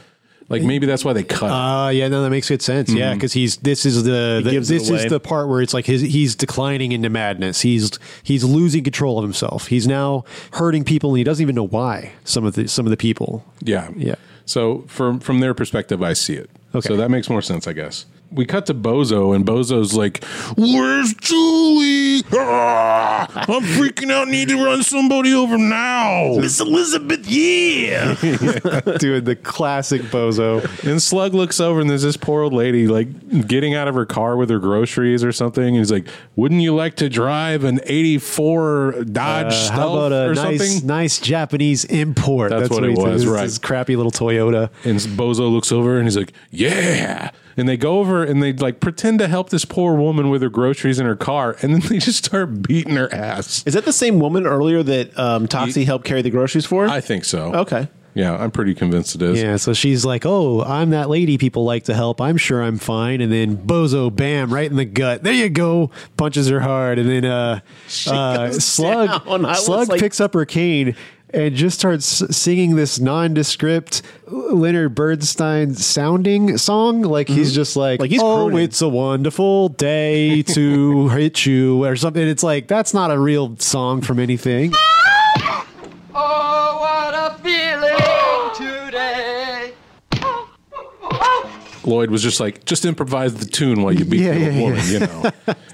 A: Like maybe that's why they cut. it.
C: Uh, yeah, no, that makes good sense. Yeah, 'cause Yeah, because he's this is the, the
B: gives it
C: this is
B: away.
C: the part where it's like his he's declining into madness. He's he's losing control of himself. He's now hurting people, and he doesn't even know why. Some of the some of the people.
A: Yeah.
C: Yeah.
A: So from from their perspective, I see it.
C: Okay.
A: So that makes more sense, I guess. We cut to Bozo, and Bozo's like, "Where's Julie? Ah, I'm freaking out. Need to run somebody over now."
B: Miss Elizabeth, yeah.
C: Dude, the classic bozo.
A: And Slug looks over, and there's this poor old lady like getting out of her car with her groceries or something. And he's like, "Wouldn't you like to drive an '84 Dodge
C: Uh, how
A: Stealth
C: about a
A: or
C: nice
A: something?"
C: nice Japanese import?
A: That's what
C: he
A: it
C: said.
A: was,
C: This-
A: right.
C: This crappy little Toyota.
A: And Bozo looks over and he's like, "Yeah." And they go over and they like pretend to help this poor woman with her groceries in her car, and then they just start beating her ass.
B: Is that the same woman earlier that um, Toxie helped carry the groceries for?
A: I think so.
B: okay.
A: Yeah, I'm pretty convinced it is.
C: Yeah, so she's like, "Oh, I'm that lady people like to help. I'm sure I'm fine." And then bozo, bam, right in the gut. There you go. Punches her hard, and then uh, uh
B: goes
C: slug
B: down. I was
C: slug
B: like-
C: picks up her cane and just starts s- singing this nondescript Leonard Bernstein sounding song. Like he's just like,
B: Mm-hmm. Like he's
C: "Oh,
B: crooning.
C: it's a wonderful day to hit you" or something. It's like that's not a real song from anything.
E: Oh, what a feeling today.
A: Lloyd was just like, just improvise the tune while you beat
C: Yeah,
A: the
C: yeah, yeah.
A: woman, you know.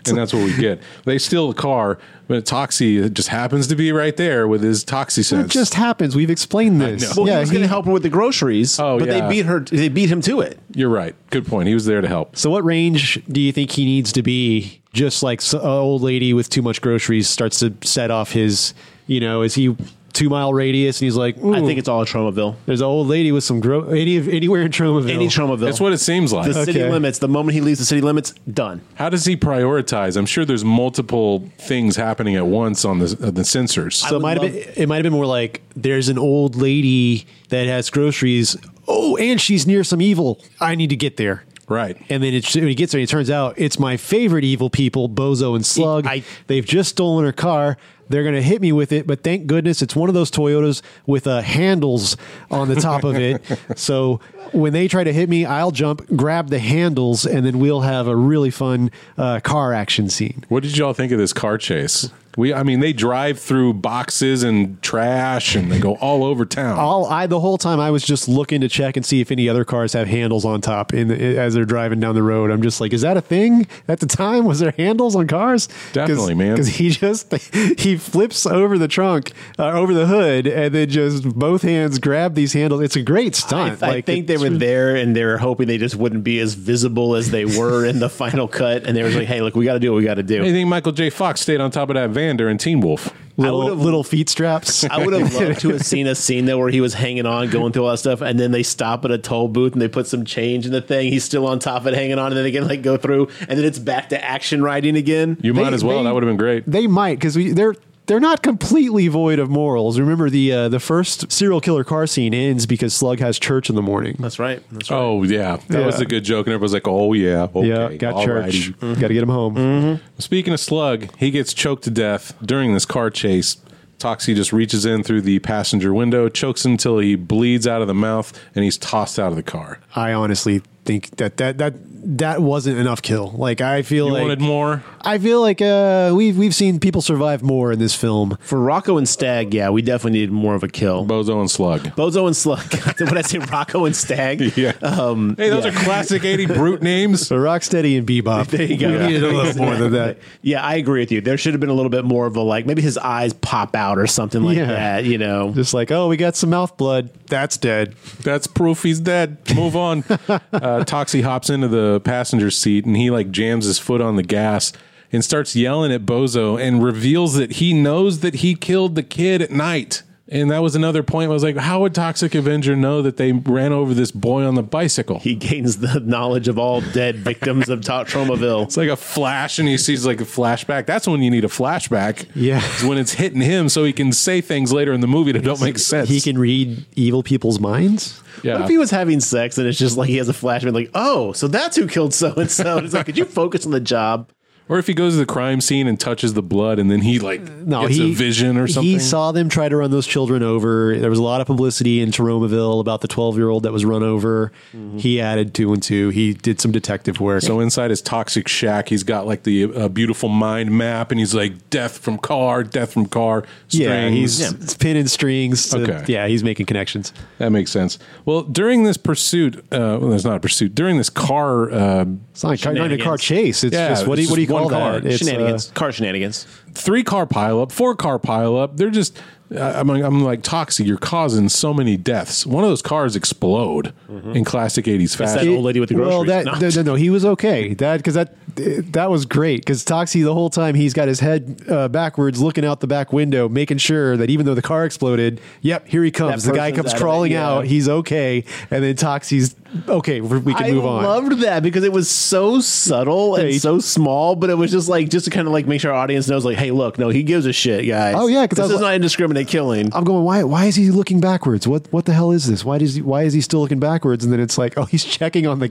A: and that's what we get. They steal the car, but Toxie just happens to be right there with his Toxie
C: It
A: sense.
C: just happens. We've explained this.
B: Well, he was going to help her with the groceries,
A: Oh,
B: but
A: yeah.
B: they beat her. They beat him to it.
A: You're right. Good point. He was there to help.
C: So, what range do you think he needs to be? Just like an old lady with too much groceries starts to set off his, you know, is he two mile radius? And he's like,
B: I
C: "Ooh,
B: think it's all a Tromaville.
C: there's an old lady with some gro any anywhere in Tromaville.
B: Any Tromaville.
A: That's what it seems like.
B: the city
C: Okay.
B: limits. The moment he leaves the city limits, done.
A: How does he prioritize? I'm sure there's multiple things happening at once on the uh, the sensors.
C: So it
B: would
C: might have
B: love-
C: been it might have been more like there's an old lady that has groceries. Oh, and she's near some evil. I need to get there.
A: Right.
C: And then it, when he gets there, it turns out it's my favorite evil people, Bozo and Slug.
B: I-
C: They've just stolen her car.
F: They're going to hit me with it, but thank goodness it's one of those Toyotas with uh, handles on the top of it. So when they try to hit me, I'll jump, grab the handles, and then we'll have a really fun uh, car action scene.
A: What did y'all think of this car chase? We, I mean, they drive through boxes and trash, and they go all over town.
F: All Oh, I the whole time I was just looking to check and see if any other cars have handles on top in the, as they're driving down the road. I'm just like, is that a thing at the time? Was there handles on cars?
A: Definitely, man.
F: Because he just he flips over the trunk, uh, over the hood, and then just both hands grab these handles. It's a great stunt.
B: I, I think they
F: it's-
B: were there and they were hoping they just wouldn't be as visible as they were in the final cut. And they were like, hey, look, we got to do what we got to do.
A: Anything Michael J. Fox stayed on top of that van during Teen Wolf.
F: little, little feet straps.
B: I would have loved to have seen a scene though where he was hanging on, going through all that stuff, and then they stop at a toll booth and they put some change in the thing. He's still on top of it, hanging on, and then they can like go through, and then it's back to action riding again.
A: You might
F: They-
A: as well.
F: they-
A: that would have been great.
F: They might because they're they're not completely void of morals. Remember the uh, the first serial killer car scene ends because Slug has church in the morning.
B: That's right. That's right.
A: Oh yeah, that
F: Yeah.
A: was a good joke, and everybody's like, "Oh yeah, okay,
F: yeah, got
A: all
F: church.
A: righty.
F: Got to get him home.
A: Speaking of Slug, he gets choked to death during this car chase. Toxie just reaches in through the passenger window, chokes him till he bleeds out of the mouth, and he's tossed out of the car.
F: I honestly think that that that that wasn't enough kill. Like I feel
A: You
F: like
A: wanted more?
F: I feel like uh, we've we've seen people survive more in this film.
B: For Rocco and Stag, yeah, we definitely needed more of a kill.
A: Bozo and Slug.
B: Bozo and Slug. God, When I say Rocco and Stag,
A: Yeah.
B: um,
A: Hey, those
B: yeah.
A: are classic 80 brute names.
F: So Rocksteady and Bebop.
B: There you go.
F: We needed a little more than that.
B: Yeah, I agree with you. There should have been a little bit more of a like maybe his eyes pop out or something like
F: Yeah.
B: that. You know,
F: Just like, oh, we got some mouth blood. That's dead.
A: That's proof he's dead. Move on. uh, Toxie hops into the passenger seat and he like jams his foot on the gas and starts yelling at Bozo and reveals that he knows that he killed the kid at night. And that was another point. I was like, how would Toxic Avenger know that they ran over this boy on the bicycle?
B: he gains the knowledge of all dead victims of Ta- Tromaville.
A: it's like a flash, and he sees like a flashback. That's when you need a flashback.
F: Yeah.
A: It's when it's hitting him, so he can say things later in the movie that don't make sense.
F: He can read evil people's minds.
A: Yeah.
B: What if he was having sex and it's just like he has a flashback, like, oh, so that's who killed so and so? It's like, could you focus on the job?
A: Or if he goes to the crime scene and touches the blood, and then he like
F: No,
A: gets
F: he
A: a vision or something.
F: He saw them try to run those children over. There was a lot of publicity in Teromaville about the twelve-year-old that was run over.
B: Mm-hmm.
F: He added two and two. He did some detective work.
A: So inside his toxic shack, he's got like the uh, beautiful mind map, and he's like death from car, death from car. Strings.
F: yeah, he's pinning strings. to-
A: Okay.
F: uh, Yeah, he's making connections.
A: that makes sense. Well, during this pursuit, uh, well, there's not a pursuit. During this car, uh,
F: It's not, a- not a car
B: Shenanigans.
F: chase. It's
A: Yeah,
F: just what do you,
A: it's
F: what do you
A: just
F: call
A: one car.
F: that? It's, uh,
B: shenanigans, car shenanigans.
A: three car pileup, four car pileup. They're just, I- I'm like, I'm like, Toxie, you're causing so many deaths. One of those cars explode in classic 80s
B: Mm-hmm. that
A: fashion.
B: old lady with the
F: Well,
B: groceries.
F: that
B: No.
F: no. no, no, he was okay. That because that that was great because Toxie the whole time he's got his head uh, backwards, looking out the back window, making sure that even though the car exploded, yep, here he comes. The guy
B: person's
F: comes
B: out of it,
F: crawling
B: yeah.
F: out. He's okay, and then Toxie's okay. We we can
B: I
F: move on.
B: loved that because it was so subtle
F: Yeah, he-
B: and so small, but it was just like just to kind of like make sure our audience knows, like, hey, look, no, he gives a shit, guys.
F: Oh, yeah, 'cause
B: because
F: I
B: this
F: was
B: is
F: like-
B: not indiscriminate killing.
F: I'm going. Why? Why is he looking backwards? What? What the hell is this? Why does? He, why is he still looking backwards? And then it's like, oh, he's checking on the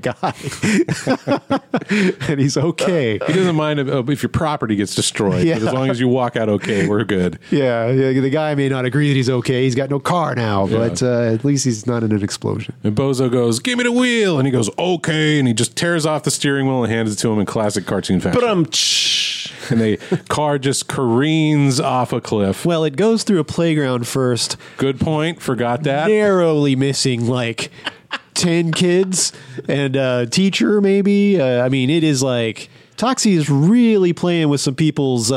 F: guy, and he's okay.
A: he doesn't mind if, uh, if your property gets destroyed,
F: Yeah.
A: but as long as you walk out okay, we're good.
F: Yeah, yeah, the guy may not agree that he's okay. He's got no car now, but uh, at least he's not in an explosion.
A: And Bozo goes, "Give me the wheel," and he goes, "Okay," and he just tears off the steering wheel and hands it to him in classic cartoon fashion.
B: Brum.
A: and the car just careens off a cliff.
F: Well, it goes through a playground first,
A: Good point. Forgot that.
F: narrowly missing like 10 kids and a teacher, maybe. Uh, I mean, it is like. Toxie is really playing with some people's uh,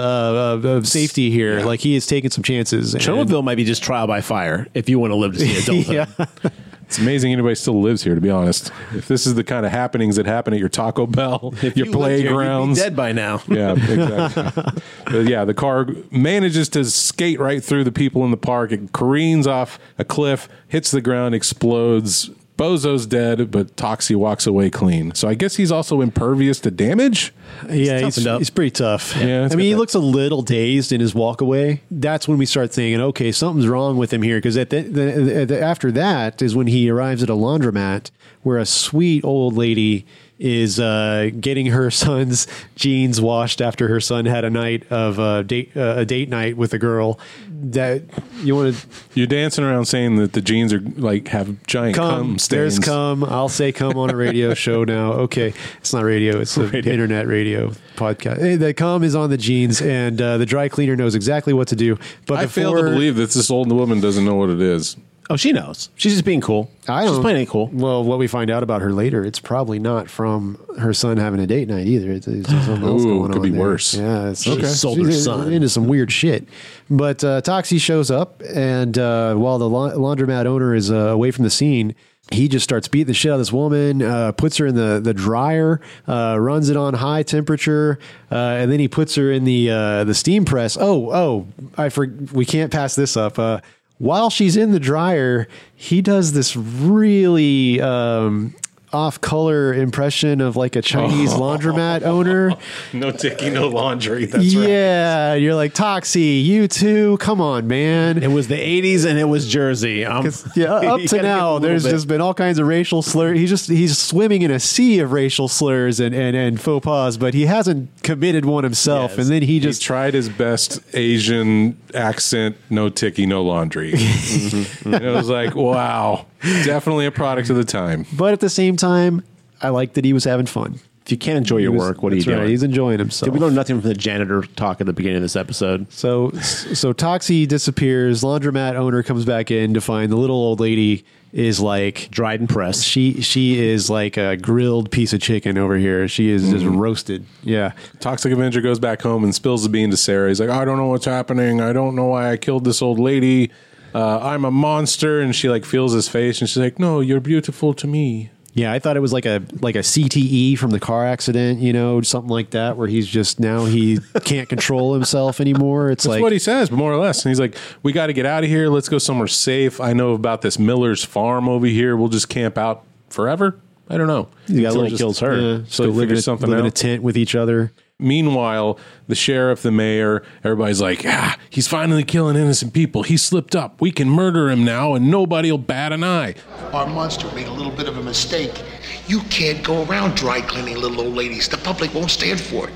F: uh, uh, safety here. Like he is taking some chances. and-
B: Chernobyl might be just trial by fire if you want to live to see adulthood.
F: yeah,
A: It's amazing anybody still lives here. To be honest, if this is the kind of happenings that happen at your Taco Bell, your
B: You lived here, you'd be
A: playgrounds,
B: dead by now.
A: yeah, exactly. But yeah, the car manages to skate right through the people in the park. It careens off a cliff, hits the ground, explodes. Bozo's dead, but Toxie walks away clean. So I guess he's also impervious to damage.
F: yeah, he's,
B: toughened up.
F: he's pretty tough.
A: Yeah, it's
F: I
A: got
F: mean, he
A: that-
F: looks a little dazed in his walk away. That's when we start thinking, okay, something's wrong with him here. Because at the, the, the, after that is when he arrives at a laundromat where a sweet old lady
B: is uh, getting her son's jeans washed after her son had a night of uh, date uh, a date night with a girl. That you want to
A: You're dancing around saying that the jeans are like have giant
B: come,
A: cum,
B: there's
A: stains.
B: come. I'll say come on a radio show now. Okay, it's not radio; it's the internet radio podcast. Hey, the cum is on the jeans, and uh, the dry cleaner knows exactly what to do. But
A: I fail to
B: before-
A: believe that this old woman doesn't know what it is.
M: Oh, she knows. She's just being cool.
B: I don't, She's playing it cool. Well, what we find out about her later, it's probably not from her son having a date night either. It's, it's something else
A: Ooh,
B: going
A: could
B: on
A: be
B: there.
A: worse.
B: Yeah, it's
A: She sold her
B: she's
A: son.
B: into some weird shit. But uh, Toxie shows up, and uh, while the la- laundromat owner is uh, away from the scene. He just starts beating the shit out of this woman, uh, puts her in the the dryer, uh, runs it on high temperature, uh, and then he puts her in the uh, the steam press. Oh, oh, I for- we can't pass this up. Uh, while she's in the dryer, he does this really um, off color impression of like a Chinese laundromat owner.
A: No taking, no laundry.
B: yeah, you're like Toxie, you too. Come on, man. It
M: was the '80s and it was Jersey. Um,
B: Yeah, up
M: you gotta
B: to
M: give a
B: now,
M: little
B: there's
M: bit.
B: just been all kinds of racial slurs. He's just he's swimming in a sea of racial slurs and and, and faux pas, but he hasn't committed one himself. And then he just
A: tried his best Asian accent. No ticky, no laundry. Mhm. And it was like, wow, definitely a product of the time.
B: But at the same time, I like that he was having fun.
M: If you can't enjoy your
B: He was-
M: work, what are you
B: that's right,
M: doing?
B: He's enjoying himself.
M: Did we learn nothing from the janitor talk at the beginning of this episode?
B: So so Toxie disappears. Laundromat owner comes back in to find the little old lady is like
M: dried and pressed.
B: She she is like a grilled piece of chicken over here. She is just
A: Mm-hmm.
B: roasted. Yeah.
A: Toxic Avenger goes back home and spills the bean to Sarah. He's like, I don't know what's happening. I don't know why I killed this old lady. Uh, I'm a monster. And she like feels his face and she's like, No, you're beautiful to me.
B: Yeah, I thought it was like a like a CTE from the car accident, you know, something like that, where he's just now he can't control himself anymore. It's
A: That's
B: like
A: what he says, more or less. And he's like, "We got to get out of here. Let's go somewhere safe. I know about this Miller's farm over here. We'll just camp out forever. I don't know."
B: He's got a
A: Until
B: little
A: just-
B: kills her.
A: Yeah,
B: so
A: so
B: live in,
A: figure
B: a,
A: something
B: live in a
A: out.
B: tent with each other.
A: Meanwhile, the sheriff, the mayor, everybody's like, "Ah, he's finally killing innocent people. He slipped up. We can murder him now, and nobody'll bat an eye."
E: Our monster made a little bit of a mistake. You can't go around dry cleaning little old ladies. The public won't stand for it.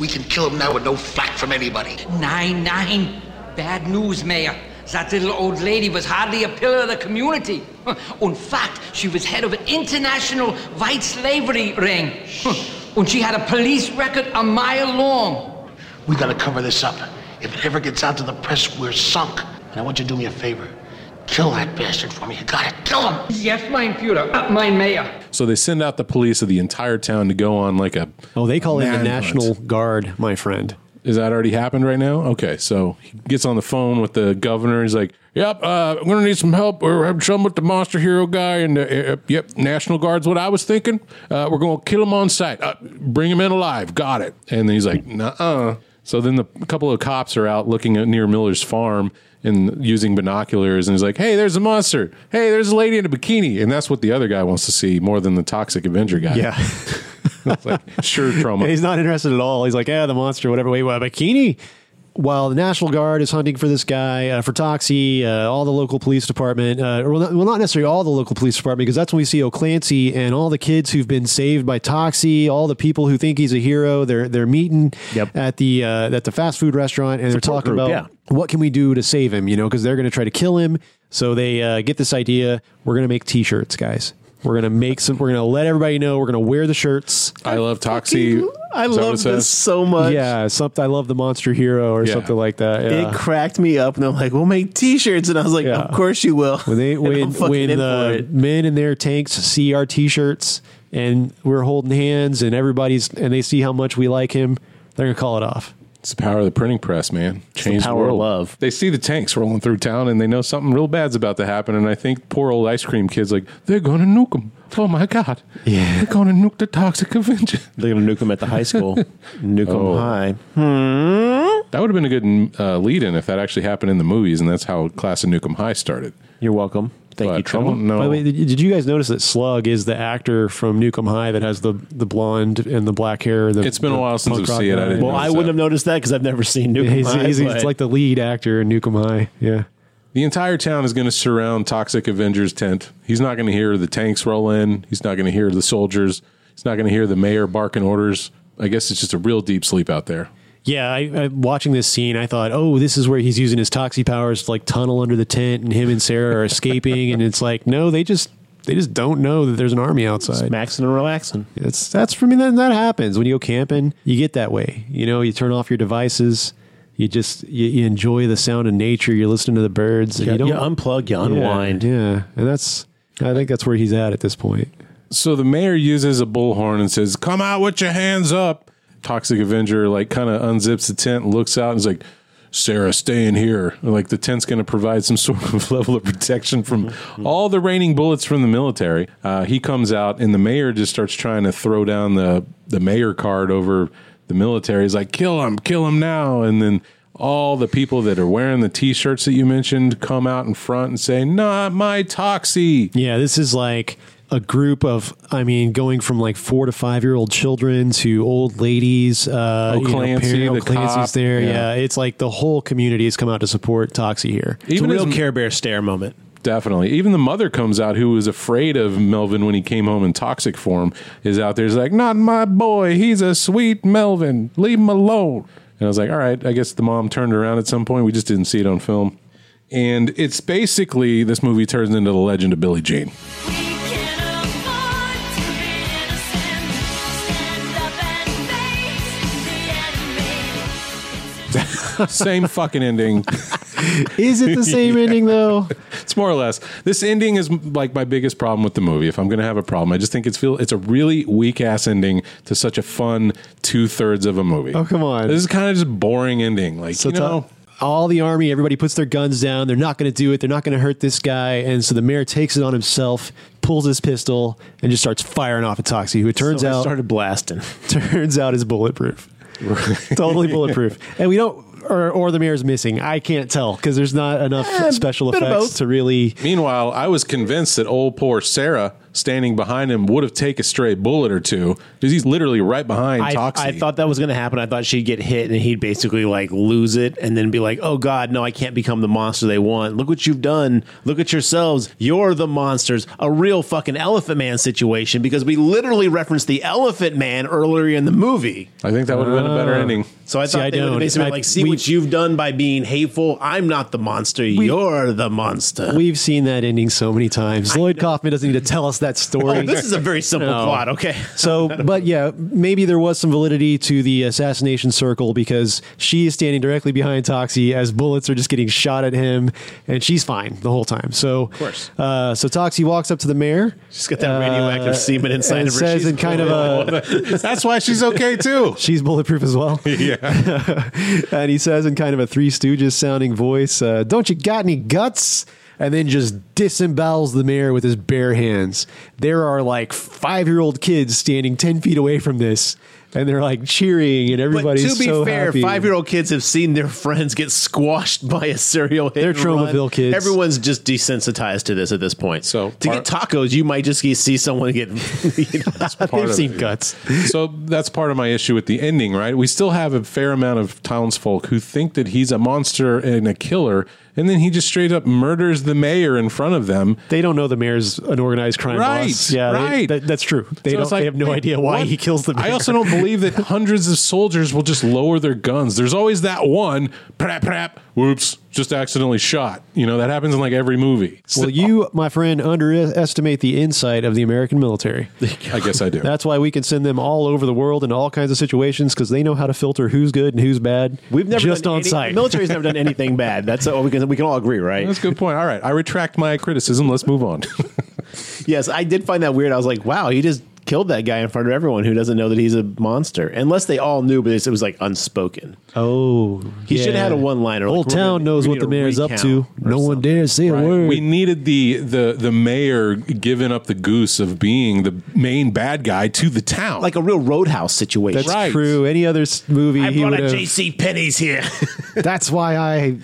E: We can kill him now with no flack from anybody.
F: Nine, nine. Bad news, Mayor. That little old lady was hardly a pillar of the community. Huh. In fact, she was head of an international white slavery ring. Huh. And she had a police record a mile long.
E: We gotta cover this up. If it ever gets out to the press, we're sunk. And I want you to do me a favor. Kill that bastard for me. You gotta kill him.
F: Yes, mein Führer. Uh, mein Mayor.
A: So they send out the police of the entire town to go on like a.
B: Oh, they call him the
A: Manhunt.
B: National Guard, my friend.
A: Is that already happened right now? Okay, so he gets on the phone with the governor. He's like, "Yep, uh, I'm gonna need some help. We're having trouble with the monster hero guy, and uh, uh, yep, National Guard's what I was thinking. Uh, we're gonna kill him on sight. Uh, bring him in alive. Got it." And then he's like, "Nuh-uh." So then the a couple of cops are out looking at near Miller's farm and using binoculars, and he's like, "Hey, there's a monster. Hey, there's a lady in a bikini," and that's what the other guy wants to see more than the toxic Avenger guy.
B: Yeah.
A: It's like, sure, trauma.
B: He's not interested at all. He's like, yeah, the monster, whatever. Wait, what, a bikini? While the National Guard is hunting for this guy, uh, for Toxie, uh, all the local police department, uh, or well, not, well, not necessarily all the local police department, because that's when we see O'Clancy and all the kids who've been saved by Toxie, all the people who think he's a hero. They're they're meeting at the uh, at the fast food restaurant, and they're
M: Support
B: talking
M: group,
B: about
M: yeah.
B: what can we do to save him, you know, because they're going to try to kill him. So they uh, get this idea: we're going to make T-shirts, guys. We're going to make some. We're going to let everybody know. We're going to wear the shirts.
A: I love Toxie.
M: I
A: Is that what
M: love
A: it says?
M: this so much.
B: Yeah, something. I love the monster hero or
A: Yeah.
B: something like that. Yeah.
M: It cracked me up, and I'm like, "We'll make T-shirts," and I was like,
B: Yeah.
M: "Of course you will."
B: when they
M: And I'm
B: when uh,
M: fucking in for
B: when the
M: it.
B: men in their tanks see our t-shirts and we're holding hands and everybody's and they see how much we like him, they're gonna call it off.
A: It's the power of the printing press, man. Change
M: power of
A: world.
M: love.
A: They see the tanks rolling through town, and they know something real bad's about to happen. And I think poor old ice cream kid's like, they're going to nuke them. Oh my god, yeah, they're going to nuke the toxic Avenger.
M: they're gonna nuke them at the high school, nuke them
A: Oh.
M: high.
A: That would have been a good uh, lead-in if that actually happened in the movies, and that's how Class of Nukem High started.
M: You're welcome. Thank
A: But
M: you,
A: I
M: Trump.
A: don't know.
B: By the way, did, did you guys notice that Slug is the actor from Nukem High that has the the blonde and the black hair? The,
A: It's been a
B: the
A: while since
B: punk
A: I've
B: rock
A: seen it. I
B: guy?
A: didn't
M: Well, I wouldn't have noticed that because I've never seen nuke 'em
B: he's,
M: high.
B: he's, he's
M: but-
B: like the lead actor in Nukem High. Yeah.
A: The entire town is going to surround Toxic Avengers' tent. He's not going to hear the tanks roll in. He's not going to hear the soldiers. He's not going to hear the mayor barking orders. I guess it's just a real deep sleep out there.
B: Yeah, I, I watching this scene, I thought, oh, this is where he's using his toxie powers to like tunnel under the tent, and him and Sarah are escaping, and it's like, no, they just they just don't know that there's an army outside.
F: Maxing and relaxing.
B: It's that's for me. Then that happens when you go camping. You get that way. You know, you turn off your devices. You just you, you enjoy the sound of nature. You're listening to the birds. And
F: You,
B: you don't
F: unplug, you
B: Yeah,
F: unwind.
B: Yeah, and that's I think that's where he's at at this point.
A: So the mayor uses a bullhorn and says, "Come out with your hands up." Toxic Avenger like kind of unzips the tent, and looks out, and is like, "Sarah, stay in here." Like the tent's going to provide some sort of level of protection from all the raining bullets from the military. Uh, he comes out, and the mayor just starts trying to throw down the the mayor card over the military. He's like, "Kill him, kill him now!" And then. All the people that are wearing the T-shirts that you mentioned come out in front and say, "Not my Toxie."
B: Yeah, this is like a group of, I mean, going from like four to five year old children to old ladies. Uh, you know,
A: O'Clancy,
B: parent-
A: the
B: O'Clancy's
A: cop,
B: there.
A: yeah.
B: Yeah. it's like the whole community has come out to support Toxie here.
A: Even
B: it's a real
A: his-
B: Care Bear stare moment.
A: Definitely. Even the mother comes out who was afraid of Melvin when he came home in toxic form is out there. Is like, not my boy. He's a sweet Melvin. Leave him alone. And I was like, all right, I guess the mom turned around at some point. We just didn't see it on film. And it's basically this movie turns into the legend of Billie Jean. same fucking ending.
B: Is it the same ending though?
A: It's more or less. This ending is like my biggest problem with the movie. If I'm going to have a problem, I just think it's feel it's a really weak ass ending to such a fun two thirds of a movie.
B: Oh, come on.
A: This is kind of just boring ending. Like
B: So
A: you know,
B: to- all the army, everybody puts their guns down. They're not going to do it. They're not going to hurt this guy. And so the mayor takes it on himself, pulls his pistol, and just starts firing off at Toxie, who it turns
F: So I
B: out
F: started blasting.
B: turns out is bulletproof. totally bulletproof. And we don't, or, or the mayor's missing. I can't tell because there's not enough
F: Eh,
B: special
A: bit of
B: effects
A: both.
B: to really.
A: Meanwhile, I was convinced that old poor Sarah standing behind him would have taken a stray bullet or two because he's literally right behind
F: I,
A: Toxie.
F: I thought that was going to happen. I thought she'd get hit and he'd basically like lose it and then be like, oh God, no, I can't become the monster they want. Look what you've done. Look at yourselves. You're the monsters. A real fucking elephant man situation because we literally referenced the elephant man earlier in the movie.
A: I think that would have been a better
F: Ah.
A: ending.
F: So I
A: See,
F: thought
A: I
F: they would have
A: don't.
F: basically
A: I-
F: been like, see
A: we-
F: what you've done by being hateful. I'm not the monster. You're the monster.
B: We've seen that ending so many times. Lloyd Kaufman doesn't need to tell us that story.
F: Oh, this is a very simple
B: No.
F: plot. Okay.
B: So, but yeah, maybe there was some validity to the assassination circle because she is standing directly behind Toxie as bullets are just getting shot at him, and she's fine the whole time. So, of
F: course.
B: Uh, so Toxie walks up to the mayor.
F: She's got that radioactive semen inside
B: and
F: of her.
B: Uh, Says
F: She's
B: in kind of uh, a.
A: That's why she's okay too.
B: She's bulletproof as well. Yeah. and he says in kind of a Three Stooges sounding voice, uh, "Don't you got any guts?" And then just disembowels the mayor with his bare hands. There are like five year old kids standing ten feet away from this, and they're like cheering, and
F: But
B: everybody's
F: to be
B: so
F: fair,
B: happy.
F: five-year-old kids have seen their friends get squashed by a serial hit. They're
B: Tromaville kids.
F: Everyone's just desensitized to this at this point. So to get tacos, you might just see someone get. You know,
A: part of it.
B: guts.
A: so that's part of my issue with the ending, right? We still have a fair amount of townsfolk who think that he's a monster and a killer, and then he just straight up murders the mayor in front of them.
B: They don't know the mayor's an organized crime
A: right,
B: boss. Yeah, they-
A: right.
B: that- that's true. They
A: So
B: don't.
A: it's like,
B: they have no
A: wait,
B: idea why
A: what?
B: he kills the mayor.
A: I also don't believe that hundreds of soldiers will just lower their guns. There's always that one, prap, prap, whoops, just accidentally shot. You know, that happens in like every movie.
B: Well, you, my friend, underestimate the insight of the American military.
A: I guess I do.
B: That's why we can send them all over the world in all kinds of situations because they know how to filter who's good and who's bad. We've
F: never
B: just
F: done
B: on
F: any-
B: site.
F: The military's never done anything bad. That's all we can. We can all agree, right?
A: That's a good point. All right. I retract my criticism. Let's move on.
F: yes, I did find that weird. I was like, wow, he just killed that guy in front of everyone who doesn't know that he's a monster, unless they all knew, but it's- it was like unspoken.
B: Oh,
F: He should have had a one-liner.
B: Old
F: like, we're
B: town
F: gonna-
B: knows
F: we
B: what
F: need
B: the
F: a
B: mayor's up to.
F: recount or
B: No one dares say a word.
A: We needed the the the mayor giving up the goose of being the main bad guy to the town, like
F: a real roadhouse situation.
B: That's true. Any other s- movie,
F: I
B: he
F: brought a
B: would've-
F: J.C. Penney's here.
B: That's why I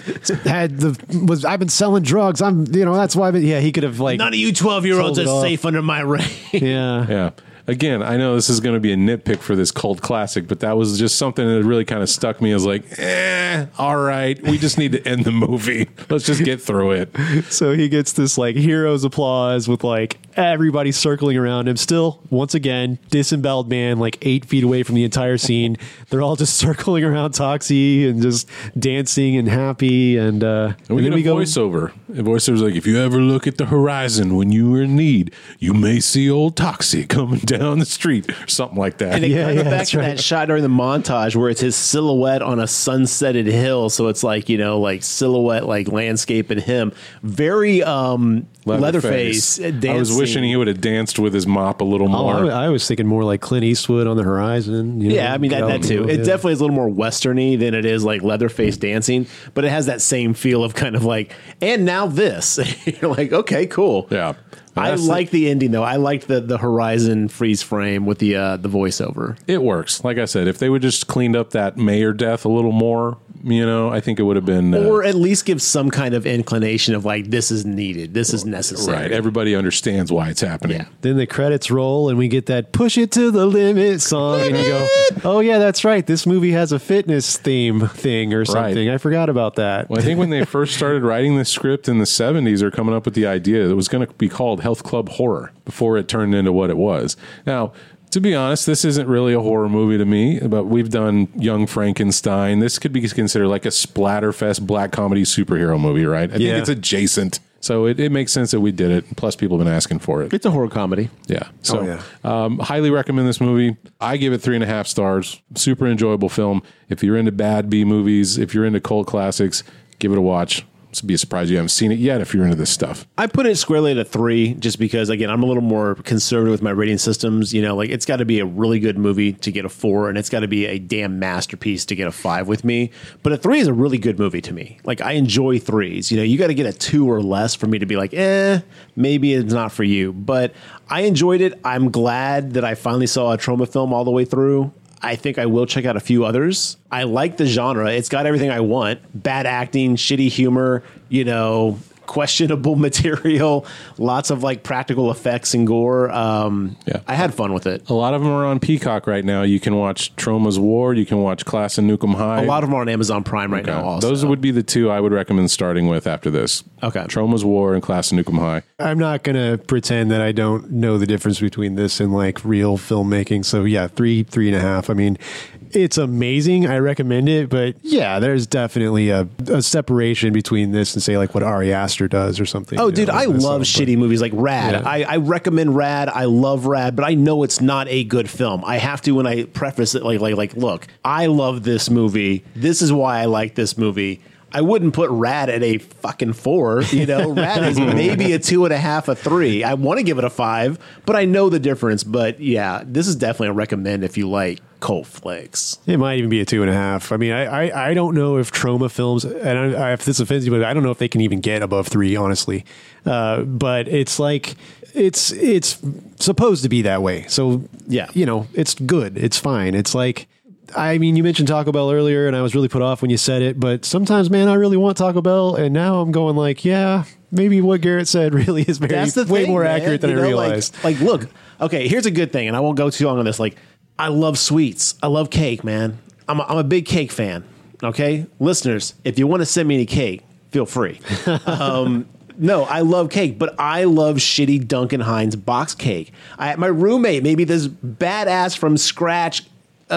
B: had the was. I've been selling drugs. I'm, you know, that's why. I've been, yeah, he could have like
F: None of you twelve-year-olds
B: Sold it
F: are
B: off.
F: safe under my reign.
B: Yeah.
A: Yeah. Again, I know this is going to be a nitpick for this cult classic, but that was just something that really kind of stuck me as like, eh, all right, we just need to end the movie. Let's just get through it.
B: so he gets this like hero's applause with like
C: everybody circling around him. Still, once again, disemboweled man, like eight feet away from the entire scene. They're all just circling around Toxie and just dancing and happy. And, uh,
A: And we
C: and
A: get a voiceover. A voiceover's like, if you ever look at the horizon when you are in need, you may see old Toxie coming down the street or something like that.
B: And it yeah, back to that shot during the montage where it's his silhouette on a sunsetted hill. So it's like, you know, like silhouette, like landscape and him. Very um Leatherface, uh, dancing.
A: I was wishing he would have danced with his mop a little
C: Oh,
A: more.
C: I, I was thinking more like Clint Eastwood on the horizon. you
B: yeah,
C: know,
B: I mean that,
C: out
B: that
C: in
B: too.
C: the-
B: It
C: yeah.
B: definitely is a little more westerny than it is like Leatherface dancing, but it has that same feel of kind of like, and now this. You're like, okay, cool.
A: Yeah,
B: I
A: That's the-
B: like the ending though. I like the the horizon freeze frame with the uh, the voiceover.
A: it works. Like I said, if they would just cleaned up that mayor death a little more, you know, I think it would have been uh,
B: or at least give some kind of inclination of like this is needed, this is necessary.
A: right. Everybody understands why it's happening.
C: Then the credits roll and we get that push it to the limit song. And you go, oh, yeah, that's right. This movie has a fitness theme thing or something. I forgot about that.
A: Well, I think when they first started writing the script in the 70s or coming up with the idea, it was going to be called Health Club Horror before it turned into what it was. Now, to be honest, this isn't really a horror movie to me, but we've done Young Frankenstein. This could be considered like a splatterfest black comedy superhero movie, right? I
B: Yeah.
A: think it's adjacent. So it, it makes sense that we did it. Plus, people have been asking for it.
B: It's a horror comedy. Oh,
A: Yeah. So, Um, highly recommend this movie. I give it three and a half stars. Super enjoyable film. If you're into bad B movies, if you're into cult classics, give it a watch. It's be a surprise you haven't seen it yet if you're into this stuff.
B: I put it squarely at a three just because, again, I'm a little more conservative with my rating systems. You know, like it's got to be a really good movie to get a four, and it's got to be a damn masterpiece to get a five with me. But a three is a really good movie to me. Like, I enjoy threes. You know, you got to get a two or less for me to be like, eh, maybe it's not for you. But I enjoyed it. I'm glad that I finally saw a trauma film all the way through. I think I will check out a few others. I like the genre. It's got everything I want. Bad acting, shitty humor, you know, questionable material, lots of like practical effects and gore. Um, yeah. I had fun with it.
A: A lot of them are on Peacock right now. You can watch Troma's War. You can watch Class and Nukem High.
B: A lot of them are on Amazon Prime right now. Also,
A: Those would be the two I would recommend starting with after this. Okay. Troma's War and Class and Nukem High.
C: I'm not going to pretend that I don't know the difference between this and like real filmmaking. So, yeah, three, three and a half. I mean, it's amazing. I recommend it. But yeah, there's definitely a, a separation between this and say like what Ari Aster does or something.
B: Oh,
C: you know,
B: dude, I
C: like this.
B: love shitty movies like Rad.
C: Yeah.
B: I, I recommend Rad. I love Rad, but I know it's not a good film. I have to when I preface it like like like look, I love this movie. This is why I like this movie. I wouldn't put Rad at a fucking four. You know, Rad is maybe a two and a half, a three. I want to give it a five, but I know the difference. But yeah, this is definitely a recommend if you like cult flicks.
C: It might even be a two and a half. I mean, I, I, I don't know if trauma films, and I, I, if this offends you, but I don't know if they can even get above three, honestly. Uh, but it's like it's it's supposed to be that way. So yeah, you know, it's good. It's fine. It's like. I mean, you mentioned Taco Bell earlier, and I was really put off when you said it. But sometimes, man, I really want Taco Bell, and now I'm going like, yeah, maybe what Garrett said really is very
B: That's the
C: way
B: thing,
C: more
B: man.
C: accurate than
B: You
C: I
B: know, like-
C: realized.
B: Like, look, okay, here's a good thing, and I won't go too long on this. Like, I love sweets. I love cake, man. I'm a, I'm a big cake fan. Okay, listeners, if you want to send me any cake, feel free. um, no, I love cake, but I love shitty Duncan Hines box cake. I my roommate maybe this badass from scratch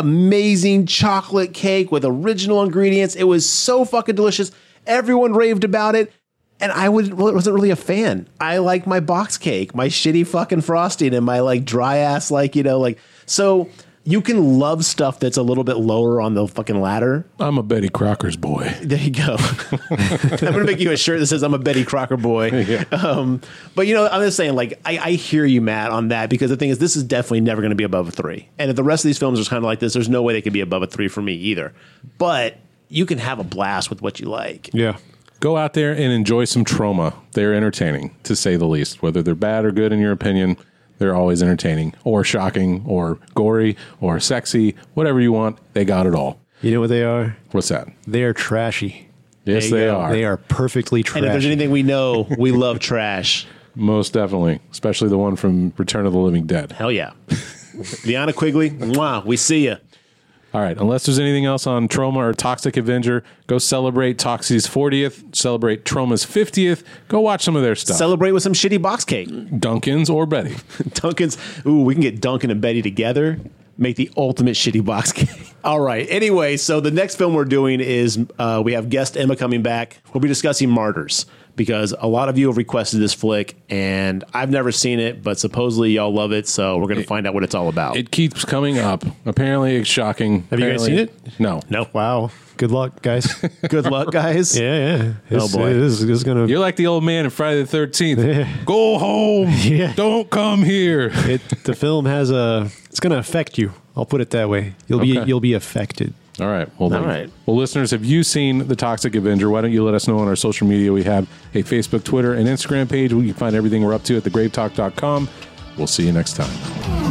B: amazing chocolate cake with original ingredients. It was so fucking delicious. Everyone raved about it. And I would, wasn't really a fan. I like my box cake, my shitty fucking frosting, and my like dry ass, like, you know, like. So you can love stuff that's a little bit lower on the fucking ladder.
A: I'm a Betty Crocker's boy.
B: There you go. I'm going to make you a shirt that says I'm a Betty Crocker boy. Um, but you know, I'm just saying, like, I, I hear you, Matt, on that because the thing is, this is definitely never going to be above a three. And if the rest of these films are kind of like this, there's no way they could be above a three for me either. But you can have a blast with what you like.
A: Yeah. Go out there and enjoy some trauma. They're entertaining, to say the least. Whether they're bad or good in your opinion, they're always entertaining or shocking or gory or sexy, whatever you want. They got it all.
C: You know what they are?
A: What's that?
C: They are trashy.
A: Yes,
C: There
A: they
C: you go.
A: are.
C: They are perfectly
B: And
C: trashy.
B: if there's anything we know, we love trash.
A: Most definitely, especially the one from Return of the Living Dead.
B: Hell yeah. Deanna Quigley, mwah, we see you.
A: All right. Unless there's anything else on Trauma or Toxic Avenger, go celebrate Toxie's 40th, celebrate Trauma's 50th. Go watch some of their stuff.
B: Celebrate with some shitty box cake.
A: Duncan's or Betty.
B: Duncan's. Ooh, we can get Duncan and Betty together. Make the ultimate shitty box cake. All right. Anyway, so the next film we're doing is uh, we have guest Emma coming back. We'll be discussing Martyrs because a lot of you have requested this flick, and I've never seen it, but supposedly y'all love it. So we're going to find out what it's all about.
A: It keeps coming up. Apparently, it's shocking.
C: Have you guys seen
A: Apparently- No.
B: No.
C: Wow. Good luck, guys.
B: Good luck, guys.
C: yeah, yeah.
B: Oh,
C: It's-
B: boy.
C: It is, it's gonna.
A: You're like the old man in Friday the 13th. Go home. Don't come here.
C: It, the film has a. It's gonna affect you. I'll put it that way. You'll
A: Okay.
C: be you'll be affected.
A: All right. Well, then.
B: All right.
A: Well, listeners, have you seen The Toxic Avenger? Why don't you let us know on our social media? We have a Facebook, Twitter, and Instagram page. We can find everything we're up to at thegravetalk.com. We'll see you next time.